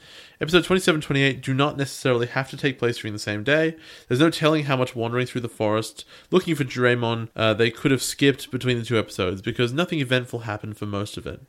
Episode 27 28 do not necessarily have to take place during the same day. There's no telling how much wandering through the forest looking for Juremon uh, they could have skipped between the two episodes because nothing eventful happened for most of it.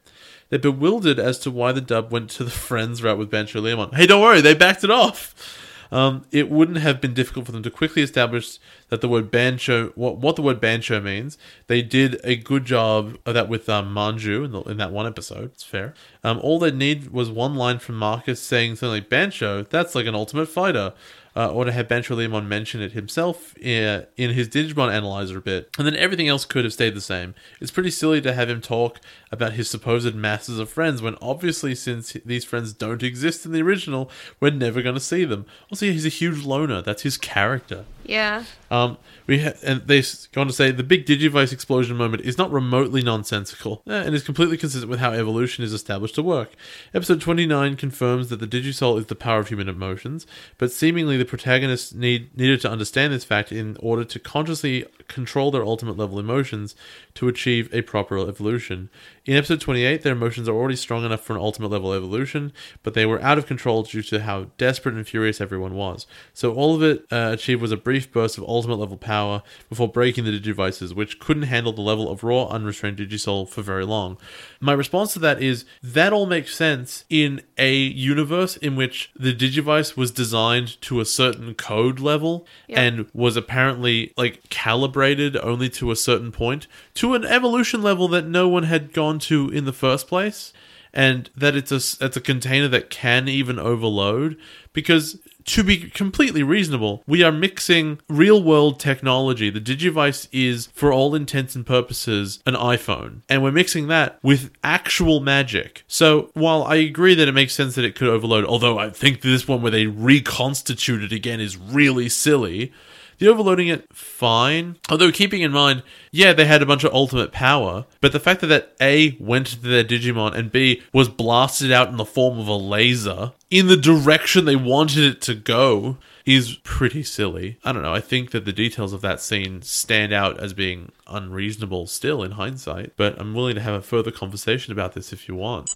They're bewildered as to why the dub went to the friends route with Bancho Lemon. Hey, don't worry, they backed it off. Um, it wouldn't have been difficult for them to quickly establish that the word bancho, what, what the word bancho means. They did a good job of that with um, Manju in, the, in that one episode. It's fair. Um, all they need was one line from Marcus saying something like bancho. That's like an ultimate fighter. Uh, or to have Bancho Lemon mention it himself in, in his Digimon Analyzer a bit. And then everything else could have stayed the same. It's pretty silly to have him talk about his supposed masses of friends when obviously, since these friends don't exist in the original, we're never going to see them. Also, he's a huge loner. That's his character.
Yeah.
Um, we ha- and they s- go on to say the big Digivice explosion moment is not remotely nonsensical eh, and is completely consistent with how evolution is established to work. Episode 29 confirms that the Digisoul is the power of human emotions, but seemingly the protagonists need needed to understand this fact in order to consciously control their ultimate level emotions to achieve a proper evolution. In episode 28, their emotions are already strong enough for an ultimate level evolution, but they were out of control due to how desperate and furious everyone was. So all of it uh, achieved was a brief burst of ultimate level power before breaking the Digivices, which couldn't handle the level of raw, unrestrained Digisoul for very long. My response to that is that all makes sense in a universe in which the Digivice was designed to a certain code level
Yep.
and was apparently like calibrated only to a certain point to an evolution level that no one had gone to in the first place and that it's a s- it's a container that can even overload because to be completely reasonable, we are mixing real world technology. The Digivice is, for all intents and purposes, an iPhone. And we're mixing that with actual magic. So while I agree that it makes sense that it could overload, although I think this one where they reconstitute it again is really silly, the overloading it, fine. Although keeping in mind, yeah, they had a bunch of ultimate power, but the fact that that A went to their Digimon and B was blasted out in the form of a laser in the direction they wanted it to go is pretty silly. I don't know. I think that the details of that scene stand out as being unreasonable still in hindsight, but I'm willing to have a further conversation about this if you want.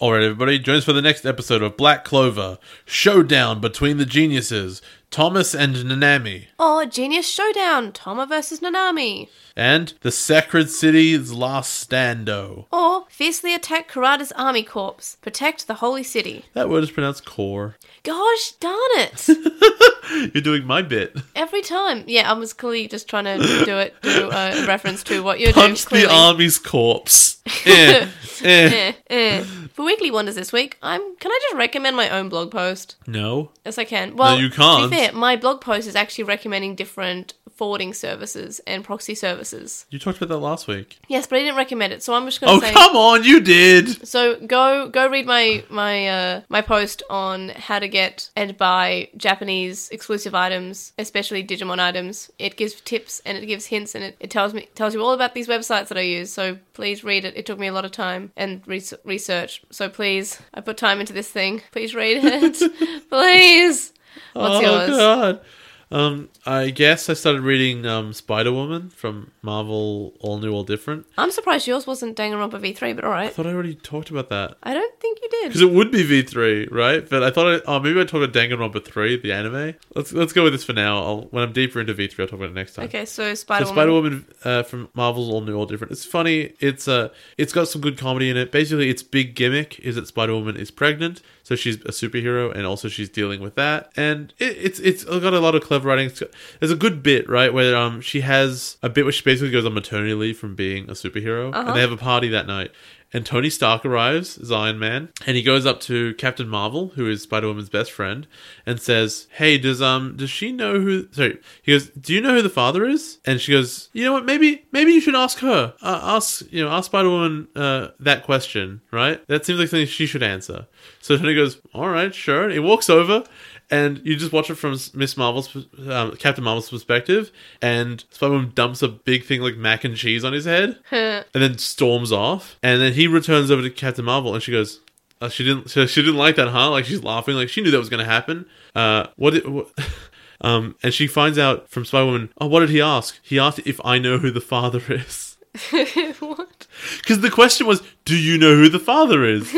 All right, everybody, join us for the next episode of Black Clover Showdown between the geniuses, Thomas and Nanami.
Oh, Genius Showdown, Toma versus Nanami.
And the Sacred City's Last Stando.
Or fiercely attack Karada's army corps. Protect the holy city.
That word is pronounced core.
Gosh darn it!
You're doing my bit.
Every time. Yeah, I was clearly just trying to do it, do a reference to what you're doing.
Punch the
clearly.
army's corpse. Eh, eh.
Eh, eh. For Weekly Wonders this week, I'm. Can I just recommend my own blog post?
No.
Yes, I can. Well,
you can't.
To be fair, my blog post is actually recommending different forwarding services and proxy services.
You talked about that last week.
Yes, but I didn't recommend it, so I'm just going to
Oh,
say.
come on, you did.
So go go read my my uh, my post on how to get and buy Japanese exclusive items, especially Digimon items. It gives tips and it gives hints and it, it tells me tells you all about these websites that I use. So please read it. It took me a lot of time and res- research. So please, I put time into this thing. Please read it. please. What's
oh,
yours?
God. Um, I guess I started reading um, Spider Woman from Marvel All New, All Different.
I'm surprised yours wasn't Danganronpa V3, but all
I
right.
thought I already talked about that.
I don't think you did.
Because it would be V three, right? But I thought, I, oh, maybe I talked about Danganronpa three, the anime. Let's let's go with this for now. I'll, when I'm deeper into V three, I'll talk about it next time.
Okay, so
So
Spider Woman.
Spider Woman uh, from Marvel's all new, all different. It's funny. It's uh, it's got some good comedy in it. Basically, its big gimmick is that Spider Woman is pregnant, so she's a superhero, and also she's dealing with that. And it, it's it's got a lot of clever writing. It's got, there's a good bit right where um she has a bit where she basically goes on maternity leave from being a superhero,
Uh-huh.
and they have a party that night. And Tony Stark arrives as Iron Man, and he goes up to Captain Marvel, who is Spider Woman's best friend, and says, "Hey, does um does she know who?" Sorry, he goes, "Do you know who the father is?" And she goes, "You know what? Maybe maybe you should ask her. Uh, ask you know ask Spider Woman uh, that question, right? That seems like something she should answer." So Tony goes, "All right, sure." And he walks over, and you just watch it from Miss Marvel's, um, Captain Marvel's perspective, and Spider Woman dumps a big thing like mac and cheese on his head, and then storms off, and then he returns over to Captain Marvel, and she goes. Uh, she didn't. She, she didn't like that, huh? Like she's laughing. Like she knew that was going to happen. Uh, what? Did, what um, and she finds out from Spider Woman. Oh, what did he ask? He asked if I know who the father is.
what?
Because the question was, do you know who the father is?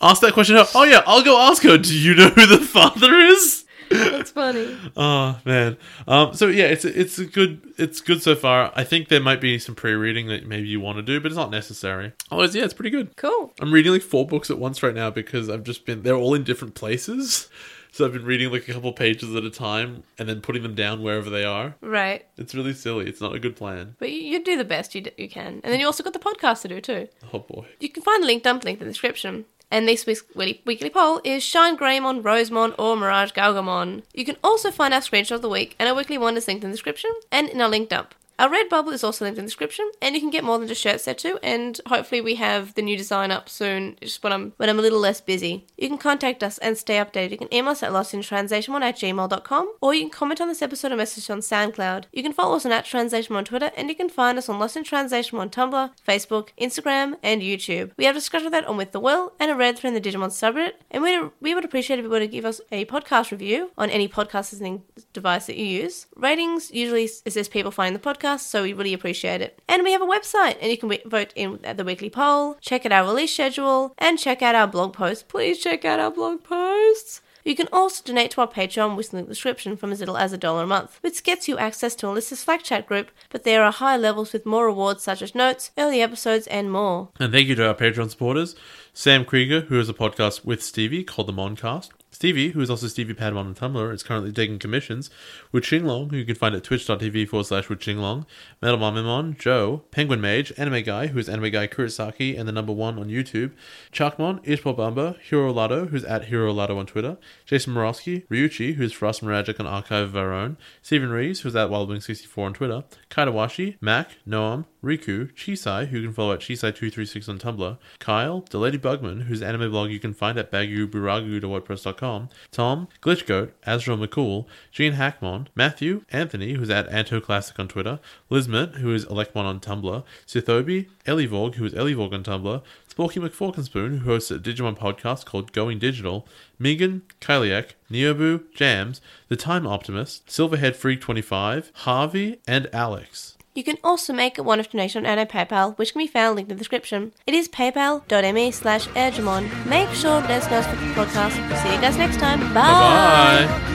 ask that question. to her. Oh yeah, I'll go ask her. Do you know who the father is?
That's funny.
Oh man. Um, so yeah, it's it's a good it's good so far. I think there might be some pre-reading that maybe you want to do, but it's not necessary. Otherwise, yeah, Oh, it's pretty good.
Cool.
I'm reading like four books at once right now because I've just been they're all in different places. So I've been reading like a couple pages at a time and then putting them down wherever they are.
Right.
It's really silly. It's not a good plan.
But you, you do the best you, d- you can. And then you also got the podcast to do too.
Oh boy.
You can find the link down to link in the description. And this week's weekly, weekly poll is Shine Greymon, Rosemon, or Mirage Galgamon. You can also find our screenshot of the week and our weekly one is linked in the description and in our link dump. Our Redbubble is also linked in the description, and you can get more than just shirts there too. And hopefully, we have the new design up soon. It's Just when I'm when I'm a little less busy, you can contact us and stay updated. You can email us at lostintranslation1 at gmail.com, or you can comment on this episode or message on SoundCloud. You can follow us on at Translation on Twitter, and you can find us on Lost in Translation on Tumblr, Facebook, Instagram, and YouTube. We have discussion of that on With the Will and a read through in the Digimon subreddit, and we we would appreciate if you were to give us a podcast review on any podcast listening device that you use. Ratings usually assist people finding the podcast, so we really appreciate it. And we have a website, and you can w- vote in at the weekly poll, check out our release schedule, and check out our blog posts. Please check out our blog posts. You can also donate to our Patreon, which is in the description, from as little as a dollar a month, which gets you access to Alyssa's Slack chat group, but there are higher levels with more rewards such as notes, early episodes, and more.
And thank you to our Patreon supporters Sam Krieger, who has a podcast with Stevie called The Moncast. Stevie, who is also Stevie Padmon on Tumblr, is currently taking commissions. With Long, who you can find at twitch.tv forward slash Wichinglong, Metal Mamimon, Joe, Penguin Mage, Anime Guy, who is Anime Guy Kurosaki and the number one on YouTube, Charkmon, Ishpal Bamba, Hiro Lado, who's at Hiro Lado on Twitter, Jason Morosky, Ryuchi, who's Frost Miragic on Archive of Our Own, Stephen Reeves, who's at Wildwing64 on Twitter, Kaitawashi, Mac, Noam, Riku, Chisai, who you can follow at Chisai236 on Tumblr, Kyle, The Lady Bugman, whose anime blog you can find at baguburagu.wordpress.com, Tom, Glitchgoat, Azrael McCool, Gene Hackmon, Matthew, Anthony, who's at AntoClassic on Twitter, Lizmet, who is Elecmon on Tumblr, Sithobi, Elivorg, who is Elivorg on Tumblr, Sporky McForkinspoon, who hosts a Digimon podcast called Going Digital, Megan, Kyliak, Neobu, Jams, The Time Optimist, Silverhead Freak 25, Harvey, and Alex.
You can also make a one-off donation at our PayPal, which can be found linked in the description. It is paypal.me slash Ergemon. Make sure to let us know for the podcast. See you guys next time. Bye.
Bye bye.